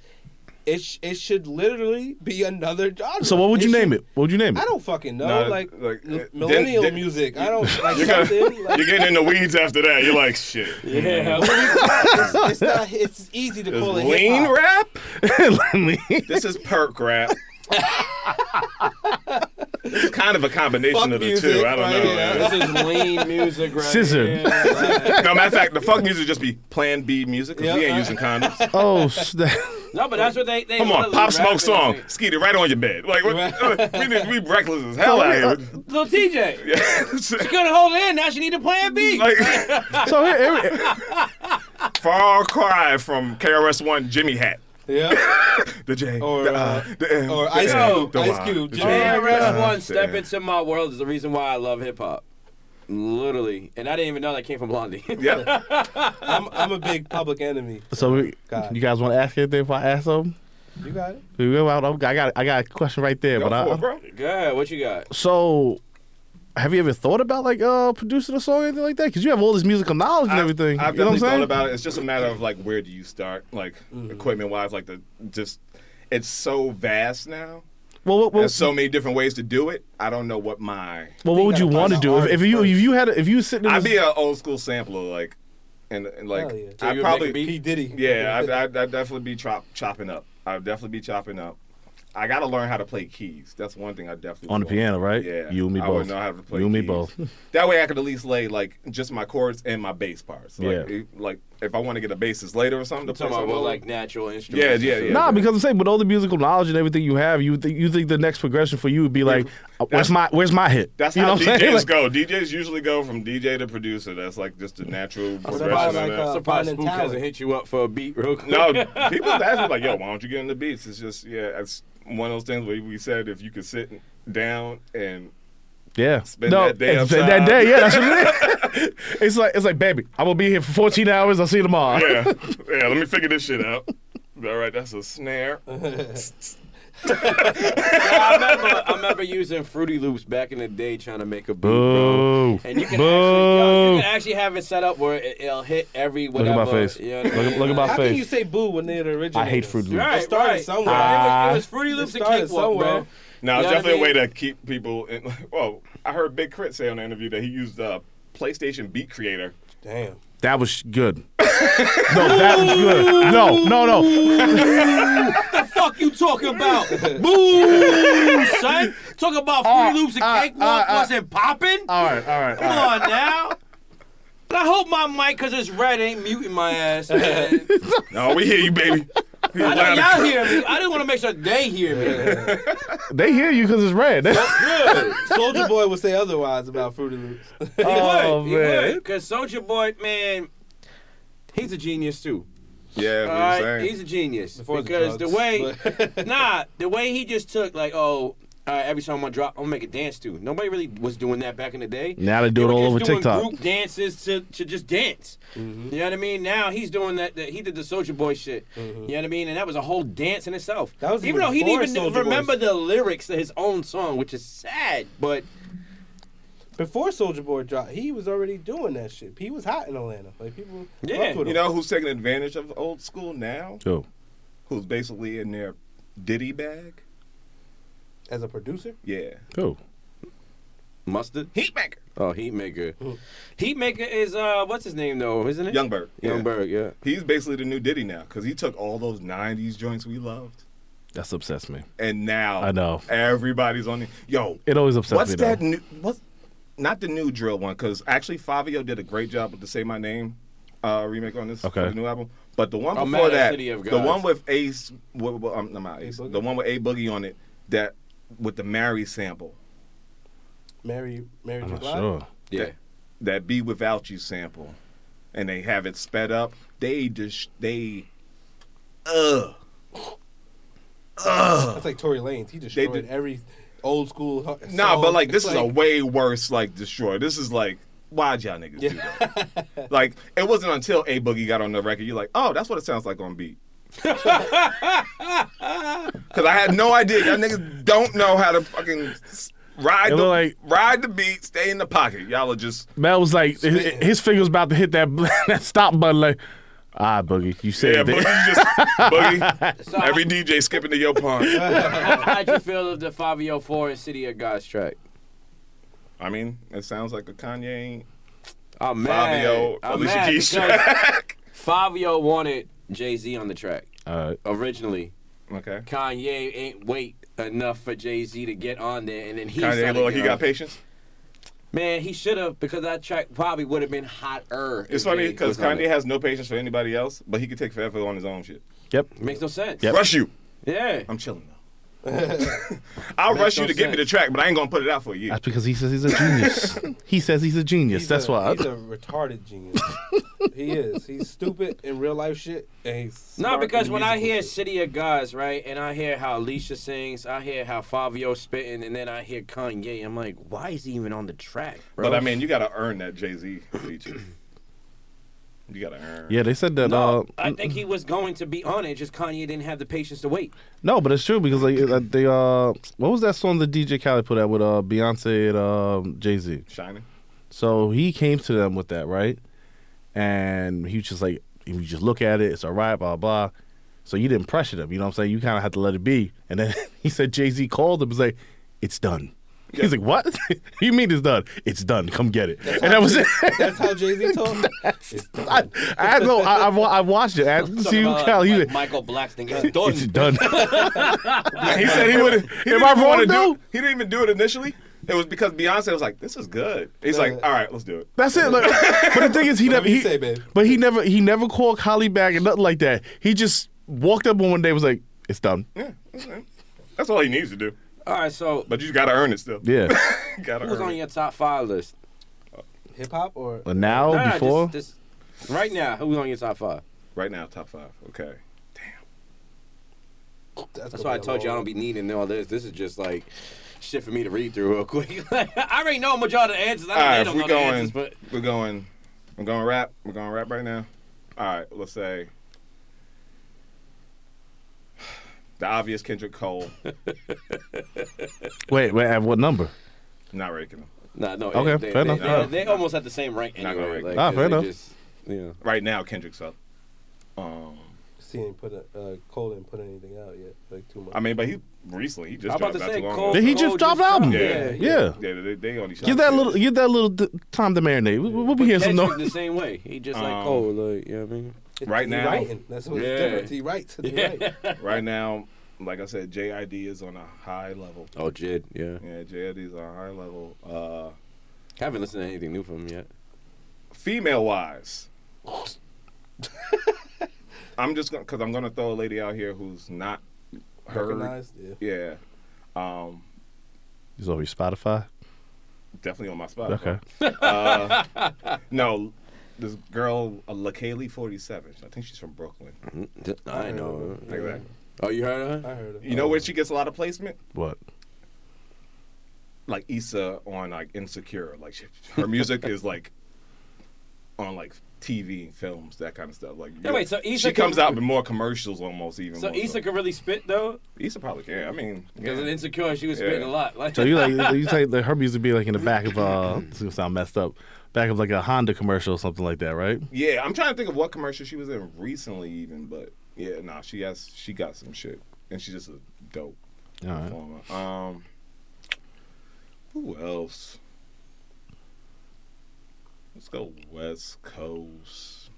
Speaker 2: It, sh- it should literally be another genre.
Speaker 3: so what would you name
Speaker 2: should-
Speaker 3: it? What would you name it?
Speaker 2: I
Speaker 3: *laughs*
Speaker 2: don't fucking know.
Speaker 5: No,
Speaker 2: like,
Speaker 5: like,
Speaker 2: m-
Speaker 5: uh,
Speaker 2: millennial
Speaker 5: then- then-
Speaker 2: music.
Speaker 5: *laughs*
Speaker 2: I don't like
Speaker 5: you're, gonna,
Speaker 2: something. like,
Speaker 5: you're getting in the weeds after that. You're like,
Speaker 2: *laughs*
Speaker 5: shit. *laughs*
Speaker 4: Yeah.
Speaker 2: it's, it's not. It's easy to
Speaker 5: This
Speaker 2: call it
Speaker 5: lean
Speaker 2: hip-hop.
Speaker 5: rap?
Speaker 2: *laughs*
Speaker 3: Lenny. *laughs*
Speaker 5: This is perk rap. it's kind of a combination
Speaker 2: Fuck
Speaker 5: of the
Speaker 2: music,
Speaker 5: two. I don't
Speaker 2: right?
Speaker 5: know.
Speaker 2: Yeah.
Speaker 5: man.
Speaker 4: this is lean music right
Speaker 3: Scissor.
Speaker 4: here. Like-
Speaker 5: No, matter of fact, the fuck music would just be Plan B music 'cause we
Speaker 2: Yeah.
Speaker 5: ain't using condoms.
Speaker 3: oh,
Speaker 4: *laughs*
Speaker 3: snap.
Speaker 4: No, but that's what they. they
Speaker 5: Come on,
Speaker 4: literally
Speaker 5: Pop
Speaker 4: rap
Speaker 5: Smoke
Speaker 4: it.
Speaker 5: song, skeet it right on your bed. Like what, *laughs* we need we reckless as hell out here.
Speaker 4: Little TJ. She couldn't hold it in. Now she need a plan B.
Speaker 5: *laughs* like
Speaker 3: So here, here-
Speaker 5: far cry from KRS One Jimmy Hat. *laughs*
Speaker 2: Yeah.
Speaker 5: The J,
Speaker 2: Or,
Speaker 5: the,
Speaker 2: uh,
Speaker 5: the M,
Speaker 2: or
Speaker 5: the
Speaker 2: Ice
Speaker 5: N,
Speaker 2: Cube,
Speaker 5: the
Speaker 2: Ice
Speaker 5: Y,
Speaker 2: Cube,
Speaker 5: the
Speaker 2: Jimmy
Speaker 5: J.
Speaker 2: Hat.
Speaker 4: KRS
Speaker 5: Uh,
Speaker 4: One step
Speaker 5: yeah.
Speaker 4: into my world is the reason why I love hip hop. Literally, and I didn't even know that came from Blondie. *laughs*
Speaker 5: Yep.
Speaker 2: I'm, I'm a big public enemy.
Speaker 3: so we,
Speaker 2: God.
Speaker 3: you guys want to ask anything before I ask them?
Speaker 2: You got it.
Speaker 3: We go out. I got, I got a question right there.
Speaker 5: Go
Speaker 3: but I,
Speaker 5: for it, bro.
Speaker 4: God, what you got?
Speaker 3: so, have you ever thought about like uh producing a song or anything like that? Because you have all this musical knowledge and
Speaker 5: I've-
Speaker 3: everything.
Speaker 5: I've
Speaker 3: you know
Speaker 5: definitely
Speaker 3: what I'm saying? Mm-hmm.
Speaker 5: thought about it. It's just a matter of like where do you start, like equipment wise, like the just. It's so vast now.
Speaker 3: well, what,
Speaker 5: There's
Speaker 3: what,
Speaker 5: so many different ways to do it. I don't know what my.
Speaker 3: well, what would you
Speaker 2: gotta
Speaker 3: want to
Speaker 2: find the
Speaker 3: do if, if you
Speaker 2: artist
Speaker 3: if you had a- if you sitting in
Speaker 5: I'd
Speaker 3: this-
Speaker 5: be an old school sampler. Like and, and like
Speaker 2: Hell yeah.
Speaker 4: So
Speaker 5: I
Speaker 4: you would make a
Speaker 5: probably
Speaker 4: beat?
Speaker 2: P Diddy.
Speaker 5: yeah, I'd, I'd, I'd definitely be chop, chopping up. I'd definitely be chopping up. I got to learn how to play keys. That's one thing I definitely
Speaker 3: On the
Speaker 5: will.
Speaker 3: piano, right?
Speaker 5: Yeah,
Speaker 3: You and me
Speaker 5: I
Speaker 3: both.
Speaker 5: would know how to play
Speaker 3: you and me
Speaker 5: keys.
Speaker 3: both. *laughs*
Speaker 5: That way, I could at least lay like just my chords and my bass parts. Like,
Speaker 3: Yeah.
Speaker 5: it- like if I want to get a bassist later or something, to
Speaker 4: I'm
Speaker 5: play
Speaker 4: talking about
Speaker 5: something
Speaker 4: well,
Speaker 5: over-
Speaker 4: like natural instruments.
Speaker 5: yeah,
Speaker 4: and
Speaker 5: yeah.
Speaker 4: shit.
Speaker 3: Nah, because I'm saying with all the musical knowledge and everything you have, you think you think the next progression for you would be like, uh, where's my where's my hit?
Speaker 5: That's
Speaker 3: you
Speaker 5: how
Speaker 3: what I'm
Speaker 5: DJs
Speaker 3: saying? Like,
Speaker 5: go. DJs usually go from DJ to producer. That's like just a
Speaker 3: *laughs*
Speaker 5: natural
Speaker 2: about
Speaker 5: progression.
Speaker 2: like,
Speaker 5: of that.
Speaker 2: uh,
Speaker 4: Surprise!
Speaker 2: Finding
Speaker 4: Spook hasn't
Speaker 2: talent.
Speaker 4: hit you up for a beat real quick.
Speaker 5: no, people ask me like, "Yo, why don't you get into beats?" It's just yeah, it's one of those things where we said if you could sit down and
Speaker 3: Yeah.
Speaker 5: Spend that day
Speaker 3: it's- spend that
Speaker 5: outside.
Speaker 3: day. Yeah,
Speaker 5: *laughs*
Speaker 3: that's what it is. *laughs* it's like it's like, baby, I will be here for 14 hours. I'll see you tomorrow.
Speaker 5: yeah, yeah, let me figure this shit out. All right, that's a snare.
Speaker 4: I remember, I remember using Fruity Loops back in the day trying to make a beat,
Speaker 3: Boo.
Speaker 4: bro. And you can,
Speaker 3: Boo.
Speaker 4: Actually, yo, you can actually have it set up where it, it'll hit every
Speaker 3: at
Speaker 4: whatever.
Speaker 3: my face.
Speaker 4: You know what I
Speaker 3: Look at-
Speaker 4: mean?
Speaker 3: look at my
Speaker 2: How
Speaker 3: face.
Speaker 2: can you say boo when they're the original?
Speaker 3: I hate Fruit Loops.
Speaker 4: Right,
Speaker 2: It started
Speaker 4: right.
Speaker 2: somewhere.
Speaker 4: It, was, it was Fruity
Speaker 2: It
Speaker 4: Loops and
Speaker 2: started
Speaker 4: Cakewalk,
Speaker 2: somewhere.
Speaker 4: bro.
Speaker 5: Now it's
Speaker 4: You know what
Speaker 5: definitely
Speaker 4: I
Speaker 5: a way to keep people. In, *laughs* well, I heard Big Crit say on the interview that he used uh, PlayStation Beat Creator.
Speaker 2: Damn.
Speaker 3: That was
Speaker 4: *laughs*
Speaker 3: good. no, that was good. No, no,
Speaker 4: *laughs*
Speaker 3: no.
Speaker 4: What the fuck you
Speaker 2: *laughs*
Speaker 4: talking about? Boo, son. Talk about
Speaker 3: Ah,
Speaker 4: Fruity Loops and
Speaker 3: ah,
Speaker 4: Cakewalk
Speaker 3: ah, ah.
Speaker 4: wasn't popping?
Speaker 3: All right, all right. All
Speaker 4: Come
Speaker 3: right.
Speaker 4: on now. I hope my mic, cause it's red, ain't muting my ass. man.
Speaker 3: *laughs*
Speaker 5: No, we hear you, baby. We
Speaker 4: I know
Speaker 5: loud and
Speaker 4: y'all
Speaker 5: clear.
Speaker 4: hear me. I didn't want to make sure they hear
Speaker 3: *laughs*
Speaker 4: me.
Speaker 3: They hear you because it's red. *laughs*
Speaker 4: Good.
Speaker 5: *laughs*
Speaker 2: Soldier Boy would say otherwise about Fruity Loops. *laughs*
Speaker 4: He
Speaker 3: Oh,
Speaker 4: would. He
Speaker 3: man.
Speaker 4: would. Cause Soldier Boy, man, he's a genius too.
Speaker 5: Yeah, we
Speaker 4: All
Speaker 5: were
Speaker 4: right,
Speaker 5: saying.
Speaker 4: he's a genius
Speaker 2: Before the
Speaker 4: because the
Speaker 2: drugs,
Speaker 4: way,
Speaker 2: *laughs* but-
Speaker 4: nah, the way he just took like, oh, all right, every song I drop, I'm gonna make a dance to. Nobody really was doing that back in the day.
Speaker 3: Now they do it
Speaker 4: were
Speaker 3: all
Speaker 4: just
Speaker 3: over
Speaker 4: doing
Speaker 3: TikTok.
Speaker 4: Group dances to, to just dance.
Speaker 2: Mm-hmm.
Speaker 4: You know what I mean? Now he's doing that. that he did the Soldier Boy shit. You know what I mean? And that was a whole dance in itself.
Speaker 2: Mm-hmm. That was
Speaker 4: even though he
Speaker 2: before
Speaker 4: didn't even
Speaker 2: Soulja Boys.
Speaker 4: remember the lyrics to his own song, which is sad. But
Speaker 2: Before Soldier Boy dropped, he was already doing that shit. He was hot in Atlanta. Like people,
Speaker 4: Yeah,
Speaker 2: fucked with
Speaker 5: You
Speaker 2: him.
Speaker 5: know who's taking advantage of old school now?
Speaker 3: Yo,
Speaker 5: Who's basically in their Diddy bag?
Speaker 2: as a producer,
Speaker 5: Yeah.
Speaker 3: yo.
Speaker 4: mustard.
Speaker 5: Heatmaker.
Speaker 4: Oh, Heatmaker. Heatmaker is uh, what's his name though? Isn't it
Speaker 5: Youngberg. yeah.
Speaker 4: Youngberg, yeah.
Speaker 5: He's basically the new Diddy now because he took all those 90s joints we loved.
Speaker 3: That's obsessed me.
Speaker 5: And now
Speaker 3: I know.
Speaker 5: everybody's on it. Yo,
Speaker 3: It always upsets
Speaker 5: what's
Speaker 3: me.
Speaker 5: that
Speaker 3: though.
Speaker 5: new? What's not the new drill one? Because actually, Fabio did a great job with the "Say My Name" uh, remake on this
Speaker 3: Okay.
Speaker 5: for the new album. But the one
Speaker 4: Oh,
Speaker 5: before
Speaker 4: Mad
Speaker 5: that,
Speaker 4: City of
Speaker 5: the
Speaker 4: Gods.
Speaker 5: one with Ace, w- w- um, no, not Ace,
Speaker 2: Boogie?
Speaker 5: the one with A Boogie on it, that with the Mary sample,
Speaker 2: Mary, Mary
Speaker 3: I'm
Speaker 2: J.
Speaker 3: not
Speaker 2: Blige.
Speaker 3: sure.
Speaker 4: Yeah.
Speaker 5: that "Be Without You" sample, and they have it sped up. They just they, ugh.
Speaker 2: That's like Tory Lanez. He destroyed
Speaker 5: did-
Speaker 2: every old school. hu-
Speaker 5: Nah,
Speaker 2: song.
Speaker 5: but like this
Speaker 2: It's
Speaker 5: is a way worse like destroy. This is like why'd y'all niggas do that? like it wasn't until A Boogie got on the record you're like, oh, that's what it sounds like on beat. Cause I had no idea. Y'all niggas don't know how to fucking s- ride the
Speaker 3: It look like-
Speaker 5: ride the beat, stay in the pocket. Y'all are just
Speaker 3: Mel was like, his, his finger was about to hit that, *laughs* that stop button. Like, ah, Boogie, you
Speaker 5: yeah,
Speaker 3: said
Speaker 5: Boogie
Speaker 3: that.
Speaker 5: just
Speaker 3: *laughs*
Speaker 5: Boogie.
Speaker 4: So
Speaker 5: Every DJ skipping to your pond.
Speaker 4: how, how'd you feel of the Fabio Four and City of God's track?
Speaker 5: I mean, it sounds like a Kanye
Speaker 4: I'm mad.
Speaker 5: Fabio
Speaker 4: I'm
Speaker 5: Alicia
Speaker 4: mad
Speaker 5: Keys
Speaker 4: Oh, because
Speaker 5: track. *laughs*
Speaker 4: Fabio wanted Jay Z on the track
Speaker 3: All right.
Speaker 4: originally.
Speaker 5: okay.
Speaker 4: Kanye ain't wait enough for Jay Z to get on there, and then he
Speaker 5: Kanye
Speaker 4: started
Speaker 5: look like he
Speaker 4: getting
Speaker 5: got
Speaker 4: on.
Speaker 5: patience.
Speaker 4: Man, he should have because that track probably would have been hotter.
Speaker 5: It's
Speaker 4: if
Speaker 5: funny
Speaker 4: Jay
Speaker 5: because
Speaker 4: was on
Speaker 5: Kanye
Speaker 4: it.
Speaker 5: has no patience for anybody else, but he could take forever on his own shit.
Speaker 3: Yep.
Speaker 4: makes no sense.
Speaker 3: Yep.
Speaker 5: Rush you.
Speaker 4: Yeah.
Speaker 5: I'm chilling though. I'll rush you
Speaker 4: no
Speaker 5: to get me the
Speaker 4: sense.
Speaker 5: track, but I ain't gonna put it out for you.
Speaker 3: That's because he says he's a genius. he says he's a genius.
Speaker 2: He's
Speaker 3: That's
Speaker 2: a,
Speaker 3: why.
Speaker 2: he's
Speaker 5: *laughs*
Speaker 2: a retarded genius. he is. He's stupid in real life shit, and he's
Speaker 4: No,
Speaker 2: smart
Speaker 4: because
Speaker 2: in
Speaker 4: when I
Speaker 2: musical
Speaker 4: hear
Speaker 2: shit.
Speaker 4: City of Gods, right, and I hear how Alicia sings, I hear how Fabio spitting, and then I hear Kanye, I'm like, why is he even on the track, bro?
Speaker 5: but I mean, you gotta earn that Jay Z feature. you gotta earn.
Speaker 3: yeah, they said that.
Speaker 4: no,
Speaker 3: uh,
Speaker 4: I think he was going to be on it, just Kanye didn't have the patience to wait.
Speaker 3: No, but it's true because like uh, they uh, what was that song that DJ Khaled put out with uh Beyonce and um Jay Z?
Speaker 5: Shining.
Speaker 3: So he came to them with that, right? And he was just like, if you just look at it, it's all right, blah blah. So you *laughs* didn't pressure them, you know what I'm saying? You kind of had to let it be. And then he said Jay Z called him, was like, it's done. He's like, "What? *laughs* you mean it's done? It's done. Come get it." and that was it.
Speaker 2: That's how Jay
Speaker 5: *laughs*
Speaker 2: Z talks. It's done.
Speaker 3: *laughs* I, I know. I, I, wa- I watched it. I see you, Cal.
Speaker 4: like,
Speaker 3: You.
Speaker 4: Michael Blackston gets done.
Speaker 3: It's done. he said he would. Am I
Speaker 5: want
Speaker 3: wrong
Speaker 5: to
Speaker 3: though?
Speaker 5: do. He didn't even do it initially. It was because Beyonce was like, "This is good." He's like, "All right, let's do it."
Speaker 3: That's it. Like, but the thing is, he never.
Speaker 2: you
Speaker 3: He,
Speaker 2: say, babe.
Speaker 3: But he never. He never called Kylie back and nothing like that. He just walked up one day, and was like, "It's done."
Speaker 5: Yeah, okay. that's all he needs to do.
Speaker 4: All right, so
Speaker 5: But you got to earn it still. *laughs*
Speaker 3: Yeah.
Speaker 5: got to
Speaker 4: who's on
Speaker 5: earn it.
Speaker 4: your top five list?
Speaker 2: Hip hop or
Speaker 3: But now,
Speaker 4: Nah, nah,
Speaker 3: Oh, before,
Speaker 4: just- just- right now, who's on your top five?
Speaker 5: Right now, top five. Okay.
Speaker 4: That's why I told you I don't be needing all this. This is just like shit for me to read through real quick. *laughs* Like, I already know a majority of the answers. I
Speaker 5: All right, if
Speaker 4: don't need
Speaker 5: we're
Speaker 4: all the
Speaker 5: going,
Speaker 4: answers, but
Speaker 5: we're going, we're going rap. We're going rap right now. All right, let's say *sighs* the obvious Kendrick Cole.
Speaker 3: wait, wait, at what number?
Speaker 5: Not ranking him
Speaker 4: nah, no.
Speaker 3: Okay, fair
Speaker 4: they, they,
Speaker 3: enough.
Speaker 4: They,
Speaker 3: All right.
Speaker 4: they almost at the same rank
Speaker 5: Not gonna
Speaker 4: anyway.
Speaker 5: rank.
Speaker 4: Like,
Speaker 3: Ah, fair
Speaker 4: they
Speaker 3: enough.
Speaker 4: Just, yeah.
Speaker 5: right now. Kendrick's up. Um,
Speaker 2: See, ain't put a, uh, Cole didn't put anything out yet. Like two months.
Speaker 5: I mean, but he recently he just
Speaker 4: I'm
Speaker 5: dropped
Speaker 4: about to
Speaker 5: not
Speaker 4: say
Speaker 5: too long
Speaker 4: Cole.
Speaker 5: ago.
Speaker 3: Did he just drop an album?
Speaker 5: Yeah,
Speaker 3: Yeah.
Speaker 5: Yeah, they, they only shot
Speaker 3: Give that
Speaker 5: six.
Speaker 3: little, give that little d- time to marinate. We- We'll be here some
Speaker 4: Kendrick
Speaker 3: more.
Speaker 4: the same way. He just
Speaker 5: Um,
Speaker 4: like Cole, like you know what I mean.
Speaker 2: It's-
Speaker 5: right
Speaker 2: he
Speaker 5: now-
Speaker 2: *laughs* writing. That's what
Speaker 4: Yeah.
Speaker 2: it's different. He writes. He writes.
Speaker 5: right now. Like I said, JID is on a high level.
Speaker 4: Oh, Jid, yeah.
Speaker 5: Yeah, JID is on a high level. Uh,
Speaker 4: Haven't listened to anything new from him yet.
Speaker 5: female
Speaker 4: *laughs*
Speaker 5: wise. I'm just gonna because I'm gonna throw a lady out here who's not *laughs* heard.
Speaker 2: Recognized. Yeah.
Speaker 5: Yeah, um,
Speaker 3: He's always Spotify.
Speaker 5: definitely on my spot.
Speaker 3: Okay.
Speaker 5: Uh, no, this girl, uh, Lakaylee, 47. I think she's from Brooklyn.
Speaker 4: I know.
Speaker 5: Like that.
Speaker 4: Oh, you heard of her?
Speaker 2: I heard it.
Speaker 5: You know where she gets a lot of placement?
Speaker 3: What?
Speaker 5: Like Issa on like Insecure. Like she, her music is like on like TV, films, that kind of stuff. Like
Speaker 4: Yeah, wait, so Issa
Speaker 5: she comes
Speaker 4: can-
Speaker 5: out with more commercials almost even.
Speaker 4: So
Speaker 5: more
Speaker 4: Issa could really spit though,
Speaker 5: Issa probably can. I mean,
Speaker 4: because
Speaker 5: yeah.
Speaker 4: insecure she was spitting
Speaker 5: Yeah.
Speaker 4: a lot. *laughs* Like,
Speaker 3: So you like you say that her music be like in the back of uh, this is gonna sound messed up, back of like a Honda commercial or something like that, right?
Speaker 5: Yeah, I'm trying to think of what commercial she was in recently, even. But yeah, nah, she has she got some shit, and she's just a dope
Speaker 3: All right.
Speaker 5: performer. Um, who else? Let's go West Coast.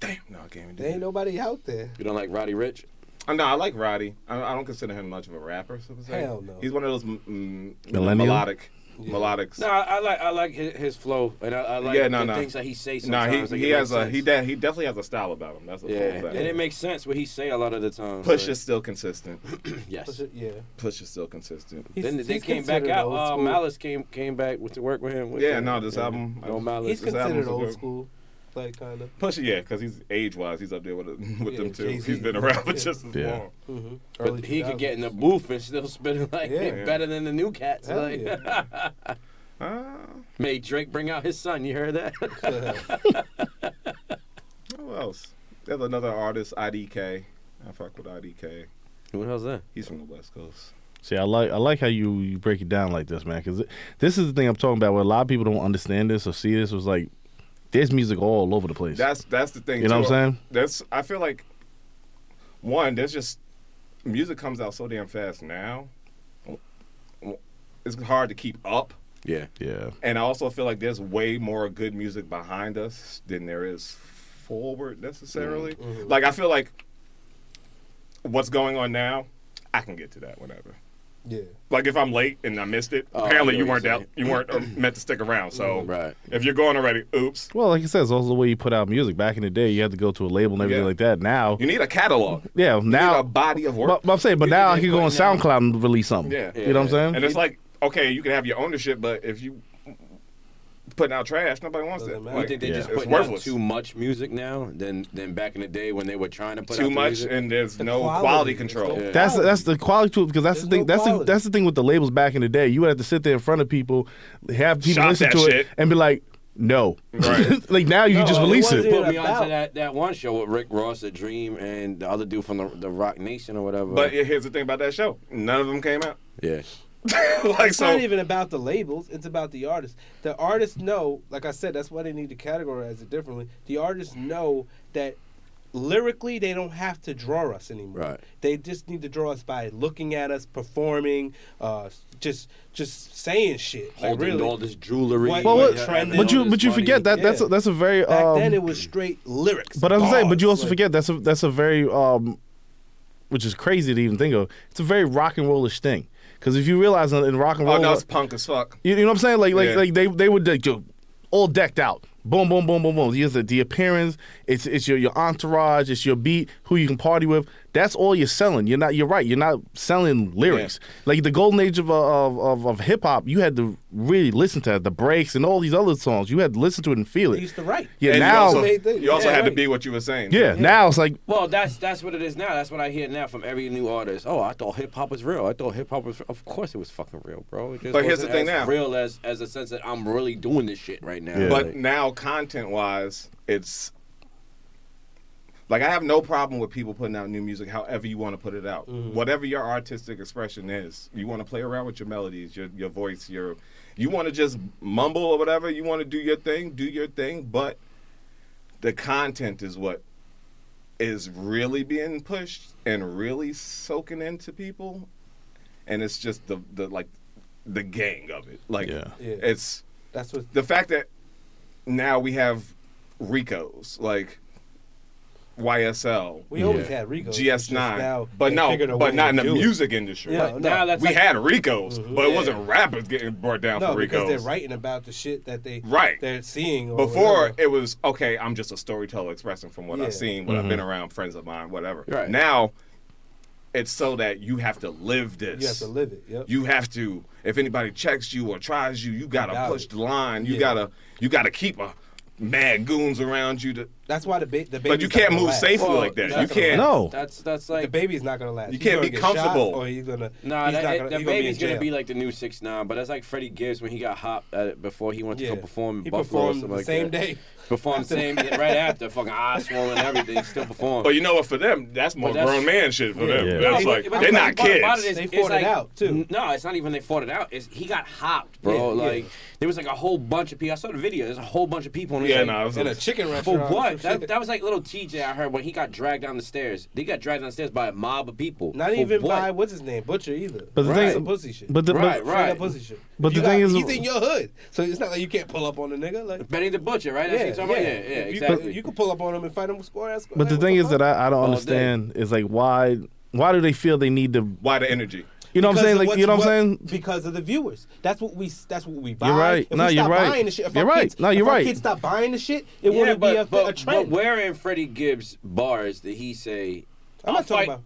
Speaker 5: Damn, no, I can't even do
Speaker 2: There ain't
Speaker 5: that.
Speaker 2: nobody out there.
Speaker 4: you don't like Roddy Rich?
Speaker 5: Uh, no, I like Roddy. I, I don't consider him much of a rapper. So to say.
Speaker 2: Hell no.
Speaker 5: He's one of those mm, mm,
Speaker 3: Millennial?
Speaker 5: melodic, melodic.
Speaker 4: No, I, I like I like his, his flow, and I, I like
Speaker 5: Yeah, no,
Speaker 4: the
Speaker 5: no.
Speaker 4: things that he says.
Speaker 5: Nah, he,
Speaker 4: sometimes. like,
Speaker 5: he
Speaker 4: it
Speaker 5: has
Speaker 4: makes
Speaker 5: a he
Speaker 4: sense.
Speaker 5: de- he definitely has a style about him. That's a
Speaker 4: yeah,
Speaker 5: full fact.
Speaker 4: and it makes sense what he say a lot of the time.
Speaker 5: Push
Speaker 4: like,
Speaker 5: is still consistent.
Speaker 4: yes.
Speaker 2: Yeah.
Speaker 5: Push is still consistent.
Speaker 2: He's-
Speaker 4: then they
Speaker 2: he's
Speaker 4: came back
Speaker 2: considered
Speaker 4: out.
Speaker 2: old
Speaker 4: Uh,
Speaker 2: school.
Speaker 4: Malice came came back with to work with him. with
Speaker 5: Yeah,
Speaker 4: the-
Speaker 5: no, this album-
Speaker 4: No Malice.
Speaker 2: He's
Speaker 5: this album's
Speaker 2: considered
Speaker 5: a
Speaker 2: old
Speaker 5: good-
Speaker 2: school, like kind of.
Speaker 5: Push, yeah, because he's age wise, he's up there with *laughs* with
Speaker 2: Yeah,
Speaker 5: them too.
Speaker 2: Jay-Z.
Speaker 5: He's been around for
Speaker 2: Yeah.
Speaker 5: just as
Speaker 3: Yeah.
Speaker 5: long.
Speaker 2: Mm-hmm.
Speaker 4: but he could get in the booth and still spit *laughs* it like
Speaker 2: Yeah.
Speaker 4: better than the new cats. like,
Speaker 5: Uh,
Speaker 4: *laughs* made Drake bring out his son. You heard that? *laughs*
Speaker 3: *laughs*
Speaker 5: who else? There's another artist, IDK. I fuck with IDK.
Speaker 4: what else that?
Speaker 5: He's from the West Coast.
Speaker 3: See, I like I like how you, you break it down like this, man. Because this is the thing I'm talking about. Where a lot of people don't understand this or see this was like, there's music all over the place.
Speaker 5: That's that's the thing.
Speaker 3: You know
Speaker 5: too.
Speaker 3: what I'm saying?
Speaker 5: That's I feel like one. There's just music comes out so damn fast now. It's hard to keep up.
Speaker 4: Yeah.
Speaker 3: yeah.
Speaker 5: And I also feel like there's way more good music behind us than there is forward necessarily.
Speaker 4: Mm, mm-hmm.
Speaker 5: Like I feel like what's going on now, I can get to that whenever.
Speaker 2: Yeah.
Speaker 5: Like if I'm late and I missed it,
Speaker 4: Oh, I
Speaker 5: apparently
Speaker 4: see
Speaker 5: you
Speaker 4: what
Speaker 5: weren't
Speaker 4: you're Mm,
Speaker 5: out, you weren't uh, meant to stick around. So
Speaker 4: Right.
Speaker 5: if you're going already, oops.
Speaker 3: Well, like I said, it's also the way you put out music. Back in the day, you had to go to a label and everything
Speaker 5: Yeah.
Speaker 3: like that. Now,
Speaker 5: You need a catalog.
Speaker 3: yeah,
Speaker 5: You need
Speaker 3: now.
Speaker 5: a body of work.
Speaker 3: But, but I'm saying, but
Speaker 4: You
Speaker 3: now I
Speaker 4: need
Speaker 3: can
Speaker 4: to
Speaker 3: go on
Speaker 4: put down-
Speaker 3: SoundCloud and release something.
Speaker 5: Yeah.
Speaker 3: You know what I'm saying?
Speaker 5: and it's like, okay, you can have your ownership, but if you putting out trash, nobody wants
Speaker 2: Doesn't
Speaker 5: that.
Speaker 2: matter.
Speaker 4: You
Speaker 5: Like,
Speaker 4: think they
Speaker 3: Yeah.
Speaker 4: just
Speaker 5: it's
Speaker 4: putting out
Speaker 5: worthless.
Speaker 4: too much music now than than back in the day when they were trying to put out
Speaker 5: too
Speaker 4: the
Speaker 5: much,
Speaker 4: music?
Speaker 5: and there's no
Speaker 2: quality.
Speaker 5: quality,
Speaker 2: There's no
Speaker 5: control.
Speaker 2: Yeah.
Speaker 3: That's
Speaker 2: Quality.
Speaker 3: that's the quality to it because that's
Speaker 2: There's
Speaker 3: the thing.
Speaker 2: no
Speaker 3: that's the,
Speaker 2: quality.
Speaker 3: that's the thing with the labels back in the day. You would have to sit there in front of people, have people
Speaker 5: Shop
Speaker 3: listen
Speaker 5: that
Speaker 3: to it,
Speaker 5: shit.
Speaker 3: and be like, "No."
Speaker 5: Right.
Speaker 3: *laughs* like now you
Speaker 5: No,
Speaker 3: just
Speaker 5: it
Speaker 3: release
Speaker 2: wasn't-
Speaker 3: it.
Speaker 4: put me
Speaker 2: Yeah,
Speaker 4: onto
Speaker 2: about-
Speaker 4: that, that one show with Rick Ross, The Dream, and the other dude from the, the Rock Nation or whatever.
Speaker 5: But here's the thing about that show: none of them came out. *laughs*
Speaker 4: yeah,
Speaker 5: like
Speaker 2: It's
Speaker 5: so,
Speaker 2: not even about the labels. It's about the artists. The artists know, like I said, that's why they need to categorize it differently. The artists know that lyrically they don't have to draw us anymore.
Speaker 4: Right.
Speaker 2: They just need to draw us by looking at us performing, uh, just just saying shit. Like
Speaker 4: Holding
Speaker 2: really,
Speaker 4: all this jewelry.
Speaker 2: What-
Speaker 3: Well, what-
Speaker 4: trending,
Speaker 3: But you
Speaker 4: all
Speaker 3: but
Speaker 4: this
Speaker 3: you
Speaker 4: money.
Speaker 3: forget that that's a,
Speaker 2: Yeah.
Speaker 3: that's a very
Speaker 2: back
Speaker 3: um,
Speaker 2: then it was straight lyrics.
Speaker 3: But I was saying, but you
Speaker 2: bars,
Speaker 3: also
Speaker 2: like-
Speaker 3: forget that's a that's a very um, which is crazy to even think of. It's a very rock and rollish thing because if you realize in, in rock and roll,
Speaker 5: Oh, no, it's punk as fuck.
Speaker 3: you, you know what I'm saying? Like like
Speaker 5: Yeah.
Speaker 3: like they they would like, yo, all decked out. Boom, boom, boom, boom, boom. You the, the appearance. It's it's your, your entourage. It's your beat. Who you can party with. That's all you're selling. You're not. You're right. You're not selling lyrics. Like the golden age of uh, of of, of hip hop. You had to really listen to the breaks and all these other songs. You had to listen to it and feel
Speaker 2: They
Speaker 3: it.
Speaker 2: used to write.
Speaker 3: Yeah.
Speaker 5: And
Speaker 3: now.
Speaker 5: you also,
Speaker 2: They- they-
Speaker 5: you also
Speaker 2: yeah,
Speaker 5: had to
Speaker 2: right.
Speaker 5: be what you were saying.
Speaker 3: yeah. Now it's like
Speaker 4: Well, that's that's what it is now. That's what I hear now from every new artist. Oh, I thought hip hop was real. I thought hip hop was. Of course, it was fucking real, bro. It just
Speaker 5: But here's the
Speaker 4: wasn't
Speaker 5: thing
Speaker 4: as
Speaker 5: now.
Speaker 4: real as as a sense that I'm really doing this shit right now.
Speaker 3: Yeah.
Speaker 5: But
Speaker 4: Like,
Speaker 5: now, content wise, it's like I have no problem with people putting out new music however you want to put it out.
Speaker 3: Mm-hmm.
Speaker 5: Whatever your artistic expression is, you want to play around with your melodies, your, your voice, your. You want to just mumble or whatever, you want to do your thing, do your thing, but the content is what is really being pushed and really soaking into people. And it's just the, the like the gang of it. Like
Speaker 3: Yeah.
Speaker 2: Yeah.
Speaker 5: it's
Speaker 2: That's what
Speaker 5: the fact that now we have Ricos like YSL,
Speaker 2: we always
Speaker 3: Yeah.
Speaker 2: had. Rigo
Speaker 5: GS9, but no, but not in the music industry.
Speaker 2: Yeah,
Speaker 5: Like,
Speaker 4: now
Speaker 2: no.
Speaker 4: that's
Speaker 5: we
Speaker 4: like-
Speaker 5: had Ricos, but it
Speaker 4: Yeah.
Speaker 5: wasn't rappers getting brought down
Speaker 2: Mm-hmm. No,
Speaker 5: for
Speaker 2: because
Speaker 5: Ricos.
Speaker 2: they're writing about the shit that they
Speaker 5: Right.
Speaker 2: they're seeing. Or
Speaker 5: Before
Speaker 2: whatever.
Speaker 5: it was okay. I'm just a storyteller expressing from what
Speaker 2: Yeah.
Speaker 5: I've seen, what I've been around, friends of mine, whatever.
Speaker 4: Right.
Speaker 5: Now, it's so that you have to live this.
Speaker 2: you have to live it. Yep.
Speaker 5: you have to if anybody checks you or tries you you gotta
Speaker 2: Got
Speaker 5: push
Speaker 2: it.
Speaker 5: the line you
Speaker 2: Yeah.
Speaker 5: gotta you gotta keep a mad goons around you to
Speaker 2: That's why the ba- the baby's
Speaker 5: but you
Speaker 2: not
Speaker 5: can't
Speaker 2: gonna
Speaker 5: move
Speaker 2: last.
Speaker 5: safely
Speaker 4: Well,
Speaker 5: like that
Speaker 4: that's
Speaker 5: you
Speaker 4: a-
Speaker 5: can't
Speaker 3: no.
Speaker 4: that's that's
Speaker 2: The
Speaker 4: like
Speaker 2: baby's not gonna last.
Speaker 5: You
Speaker 2: He's
Speaker 5: can't
Speaker 2: gonna
Speaker 5: be
Speaker 2: get shot
Speaker 5: comfortable.
Speaker 2: or he's gonna.
Speaker 4: Nah,
Speaker 2: he's
Speaker 4: that,
Speaker 2: not gonna,
Speaker 4: it- that
Speaker 2: he's gonna be
Speaker 4: baby's
Speaker 2: in
Speaker 4: gonna
Speaker 2: jail.
Speaker 4: be like the new six nine, but that's like Freddie Gibbs when he got hot at it before he went to
Speaker 2: Yeah.
Speaker 4: go perform in
Speaker 2: He
Speaker 4: Buffalo. or
Speaker 2: performed
Speaker 4: something
Speaker 2: the
Speaker 4: like
Speaker 2: same
Speaker 4: that.
Speaker 2: day.
Speaker 4: Performed the same day, right after. Fucking eyes swollen, everything.
Speaker 2: *laughs*
Speaker 4: Still performed.
Speaker 5: but you know what for them that's more
Speaker 4: that's-
Speaker 5: grown man shit for them
Speaker 3: Yeah.
Speaker 5: that's
Speaker 4: No,
Speaker 5: like
Speaker 4: but- but
Speaker 5: they're
Speaker 4: the
Speaker 5: not
Speaker 4: part about
Speaker 5: kids
Speaker 4: it is-
Speaker 2: They
Speaker 4: it's
Speaker 2: fought it
Speaker 4: like-
Speaker 2: out, too.
Speaker 4: n- No, it's not even they fought it out. Is he got hopped, bro?
Speaker 2: Yeah, yeah.
Speaker 4: like there was like a whole bunch of people. I saw the video. There's a whole bunch of people. And it's
Speaker 5: yeah
Speaker 4: like,
Speaker 5: no it was
Speaker 2: in a
Speaker 5: like-
Speaker 2: chicken
Speaker 4: For
Speaker 2: restaurant. or
Speaker 4: what?
Speaker 2: some
Speaker 4: That,
Speaker 2: shit.
Speaker 4: that was like little TJ I heard when he got dragged down the stairs. They got dragged down the stairs by a mob of people.
Speaker 2: Not
Speaker 4: For
Speaker 2: even
Speaker 4: what?
Speaker 2: by what's his name, butcher either.
Speaker 3: But the
Speaker 2: Right.
Speaker 3: thing-
Speaker 2: Some pussy shit.
Speaker 3: But the,
Speaker 4: Right,
Speaker 3: but,
Speaker 4: right.
Speaker 2: Straight up pussy shit.
Speaker 3: But
Speaker 2: You
Speaker 3: the
Speaker 2: got-
Speaker 3: thing is-
Speaker 2: he's in your hood, so it's not like you can't pull up on a nigga. Like
Speaker 4: Benny the Butcher, right? That's
Speaker 2: yeah,
Speaker 4: what you're talking
Speaker 2: yeah.
Speaker 4: about? yeah, yeah,
Speaker 2: If you-
Speaker 4: exactly.
Speaker 2: You can pull up on him and fight him with square ass.
Speaker 3: But the thing is that I, I don't
Speaker 4: All
Speaker 3: understand is like why why do they feel they need to
Speaker 5: why the energy
Speaker 3: you know what I'm saying like you know what I'm saying
Speaker 2: Because of the viewers, that's what we that's what we buy.
Speaker 3: right.
Speaker 2: If
Speaker 3: No,
Speaker 2: we
Speaker 3: you're
Speaker 2: stop
Speaker 3: right.
Speaker 2: Buying the shit, if
Speaker 3: You're
Speaker 2: our
Speaker 3: right.
Speaker 2: Kids,
Speaker 3: No, you're
Speaker 2: if our
Speaker 3: right.
Speaker 2: kids stop buying the shit, it
Speaker 4: yeah,
Speaker 2: wouldn't
Speaker 4: but,
Speaker 2: be a,
Speaker 4: but,
Speaker 2: a trend.
Speaker 4: But where in Freddie Gibbs' bars did he say,
Speaker 2: I'm
Speaker 4: I'll
Speaker 2: not talking
Speaker 4: fight
Speaker 2: about.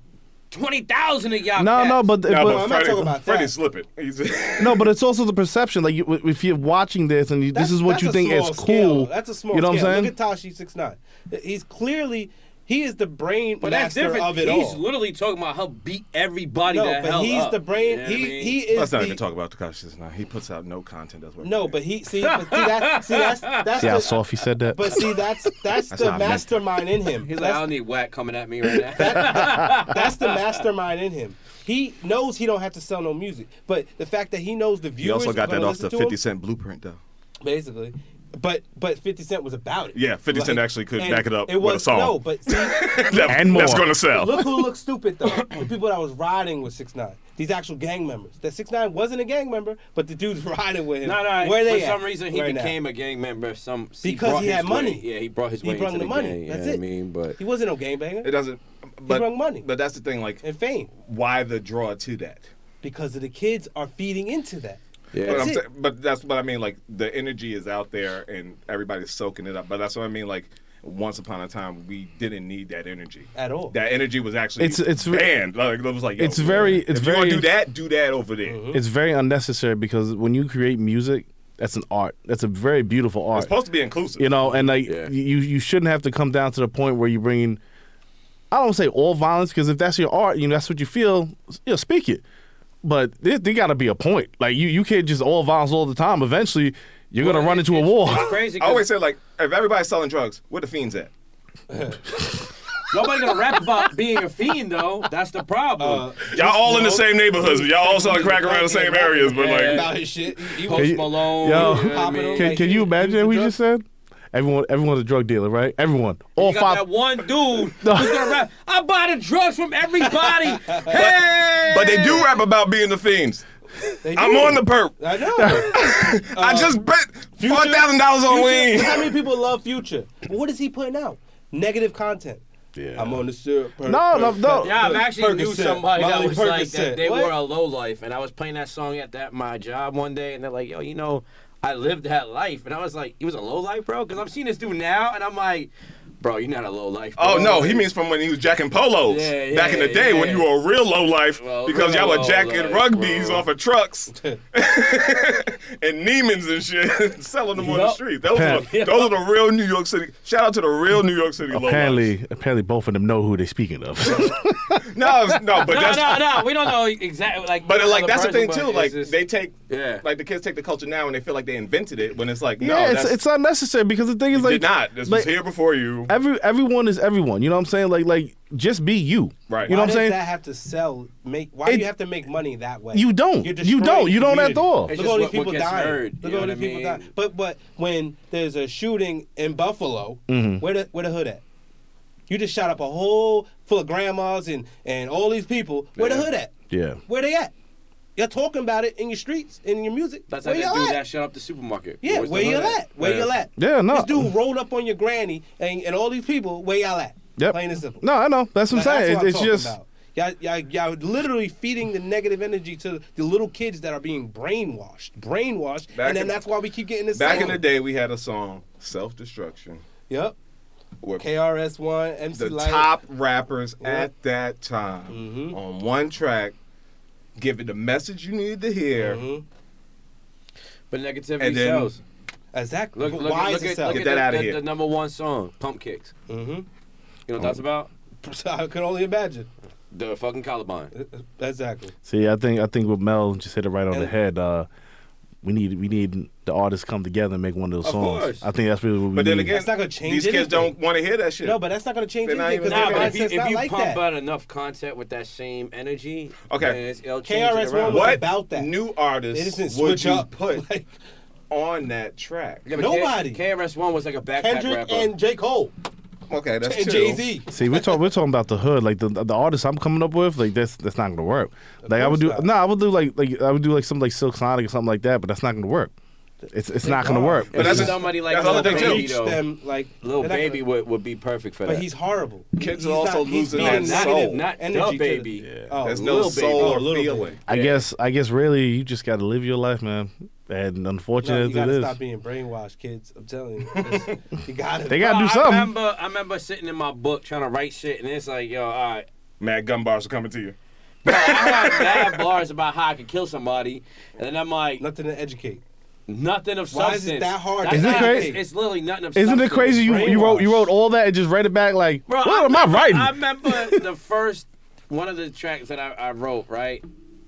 Speaker 4: 20,000 of y'all?
Speaker 3: no no
Speaker 4: cats."
Speaker 3: but,
Speaker 5: no,
Speaker 3: but
Speaker 5: but
Speaker 2: I'm not
Speaker 5: Freddie,
Speaker 2: talking about that.
Speaker 5: Freddie slipping *laughs* he's
Speaker 3: no but it's also the perception like you, if you're watching this and you, this
Speaker 2: That's-
Speaker 3: is what
Speaker 2: that's
Speaker 3: you
Speaker 2: a
Speaker 3: think is
Speaker 2: small
Speaker 3: cool
Speaker 2: Scale. That's a small.
Speaker 3: you know
Speaker 2: scale.
Speaker 3: what I'm saying
Speaker 2: Look at Tashi six nine. He's clearly he is the brain
Speaker 4: But that's
Speaker 2: master
Speaker 4: different.
Speaker 2: of it
Speaker 4: he's
Speaker 2: all.
Speaker 4: literally talking about how beat everybody
Speaker 2: no,
Speaker 4: the
Speaker 2: but
Speaker 4: hell
Speaker 2: he's
Speaker 4: up.
Speaker 2: the brain.
Speaker 4: You know what I
Speaker 2: he
Speaker 4: mean?
Speaker 2: he is.
Speaker 5: let's not
Speaker 2: the,
Speaker 5: even talk about Takashi now he puts out no content that's what
Speaker 2: No, but he see, but see that's see
Speaker 5: *laughs*
Speaker 2: that's that's.
Speaker 3: see how
Speaker 2: the-
Speaker 3: soft he said that
Speaker 2: But see, that's that's,
Speaker 5: That's
Speaker 2: the
Speaker 5: how I meant it.
Speaker 2: mastermind in him.
Speaker 4: He's like, I
Speaker 2: that's,
Speaker 4: don't need whack coming at me right now.
Speaker 2: that's the mastermind in him. He knows he don't have to sell no music, but the fact that he knows the viewers.
Speaker 5: he also
Speaker 2: are
Speaker 5: got that
Speaker 2: gonna
Speaker 5: off
Speaker 2: listen
Speaker 5: the
Speaker 2: to
Speaker 5: 50
Speaker 2: him,
Speaker 5: Cent blueprint
Speaker 2: *laughs*
Speaker 5: though
Speaker 2: basically. But but Fifty Cent was about it.
Speaker 5: Yeah, 50 Cent actually could
Speaker 2: and
Speaker 5: back it up
Speaker 2: It
Speaker 5: with
Speaker 2: was
Speaker 5: a song.
Speaker 2: no,
Speaker 5: *laughs*
Speaker 2: but see,
Speaker 5: That-
Speaker 3: And
Speaker 5: that's
Speaker 3: more.
Speaker 5: gonna sell
Speaker 2: Look who looks stupid though. the people that was riding with Six Nine. These actual gang members. That Six Nine wasn't a gang member, but the dudes *laughs* riding with him.
Speaker 4: *laughs* no, no.
Speaker 2: Where they
Speaker 4: for
Speaker 2: at
Speaker 4: some reason, he
Speaker 2: right now?
Speaker 4: became a gang member. of Some
Speaker 2: Because
Speaker 4: brought
Speaker 2: he had
Speaker 4: his
Speaker 2: money.
Speaker 4: Way. Yeah, he brought his
Speaker 2: He
Speaker 4: way
Speaker 2: brung
Speaker 4: into
Speaker 2: the money.
Speaker 4: Gang,
Speaker 2: That's
Speaker 4: you know what
Speaker 2: it.
Speaker 4: I mean, but
Speaker 2: He wasn't no gangbanger.
Speaker 5: it doesn't but,
Speaker 2: brought money.
Speaker 5: but that's the thing like
Speaker 2: and fame
Speaker 5: why the draw to that
Speaker 2: because of the kids are feeding into that.
Speaker 5: But,
Speaker 4: Yeah.
Speaker 2: That's
Speaker 5: I'm
Speaker 2: it.
Speaker 5: saying, but that's what I mean. Like the energy is out there, and everybody's soaking it up. But that's what I mean. Like once upon a time, we didn't need that energy
Speaker 2: At all.
Speaker 5: That energy was actually
Speaker 3: It's- it's-
Speaker 5: banned. Like it was like yo,
Speaker 3: It's very-
Speaker 5: If
Speaker 3: it's
Speaker 5: you're gonna
Speaker 3: very-
Speaker 5: do that, do that over there.
Speaker 2: Mm-hmm.
Speaker 3: it's very unnecessary because when you create music that's an art that's a very beautiful
Speaker 5: It's
Speaker 3: art
Speaker 5: supposed to be inclusive.
Speaker 3: you know and like
Speaker 4: Yeah.
Speaker 3: you you shouldn't have to come down to the point where you bring i don't say all violence because if that's your art you know that's what you feel you know speak it but there, there gotta be a point like you you can't just all violence all the time eventually you're gonna run into a
Speaker 4: It's-
Speaker 3: wall
Speaker 2: *laughs*
Speaker 4: It's crazy.
Speaker 5: I
Speaker 4: 'cause
Speaker 5: always say like, if everybody's selling drugs, where the fiends at?
Speaker 4: nobody gonna rap about being a fiend though. That's the
Speaker 2: Uh,
Speaker 4: problem.
Speaker 5: Y'all all in the same neighborhoods. Y'all all selling crack around the same areas, but
Speaker 4: Yeah.
Speaker 5: like.
Speaker 2: about his shit. He, he
Speaker 4: Post
Speaker 2: was
Speaker 3: you-
Speaker 4: Malone.
Speaker 3: yo,
Speaker 4: you know what I mean?
Speaker 3: can, can you imagine what we just said Everyone, everyone's a drug dealer, right? Everyone, all
Speaker 4: You got
Speaker 3: five.
Speaker 4: that one
Speaker 2: *laughs*
Speaker 4: dude who's gonna rap. I buy the drugs from everybody.
Speaker 2: *laughs*
Speaker 4: hey,
Speaker 5: But they do rap about being the fiends.
Speaker 2: They
Speaker 5: I'm
Speaker 2: do.
Speaker 5: on the perp. *laughs*
Speaker 2: I know. Uh,
Speaker 5: I just bet four thousand dollars on
Speaker 2: Future,
Speaker 5: weed.
Speaker 2: how many people love Future? What is he putting out? Negative content.
Speaker 3: Yeah.
Speaker 2: I'm on the syrup. per-
Speaker 3: No,
Speaker 2: per-
Speaker 3: no, no.
Speaker 4: Yeah, I've
Speaker 2: per-
Speaker 4: actually knew
Speaker 2: Percocet.
Speaker 4: somebody that
Speaker 2: Molly
Speaker 4: was like
Speaker 2: Percocet.
Speaker 4: that. They
Speaker 2: What?
Speaker 4: were a low life, and I was playing that song at that my job one day, and they're like, "Yo, you know, I lived that life," and I was like, "It was a low life, bro," because I'm seeing this dude now, and I'm like, "Bro, you're not a low life." Bro.
Speaker 5: Oh
Speaker 4: *laughs*
Speaker 5: no, he means from when he was jacking polos
Speaker 4: Yeah, yeah,
Speaker 5: back in the day when
Speaker 4: yeah.
Speaker 5: you were a real low life
Speaker 4: Well,
Speaker 5: because
Speaker 4: real
Speaker 5: y'all were
Speaker 4: low
Speaker 5: jacking
Speaker 4: life,
Speaker 5: rugbies
Speaker 4: bro.
Speaker 5: off of
Speaker 4: *laughs*
Speaker 5: trucks *laughs* and Neiman's and shit, *laughs* selling them on the
Speaker 4: Yup.
Speaker 5: street. Those are,
Speaker 4: *laughs*
Speaker 5: the- those are the real New York City. Shout out to the real New York City low life.
Speaker 3: Apparently, apparently, both of them know who they're speaking of. *laughs*
Speaker 5: No, it's- no, but
Speaker 4: *laughs* no,
Speaker 5: that's
Speaker 4: no, no. We don't know exactly. Like,
Speaker 5: but
Speaker 4: we don't
Speaker 5: like
Speaker 4: know
Speaker 5: that's the
Speaker 4: person,
Speaker 5: thing
Speaker 4: but
Speaker 5: too.
Speaker 4: it's
Speaker 5: Like
Speaker 4: just-
Speaker 5: they take
Speaker 4: Yeah.
Speaker 5: like the kids take the culture now and they feel like they invented it when it's like no,
Speaker 3: yeah, it's,
Speaker 5: that's,
Speaker 3: it's unnecessary because the thing is
Speaker 5: you
Speaker 3: like
Speaker 5: did not. This was
Speaker 3: like,
Speaker 5: here before you.
Speaker 3: Every everyone is everyone. You know what I'm saying? Like like just be you.
Speaker 5: Right.
Speaker 3: You
Speaker 2: Why
Speaker 3: know what I'm
Speaker 2: does
Speaker 3: saying?
Speaker 2: that have to sell? Make why
Speaker 3: It-
Speaker 2: do you have to make money that way?
Speaker 3: You don't.
Speaker 2: You're
Speaker 3: You don't. You
Speaker 2: destroying
Speaker 3: don't at
Speaker 2: the
Speaker 3: all.
Speaker 2: community.
Speaker 4: It's
Speaker 2: Look at all
Speaker 4: just
Speaker 2: these
Speaker 4: what-
Speaker 2: people
Speaker 4: what gets
Speaker 2: dying.
Speaker 4: heard,
Speaker 2: Look
Speaker 4: you
Speaker 2: at all
Speaker 4: know
Speaker 2: these
Speaker 4: what I
Speaker 2: people
Speaker 4: mean?
Speaker 2: dying. But but when there's a shooting in Buffalo,
Speaker 3: Mm-hmm.
Speaker 2: where the where the hood at? You just shot up a whole full of grandmas and and all these people. Where the
Speaker 4: Yeah.
Speaker 2: hood at?
Speaker 3: Yeah.
Speaker 2: Where they at? You're talking about it in your streets, in your music.
Speaker 4: That's
Speaker 2: where
Speaker 4: like that
Speaker 2: y'all
Speaker 4: dude
Speaker 2: at?
Speaker 4: that shut up the supermarket.
Speaker 2: Yeah,
Speaker 4: Where's the
Speaker 2: where
Speaker 4: hood
Speaker 2: y'all at? Where
Speaker 4: Yeah.
Speaker 2: y'all at?
Speaker 3: Yeah, no.
Speaker 2: This dude rolled up on your granny and, and all these people. Where y'all at?
Speaker 3: Yep.
Speaker 2: Plain and simple.
Speaker 3: No, I know. That's what I'm
Speaker 2: Like,
Speaker 3: saying.
Speaker 2: that's what I'm
Speaker 3: It's- it's
Speaker 2: talking
Speaker 3: just
Speaker 2: about. Y'all, y'all, y'all literally feeding the negative energy to the little kids that are being brainwashed, brainwashed,
Speaker 5: Back
Speaker 2: and then
Speaker 5: in-
Speaker 2: that's why we keep getting this.
Speaker 5: Back
Speaker 2: song.
Speaker 5: in the day, we had a song, Self Destruction,
Speaker 2: Yep.
Speaker 5: where
Speaker 2: KRS One, MC
Speaker 5: the
Speaker 2: Light.
Speaker 5: top rappers
Speaker 2: Yeah.
Speaker 5: at that time
Speaker 4: Mm-hmm.
Speaker 5: on one track, give it the message you needed to hear.
Speaker 4: Mm-hmm.
Speaker 2: Mhm.
Speaker 4: But negativity
Speaker 5: And then-
Speaker 4: sells.
Speaker 2: Exactly.
Speaker 4: Look,
Speaker 2: But
Speaker 4: look,
Speaker 2: why
Speaker 4: look,
Speaker 2: is
Speaker 4: at, look
Speaker 5: Get
Speaker 4: at
Speaker 5: that
Speaker 4: the,
Speaker 5: outta
Speaker 4: the-
Speaker 5: here.
Speaker 4: the number one song, Pump Kicks.
Speaker 2: hmm
Speaker 4: You know what
Speaker 5: Um,
Speaker 4: that's about?
Speaker 2: *laughs* I can only imagine.
Speaker 4: The fucking Columbine.
Speaker 2: Exactly.
Speaker 3: see. I think I think with Mel just hit it right on the
Speaker 2: And-
Speaker 3: head. Uh, we need we need the artists come together and make one of those
Speaker 4: Of
Speaker 3: songs.
Speaker 4: course.
Speaker 3: I think that's really what we
Speaker 5: But then
Speaker 3: need.
Speaker 5: again,
Speaker 2: That's not gonna change
Speaker 5: these kids
Speaker 2: anything.
Speaker 5: don't want to hear that shit.
Speaker 2: No, but that's not going to change
Speaker 5: They're not
Speaker 2: anything because
Speaker 5: even
Speaker 4: Nah,
Speaker 5: Yeah,
Speaker 4: but if you,
Speaker 2: mindset's
Speaker 4: if
Speaker 2: not
Speaker 4: you
Speaker 2: like
Speaker 4: pump
Speaker 2: that.
Speaker 4: out enough content with that same energy,
Speaker 5: Okay.
Speaker 4: then it's, it'll change
Speaker 2: KRS-One
Speaker 4: it around.
Speaker 2: was
Speaker 5: what
Speaker 2: about that.
Speaker 5: new
Speaker 2: They
Speaker 5: artists
Speaker 2: just didn't
Speaker 5: would
Speaker 2: switch
Speaker 5: you
Speaker 2: up.
Speaker 5: put
Speaker 2: *laughs* Like,
Speaker 5: on that track?
Speaker 4: Yeah, but
Speaker 2: Nobody.
Speaker 4: K- KRS-One was like a backpack
Speaker 2: Kendrick
Speaker 4: rapper.
Speaker 2: and J Cole
Speaker 5: Okay, that's
Speaker 2: and
Speaker 5: two.
Speaker 2: Jay Z.
Speaker 3: See, we're talking we're talking about the hood, like the the artists I'm coming up with, like that's that's not gonna work. Like I would do
Speaker 2: course
Speaker 3: no,
Speaker 2: not.
Speaker 3: I would do like like I would do like something like Silk Sonic or something like that, but that's not gonna work. It's it's not gonna
Speaker 2: are.
Speaker 3: work.
Speaker 5: But that's
Speaker 4: If
Speaker 5: a-
Speaker 4: somebody like
Speaker 5: that's the
Speaker 4: Lil
Speaker 5: other thing, too.
Speaker 4: Baby,
Speaker 2: Reach
Speaker 5: Yo.
Speaker 4: though.
Speaker 2: them like
Speaker 4: Lil
Speaker 2: they're not gonna-
Speaker 4: Baby would, would be perfect for
Speaker 2: But
Speaker 4: that.
Speaker 2: he's horrible.
Speaker 5: Kids
Speaker 2: he's
Speaker 5: are also
Speaker 2: he's
Speaker 5: losing
Speaker 2: being
Speaker 5: that
Speaker 2: negative
Speaker 5: soul.
Speaker 4: Not the
Speaker 2: energy to
Speaker 4: baby.
Speaker 2: The,
Speaker 4: Yeah.
Speaker 2: Oh,
Speaker 5: There's
Speaker 4: Lil
Speaker 5: no
Speaker 4: Baby.
Speaker 5: soul
Speaker 2: Oh,
Speaker 5: or
Speaker 2: Lil Baby.
Speaker 5: feeling.
Speaker 3: I
Speaker 4: Yeah.
Speaker 3: guess I guess really you just gotta live your life, man. And
Speaker 2: no,
Speaker 3: unfortunate
Speaker 2: you gotta
Speaker 3: as it
Speaker 2: stop
Speaker 3: is.
Speaker 2: being brainwashed, kids. I'm telling you, It's- you gotta.
Speaker 3: They gotta
Speaker 4: Bro,
Speaker 3: do
Speaker 4: I
Speaker 3: something.
Speaker 4: remember, I remember sitting in my book trying to write shit, and it's like, yo, all right.
Speaker 5: Mad gun bars are coming to you.
Speaker 4: Bro, I *laughs* have bad bars about how I could kill somebody, and then I'm like,
Speaker 2: nothing to educate.
Speaker 4: nothing of
Speaker 2: Why is it
Speaker 4: substance.
Speaker 2: that hard?
Speaker 4: That's
Speaker 3: Isn't it
Speaker 4: not-
Speaker 3: crazy?
Speaker 4: It's, it's literally nothing of
Speaker 3: Isn't it
Speaker 4: substance.
Speaker 3: crazy? You you wrote you wrote all that and just read it back like
Speaker 4: Bro,
Speaker 3: what am I
Speaker 4: remember-
Speaker 3: writing?
Speaker 4: I remember the first one of the tracks that I, I wrote, right?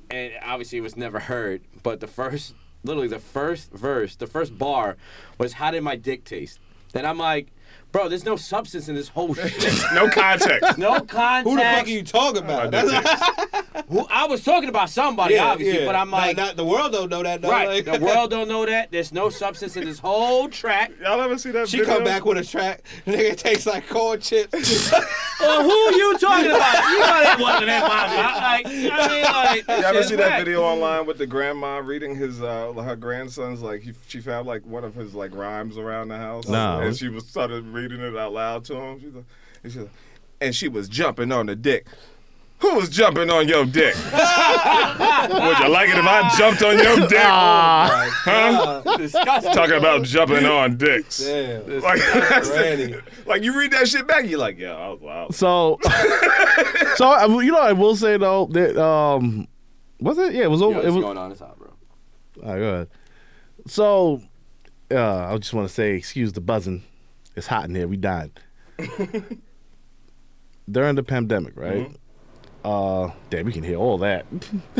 Speaker 4: And obviously it was never heard, but the first, literally the first verse, the first bar was "How did my dick taste?" And I'm like, bro, there's no substance in this whole *laughs* shit.
Speaker 5: No context.
Speaker 2: *laughs*
Speaker 4: No contact.
Speaker 2: Who the fuck are you talking about? That's
Speaker 4: Who- I was talking about somebody, obviously, but I'm
Speaker 2: Not-
Speaker 4: like,
Speaker 2: not, the world don't know that. Though.
Speaker 4: right,
Speaker 2: Like,
Speaker 4: the *laughs* world don't know that. There's no substance in this whole track.
Speaker 5: Y'all ever see that
Speaker 2: *laughs* She
Speaker 5: video?
Speaker 2: come back with a track. *laughs* Nigga tastes like corn chips.
Speaker 4: *laughs* Well, who you talking about? You know that wasn't that my vibe. Like, I mean, like,
Speaker 5: Y'all ever
Speaker 4: shit's
Speaker 5: see that
Speaker 4: whack.
Speaker 5: video online with the grandma reading his uh, her grandson's like he, she found like one of his like rhymes around the house,
Speaker 3: No.
Speaker 5: and she was started reading it out loud to him. She's like, and, she was, and she was jumping on the dick. Who was jumping on your dick? Would you like it if I jumped on your dick?
Speaker 3: Ah,
Speaker 5: huh?
Speaker 4: Disgusting.
Speaker 5: Talking about jumping on dicks.
Speaker 2: Damn.
Speaker 5: Like, *laughs* that's the-
Speaker 2: Granny.
Speaker 5: like you read that shit back, you're like, yeah, I was wild.
Speaker 3: so *laughs* so I, you know I will say though that um was it yeah it was
Speaker 4: Yo,
Speaker 3: over
Speaker 4: what's
Speaker 3: Oh, it was
Speaker 4: going on? It's
Speaker 6: *laughs*
Speaker 4: hot, bro.
Speaker 3: Oh, go ahead. So, uh, I just want to say, excuse the buzzing. It's hot in here. We dying. *laughs* During the pandemic, right?
Speaker 5: Mm-hmm.
Speaker 3: Uh, damn, we can hear all that. *laughs*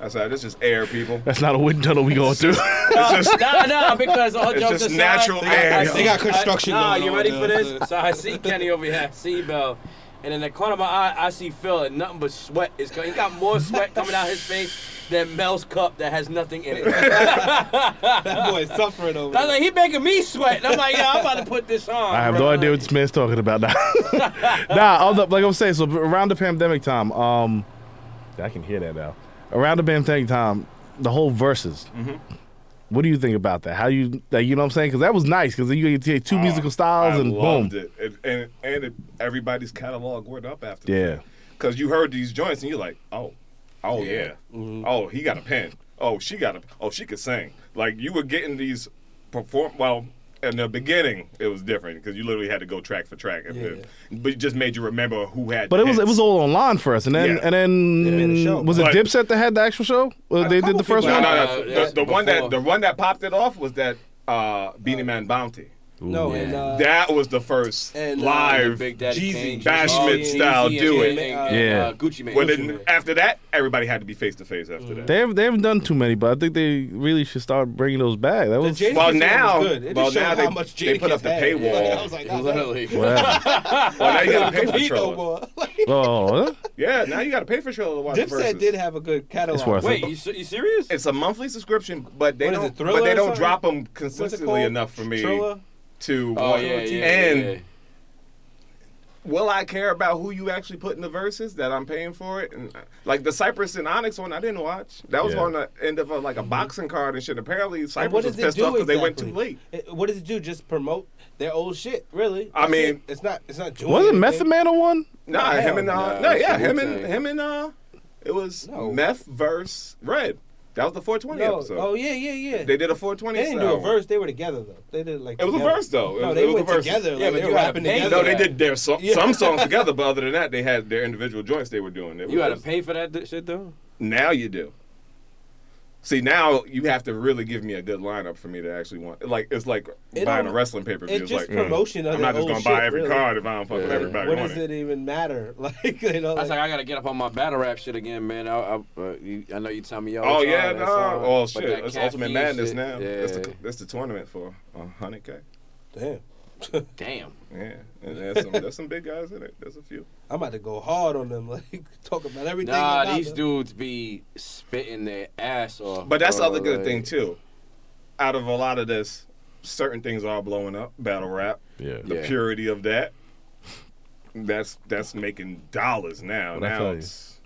Speaker 5: I said, this is air, people.
Speaker 3: That's not a wind tunnel we going through. *laughs*
Speaker 5: It's just
Speaker 4: No, no, because all
Speaker 5: It's
Speaker 4: jokes
Speaker 5: just
Speaker 4: aside,
Speaker 5: natural air, yo.
Speaker 2: They got construction
Speaker 4: I, nah,
Speaker 2: going
Speaker 4: you
Speaker 2: on,
Speaker 4: ready
Speaker 2: yo.
Speaker 4: for this? So I see Kenny over here, Seabell, and in the corner of my eye, I see Phil, and nothing but sweat is coming. He got more sweat coming out his face
Speaker 6: than Mel's cup that has nothing in it.
Speaker 2: That boy is suffering over.
Speaker 6: I was
Speaker 2: there.
Speaker 6: like, he making me sweat. And I'm like, yeah, I'm about to put this on.
Speaker 3: I have no
Speaker 6: bro.
Speaker 3: idea what this man's talking about now. *laughs* nah, all the, like I'm saying, so around the pandemic time, um, I can hear that now. Around the pandemic time, the whole verses.
Speaker 5: Mm-hmm.
Speaker 3: What do you think about that? How you, like, you know what I'm saying? Because that was nice. Because you could take two musical styles
Speaker 5: Oh, I
Speaker 3: and boom.
Speaker 5: loved it. And and, and it, everybody's catalog went up after. the
Speaker 3: Yeah.
Speaker 5: fact. Cause you heard these joints and you're like, oh, oh yeah,
Speaker 6: Mm-hmm.
Speaker 5: oh he got a pen, oh she got a, oh she could sing. Like you were getting these perform. Well, in the beginning it was different because you literally had to go track for track, and then- but it just made you remember who had.
Speaker 3: But it was it
Speaker 5: hits.
Speaker 3: was all online for us, and then
Speaker 5: Yeah.
Speaker 3: and then
Speaker 2: They made a show.
Speaker 3: was it
Speaker 5: But-
Speaker 3: Dipset that had the actual show? Uh, they did the first
Speaker 5: no,
Speaker 3: one.
Speaker 5: no,
Speaker 6: Uh,
Speaker 5: no. The-
Speaker 6: yeah,
Speaker 5: the one
Speaker 6: before.
Speaker 5: that the one that popped it off was that uh, Beanie Man Bounty.
Speaker 2: no,
Speaker 6: Yeah.
Speaker 2: and uh,
Speaker 5: That was the first
Speaker 2: and, uh,
Speaker 5: live.
Speaker 6: Big Daddy
Speaker 2: Jeezy
Speaker 6: Kane,
Speaker 5: Bashment
Speaker 6: Jeezy,
Speaker 5: style,
Speaker 6: Jeezy,
Speaker 5: do
Speaker 6: and-
Speaker 2: it.
Speaker 6: and,
Speaker 3: Yeah.
Speaker 6: uh, Gucci Mane.
Speaker 5: Well,
Speaker 6: Gucci
Speaker 5: then
Speaker 6: Mane.
Speaker 5: after that, everybody had to be face to face after that.
Speaker 3: They haven't, they haven't done too many, but I think they really should start bringing those back. That was *laughs*
Speaker 2: Jadakiss
Speaker 5: well,
Speaker 2: one was
Speaker 5: now-
Speaker 2: good. It
Speaker 5: well,
Speaker 2: just showed
Speaker 5: now they-
Speaker 2: how much
Speaker 5: they put
Speaker 2: Jadakiss
Speaker 5: up the
Speaker 2: had.
Speaker 5: paywall.
Speaker 2: Like, *laughs* I was like, nah,
Speaker 6: Literally.
Speaker 3: Wow.
Speaker 5: Well, now you
Speaker 2: I
Speaker 5: gotta
Speaker 2: *laughs* don't
Speaker 5: pay for
Speaker 2: compete no
Speaker 5: Triller.
Speaker 2: more. Like,
Speaker 3: *laughs* oh, huh?
Speaker 5: Yeah, now you gotta pay for Triller to watch the verses.
Speaker 2: Dipset did have a good catalog.
Speaker 3: It's worth it.
Speaker 6: Wait, you, se- you serious?
Speaker 5: It's a monthly subscription, but they
Speaker 2: What is
Speaker 5: don't.
Speaker 2: it, Thriller
Speaker 5: but they
Speaker 2: or
Speaker 5: don't
Speaker 2: something?
Speaker 5: drop them
Speaker 2: What's it
Speaker 5: consistently
Speaker 2: called?
Speaker 5: enough for me
Speaker 2: Trilla?
Speaker 5: to.
Speaker 6: Oh,
Speaker 5: want-
Speaker 6: yeah, yeah, yeah,
Speaker 5: and
Speaker 6: yeah.
Speaker 5: will I care about who you actually put in the verses that I'm paying for it? And, uh, like the Cypress and Onyx one, I didn't watch. That was
Speaker 3: Yeah.
Speaker 5: on the end of a, like a boxing card and shit. Apparently,
Speaker 2: And
Speaker 5: Cypress was pissed off because they went too late.
Speaker 2: It- What does it do? Just promote their old shit, really?
Speaker 5: I
Speaker 2: That's
Speaker 5: mean-
Speaker 2: it. it's not. It's not doing.
Speaker 3: wasn't Method
Speaker 2: anything.
Speaker 3: Man on one?
Speaker 5: Nah, him and uh,
Speaker 6: no,
Speaker 5: no,
Speaker 6: it's
Speaker 5: yeah,
Speaker 6: the
Speaker 5: him and
Speaker 6: Wu-Tang.
Speaker 5: him and uh, it was
Speaker 2: No.
Speaker 5: Meth verse Red. That was the 420
Speaker 2: No.
Speaker 5: episode.
Speaker 2: Oh yeah, yeah, yeah.
Speaker 5: They did a 420.
Speaker 2: They didn't
Speaker 5: style
Speaker 2: do a
Speaker 5: one.
Speaker 2: verse. They were together though. They did like.
Speaker 5: It was a
Speaker 2: together.
Speaker 5: verse though. It
Speaker 2: No,
Speaker 5: was-
Speaker 2: they
Speaker 5: it was a
Speaker 2: went
Speaker 5: verse.
Speaker 2: together.
Speaker 6: Yeah,
Speaker 2: like,
Speaker 6: but
Speaker 2: they
Speaker 6: you
Speaker 2: were
Speaker 6: had to
Speaker 2: rapping
Speaker 6: pay
Speaker 2: together.
Speaker 5: No,
Speaker 6: for
Speaker 5: they
Speaker 6: that.
Speaker 5: did their so-
Speaker 2: Yeah.
Speaker 5: some
Speaker 2: *laughs*
Speaker 5: songs together, but other than that, they had their individual joints they were doing. It
Speaker 6: You
Speaker 5: was-
Speaker 6: had to pay for that di- shit, though?
Speaker 5: Now you do. See, now you have to really give me a good lineup for me to actually want. Like it's like
Speaker 2: It
Speaker 5: buying a
Speaker 2: don't-
Speaker 5: wrestling pay per view.
Speaker 2: It's just
Speaker 5: like,
Speaker 2: promotion of
Speaker 5: I'm
Speaker 2: their
Speaker 5: not just
Speaker 2: old
Speaker 5: gonna buy
Speaker 2: shit,
Speaker 5: every
Speaker 2: really.
Speaker 5: card if I don't fuck with
Speaker 6: Yeah.
Speaker 5: everybody.
Speaker 2: What
Speaker 5: on
Speaker 2: does it even matter? Like you know.
Speaker 6: That's like,
Speaker 5: Oh,
Speaker 2: Like,
Speaker 6: I gotta get up on my battle rap shit again, man. I, I, uh, you, I know you tell me all. the
Speaker 5: Oh
Speaker 6: time,
Speaker 5: yeah,
Speaker 6: that's
Speaker 5: no.
Speaker 6: all.
Speaker 5: Oh
Speaker 6: But that
Speaker 5: shit, it's
Speaker 6: caffeine
Speaker 5: Ultimate Madness
Speaker 6: shit,
Speaker 5: now.
Speaker 6: Yeah.
Speaker 5: That's the that's the tournament for hundred k.
Speaker 2: damn.
Speaker 6: Damn.
Speaker 5: Yeah, and there's some there's some big guys in it. There's a few.
Speaker 2: I'm about to go hard on them. Like talk about everything.
Speaker 6: Nah,
Speaker 2: about
Speaker 6: these
Speaker 2: them.
Speaker 6: dudes be spitting their ass off.
Speaker 5: But that's the
Speaker 6: bro,
Speaker 5: other good
Speaker 6: like-
Speaker 5: thing too. Out of a lot of this, certain things are blowing up. Battle rap,
Speaker 3: Yeah.
Speaker 5: the
Speaker 6: Yeah.
Speaker 5: purity of that. That's that's making dollars now.
Speaker 3: What'd I
Speaker 5: now
Speaker 3: tell you?
Speaker 5: it's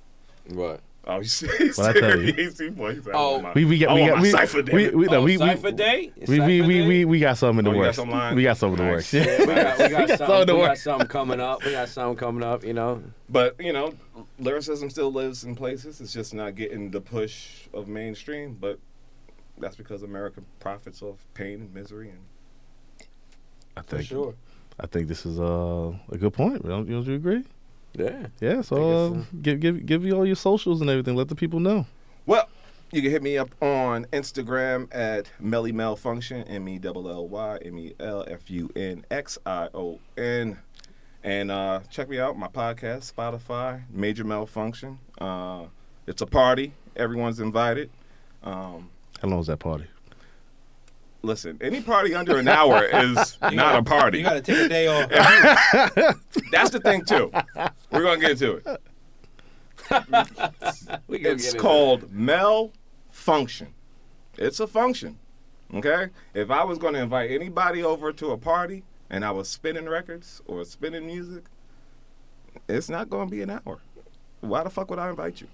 Speaker 6: What?
Speaker 5: oh, he's *laughs* serious.
Speaker 3: What'd I tell you?
Speaker 5: He's serious.
Speaker 6: Oh.
Speaker 5: my,
Speaker 3: We we got
Speaker 5: I
Speaker 3: we
Speaker 5: want
Speaker 3: got
Speaker 5: my
Speaker 3: we,
Speaker 5: cipher, damn
Speaker 3: we,
Speaker 5: it.
Speaker 3: we, no,
Speaker 6: oh,
Speaker 3: we, we,
Speaker 6: Cypher Day? It's
Speaker 3: we, we,
Speaker 6: Cypher
Speaker 3: we,
Speaker 6: Day?
Speaker 3: we, we got something in
Speaker 5: Oh,
Speaker 3: the
Speaker 5: you got
Speaker 3: works.
Speaker 5: something lined?
Speaker 3: We got something in the works.
Speaker 5: Nice.
Speaker 4: *laughs*
Speaker 3: Yeah.
Speaker 6: we
Speaker 5: *laughs*
Speaker 6: got, we got,
Speaker 3: all the
Speaker 6: something, we
Speaker 3: work.
Speaker 6: got something coming up. We got something coming up, you know?
Speaker 5: But you know, lyricism still lives in places. It's just not getting the push of mainstream. But that's because America profits off pain and misery. And
Speaker 3: I
Speaker 2: For
Speaker 3: think
Speaker 2: sure.
Speaker 3: I think this is uh, a good point. Don't, don't you agree?
Speaker 6: Yeah.
Speaker 3: Yeah. So uh,
Speaker 6: so.
Speaker 3: give give give you all your socials and everything. Let the people know.
Speaker 5: well, you can hit me up on Instagram at Melly Malfunction M E L L Y M E L F U N X I O N, and uh, check me out my podcast Spotify Major Malfunction. Uh, it's a party. Everyone's invited. Um,
Speaker 3: How long was that party?
Speaker 5: listen, any party under an hour is not a party.
Speaker 2: *laughs* You gotta take a day off.
Speaker 5: That's the thing too. We're gonna get into it.
Speaker 6: We gonna get
Speaker 5: It's
Speaker 6: into
Speaker 5: called malfunction. It's a function. Okay? If I was gonna invite anybody over to a party and I was spinning records or spinning music, it's not gonna be an hour. Why the fuck would I invite you?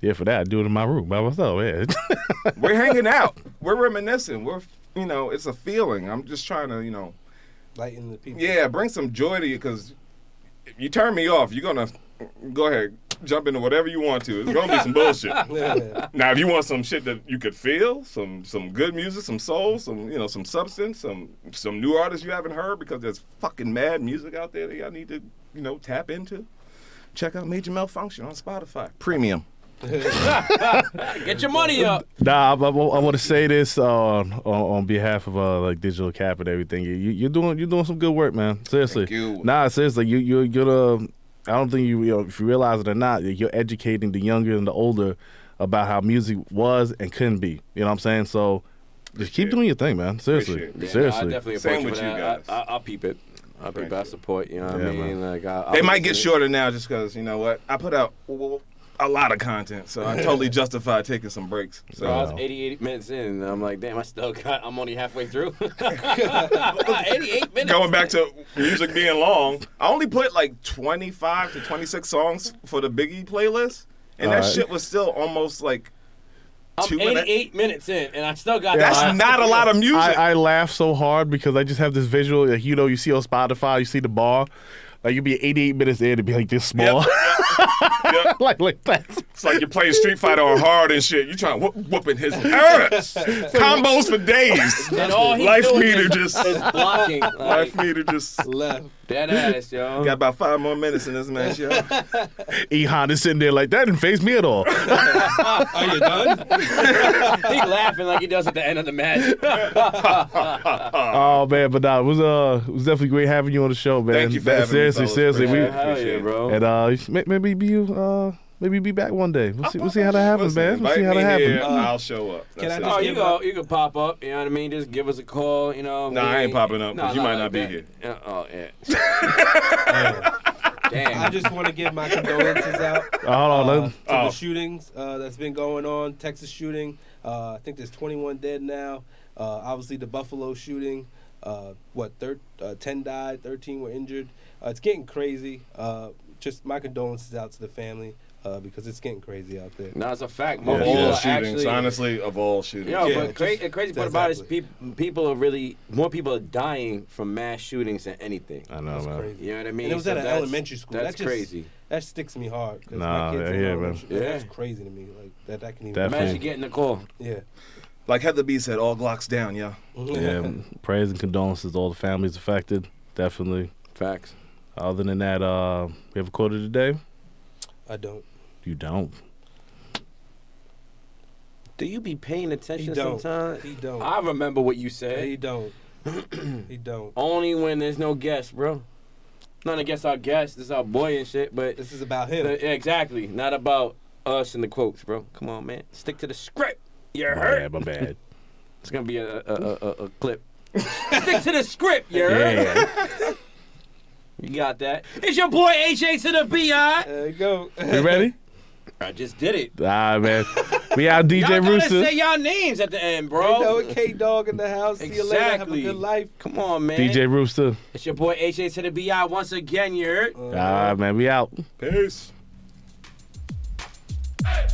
Speaker 3: Yeah, for that I do it in my room by myself. Yeah.
Speaker 5: We're hanging out. We're reminiscing. We're you know, it's a feeling. I'm just trying to, you know,
Speaker 2: Lighten the people.
Speaker 5: yeah, bring some joy to you because if you turn me off, you're gonna go ahead, jump into whatever you want to. It's gonna be some bullshit.
Speaker 2: Yeah. *laughs*
Speaker 5: Now, if you want some shit that you could feel, some some good music, some soul, some you know, some substance, some some new artists you haven't heard because there's fucking mad music out there that y'all need to you know tap into. Check out Major Malfunction on Spotify. Premium.
Speaker 6: Get your money
Speaker 5: Uh,
Speaker 6: up.
Speaker 3: *laughs* Nah, I, want to say this uh, on on behalf of uh, like Digital Cap and everything. You, you're doing you're doing some good work, man. Seriously.
Speaker 5: Thank you.
Speaker 3: Nah, seriously. You you you're the. I don't think you, you know, if you realize it or not, you're educating the younger and the older about how music was and couldn't be. You know what I'm saying? So just
Speaker 5: Appreciate
Speaker 3: keep
Speaker 5: it.
Speaker 3: doing your thing, man. Seriously,
Speaker 5: Appreciate it. Yeah,
Speaker 3: seriously.
Speaker 6: I definitely
Speaker 5: Same
Speaker 6: approach
Speaker 5: with
Speaker 6: it,
Speaker 5: you
Speaker 6: but
Speaker 5: guys.
Speaker 6: I, I, I'll peep it. I'll peep. it. I
Speaker 5: Appreciate it.
Speaker 6: support. You know what
Speaker 3: Yeah,
Speaker 6: I mean?
Speaker 3: man.
Speaker 6: Like, I,
Speaker 5: They
Speaker 6: I'll
Speaker 5: might get
Speaker 6: listen
Speaker 5: shorter now just because you know what I put out. well, a lot of content, so I totally justify taking some breaks. So
Speaker 4: Bro, I was
Speaker 3: Wow.
Speaker 4: 88 minutes in, and I'm like, damn, I still *laughs* got. I'm only
Speaker 5: *laughs*
Speaker 4: halfway through. *laughs* 88 minutes.
Speaker 5: going back to music being long, I only put like 25 to 26 songs for the Biggie playlist, and that
Speaker 3: Alright.
Speaker 5: shit was still almost like
Speaker 4: I'm
Speaker 5: two minutes.
Speaker 4: 88 minutes in, and I still got.
Speaker 5: That's
Speaker 4: I-
Speaker 5: not a lot of music.
Speaker 3: I, I laugh so hard because I just have this visual. Like you know, you see on Spotify, you see the bar. Like you'll be 88 minutes in and be like this small, *laughs*
Speaker 5: Yep.
Speaker 3: like like that.
Speaker 5: It's like you're playing Street Fighter on hard and shit. You're trying to whoop, whooping his ass. Combos for days. *laughs*
Speaker 4: *laughs* And all he's
Speaker 5: Life
Speaker 4: doing
Speaker 5: meter
Speaker 4: *laughs* is-
Speaker 5: just.
Speaker 4: is blocking. Like,
Speaker 5: Life meter just.
Speaker 2: Left.
Speaker 4: dead ass,
Speaker 5: *laughs*
Speaker 4: yo.
Speaker 5: Got about five more minutes in this match,
Speaker 3: *laughs*
Speaker 5: yo.
Speaker 3: Ehan is sitting there like that didn't phase me at all.
Speaker 2: Are you done?
Speaker 4: he laughing like he does at the end of
Speaker 5: *laughs*
Speaker 4: the match.
Speaker 3: oh man, but nah, it was uh, it was definitely great having you on the show, man.
Speaker 5: Uh-uh. Thank you for having me,
Speaker 3: seriously,
Speaker 5: fellas.
Speaker 3: seriously, we
Speaker 5: Appreciate it.
Speaker 4: Hell yeah, bro.
Speaker 3: and uh, you should- may- maybe be uh, maybe be back one day. We'll see, we'll see how that happens,
Speaker 5: Listen,
Speaker 3: man. We'll see how
Speaker 5: invite
Speaker 3: that
Speaker 5: me Uh,
Speaker 3: happens.
Speaker 5: here, I'll show up.
Speaker 2: Can
Speaker 5: That's it.
Speaker 2: I just
Speaker 4: Oh, you
Speaker 2: give
Speaker 4: go,
Speaker 2: up.
Speaker 4: you can pop up. You know what I mean? Just give us a call. You know.
Speaker 5: Nah,
Speaker 4: we
Speaker 5: I ain't popping up, 'cause you might not be here.
Speaker 4: Yeah, oh
Speaker 5: *laughs*
Speaker 4: yeah. Damn.
Speaker 2: I just want to give my condolences out
Speaker 3: Uh, hold on,
Speaker 2: uh,
Speaker 3: let-
Speaker 2: to
Speaker 5: Oh.
Speaker 2: the shootings uh, that's been going on. Texas shooting. Uh, I think there's 21 dead now. Uh, obviously, the Buffalo shooting. Uh, what, thir- uh, 10 died, 13 were injured. Uh, it's getting crazy. Uh, just my condolences out to the family uh, because it's getting crazy out there.
Speaker 4: No, it's a fact. Most
Speaker 5: Of
Speaker 4: people
Speaker 5: all
Speaker 4: are
Speaker 5: shootings,
Speaker 4: actually,
Speaker 5: honestly, of all shootings.
Speaker 4: Yo,
Speaker 2: Yeah,
Speaker 4: but cra-
Speaker 2: just-
Speaker 4: the crazy part about it is
Speaker 2: exactly.
Speaker 4: peop- people are really more people are dying from mass shootings than anything.
Speaker 3: I know,
Speaker 2: It's
Speaker 3: man.
Speaker 2: crazy.
Speaker 4: You know what I mean?
Speaker 2: And it was
Speaker 4: So
Speaker 2: at an
Speaker 4: that's-
Speaker 2: elementary school.
Speaker 4: That's
Speaker 2: That just-
Speaker 4: crazy.
Speaker 2: That sticks me hard. 'cause
Speaker 3: Nah,
Speaker 2: my kids
Speaker 3: yeah,
Speaker 2: in
Speaker 3: yeah, man.
Speaker 2: elementary- That's
Speaker 4: Yeah.
Speaker 2: crazy to me. Like that, that can even.
Speaker 3: Definitely.
Speaker 4: Imagine getting a call.
Speaker 2: Yeah.
Speaker 5: Like Heather B said, all Glocks down, yo.
Speaker 2: *laughs*
Speaker 3: Yeah, prayers and condolences to all the families affected. Definitely.
Speaker 4: Facts.
Speaker 3: Other than that, uh, we have a quote of the day.
Speaker 2: I don't.
Speaker 3: You don't.
Speaker 4: Do you be paying attention
Speaker 2: He don't.
Speaker 4: sometimes?
Speaker 2: He don't.
Speaker 4: I remember what you said.
Speaker 2: he *clears throat* don't. he don't.
Speaker 4: Only when there's no guest, bro. Not against our guest. This is our boy and shit, but
Speaker 2: This is about him.
Speaker 4: Yeah, exactly. Not about us and the quotes, bro. Come on, man. Stick to the script. You
Speaker 3: My bad,
Speaker 4: heard?
Speaker 3: my
Speaker 4: *laughs*
Speaker 3: bad.
Speaker 4: It's gonna be a a, a, a, a
Speaker 2: *laughs*
Speaker 4: clip. Stick to the script. You heard?
Speaker 3: yeah.
Speaker 4: You got that. It's your boy HA to the BI.
Speaker 2: There you go.
Speaker 3: You
Speaker 4: *laughs*
Speaker 3: ready?
Speaker 4: I just did it.
Speaker 3: Ah man. We out
Speaker 4: Y'all
Speaker 3: DJ
Speaker 4: gotta
Speaker 3: Rooster.
Speaker 4: say y'all names at the end,
Speaker 2: *laughs* You know,
Speaker 4: bro.
Speaker 2: K Dog in the house. See you later. Have a
Speaker 4: Exactly.
Speaker 2: good life.
Speaker 4: Come on, man.
Speaker 3: DJ Rooster.
Speaker 4: It's your boy HA to the BI once again, you heard?
Speaker 3: Ah man, we out.
Speaker 5: Peace.
Speaker 7: Hey,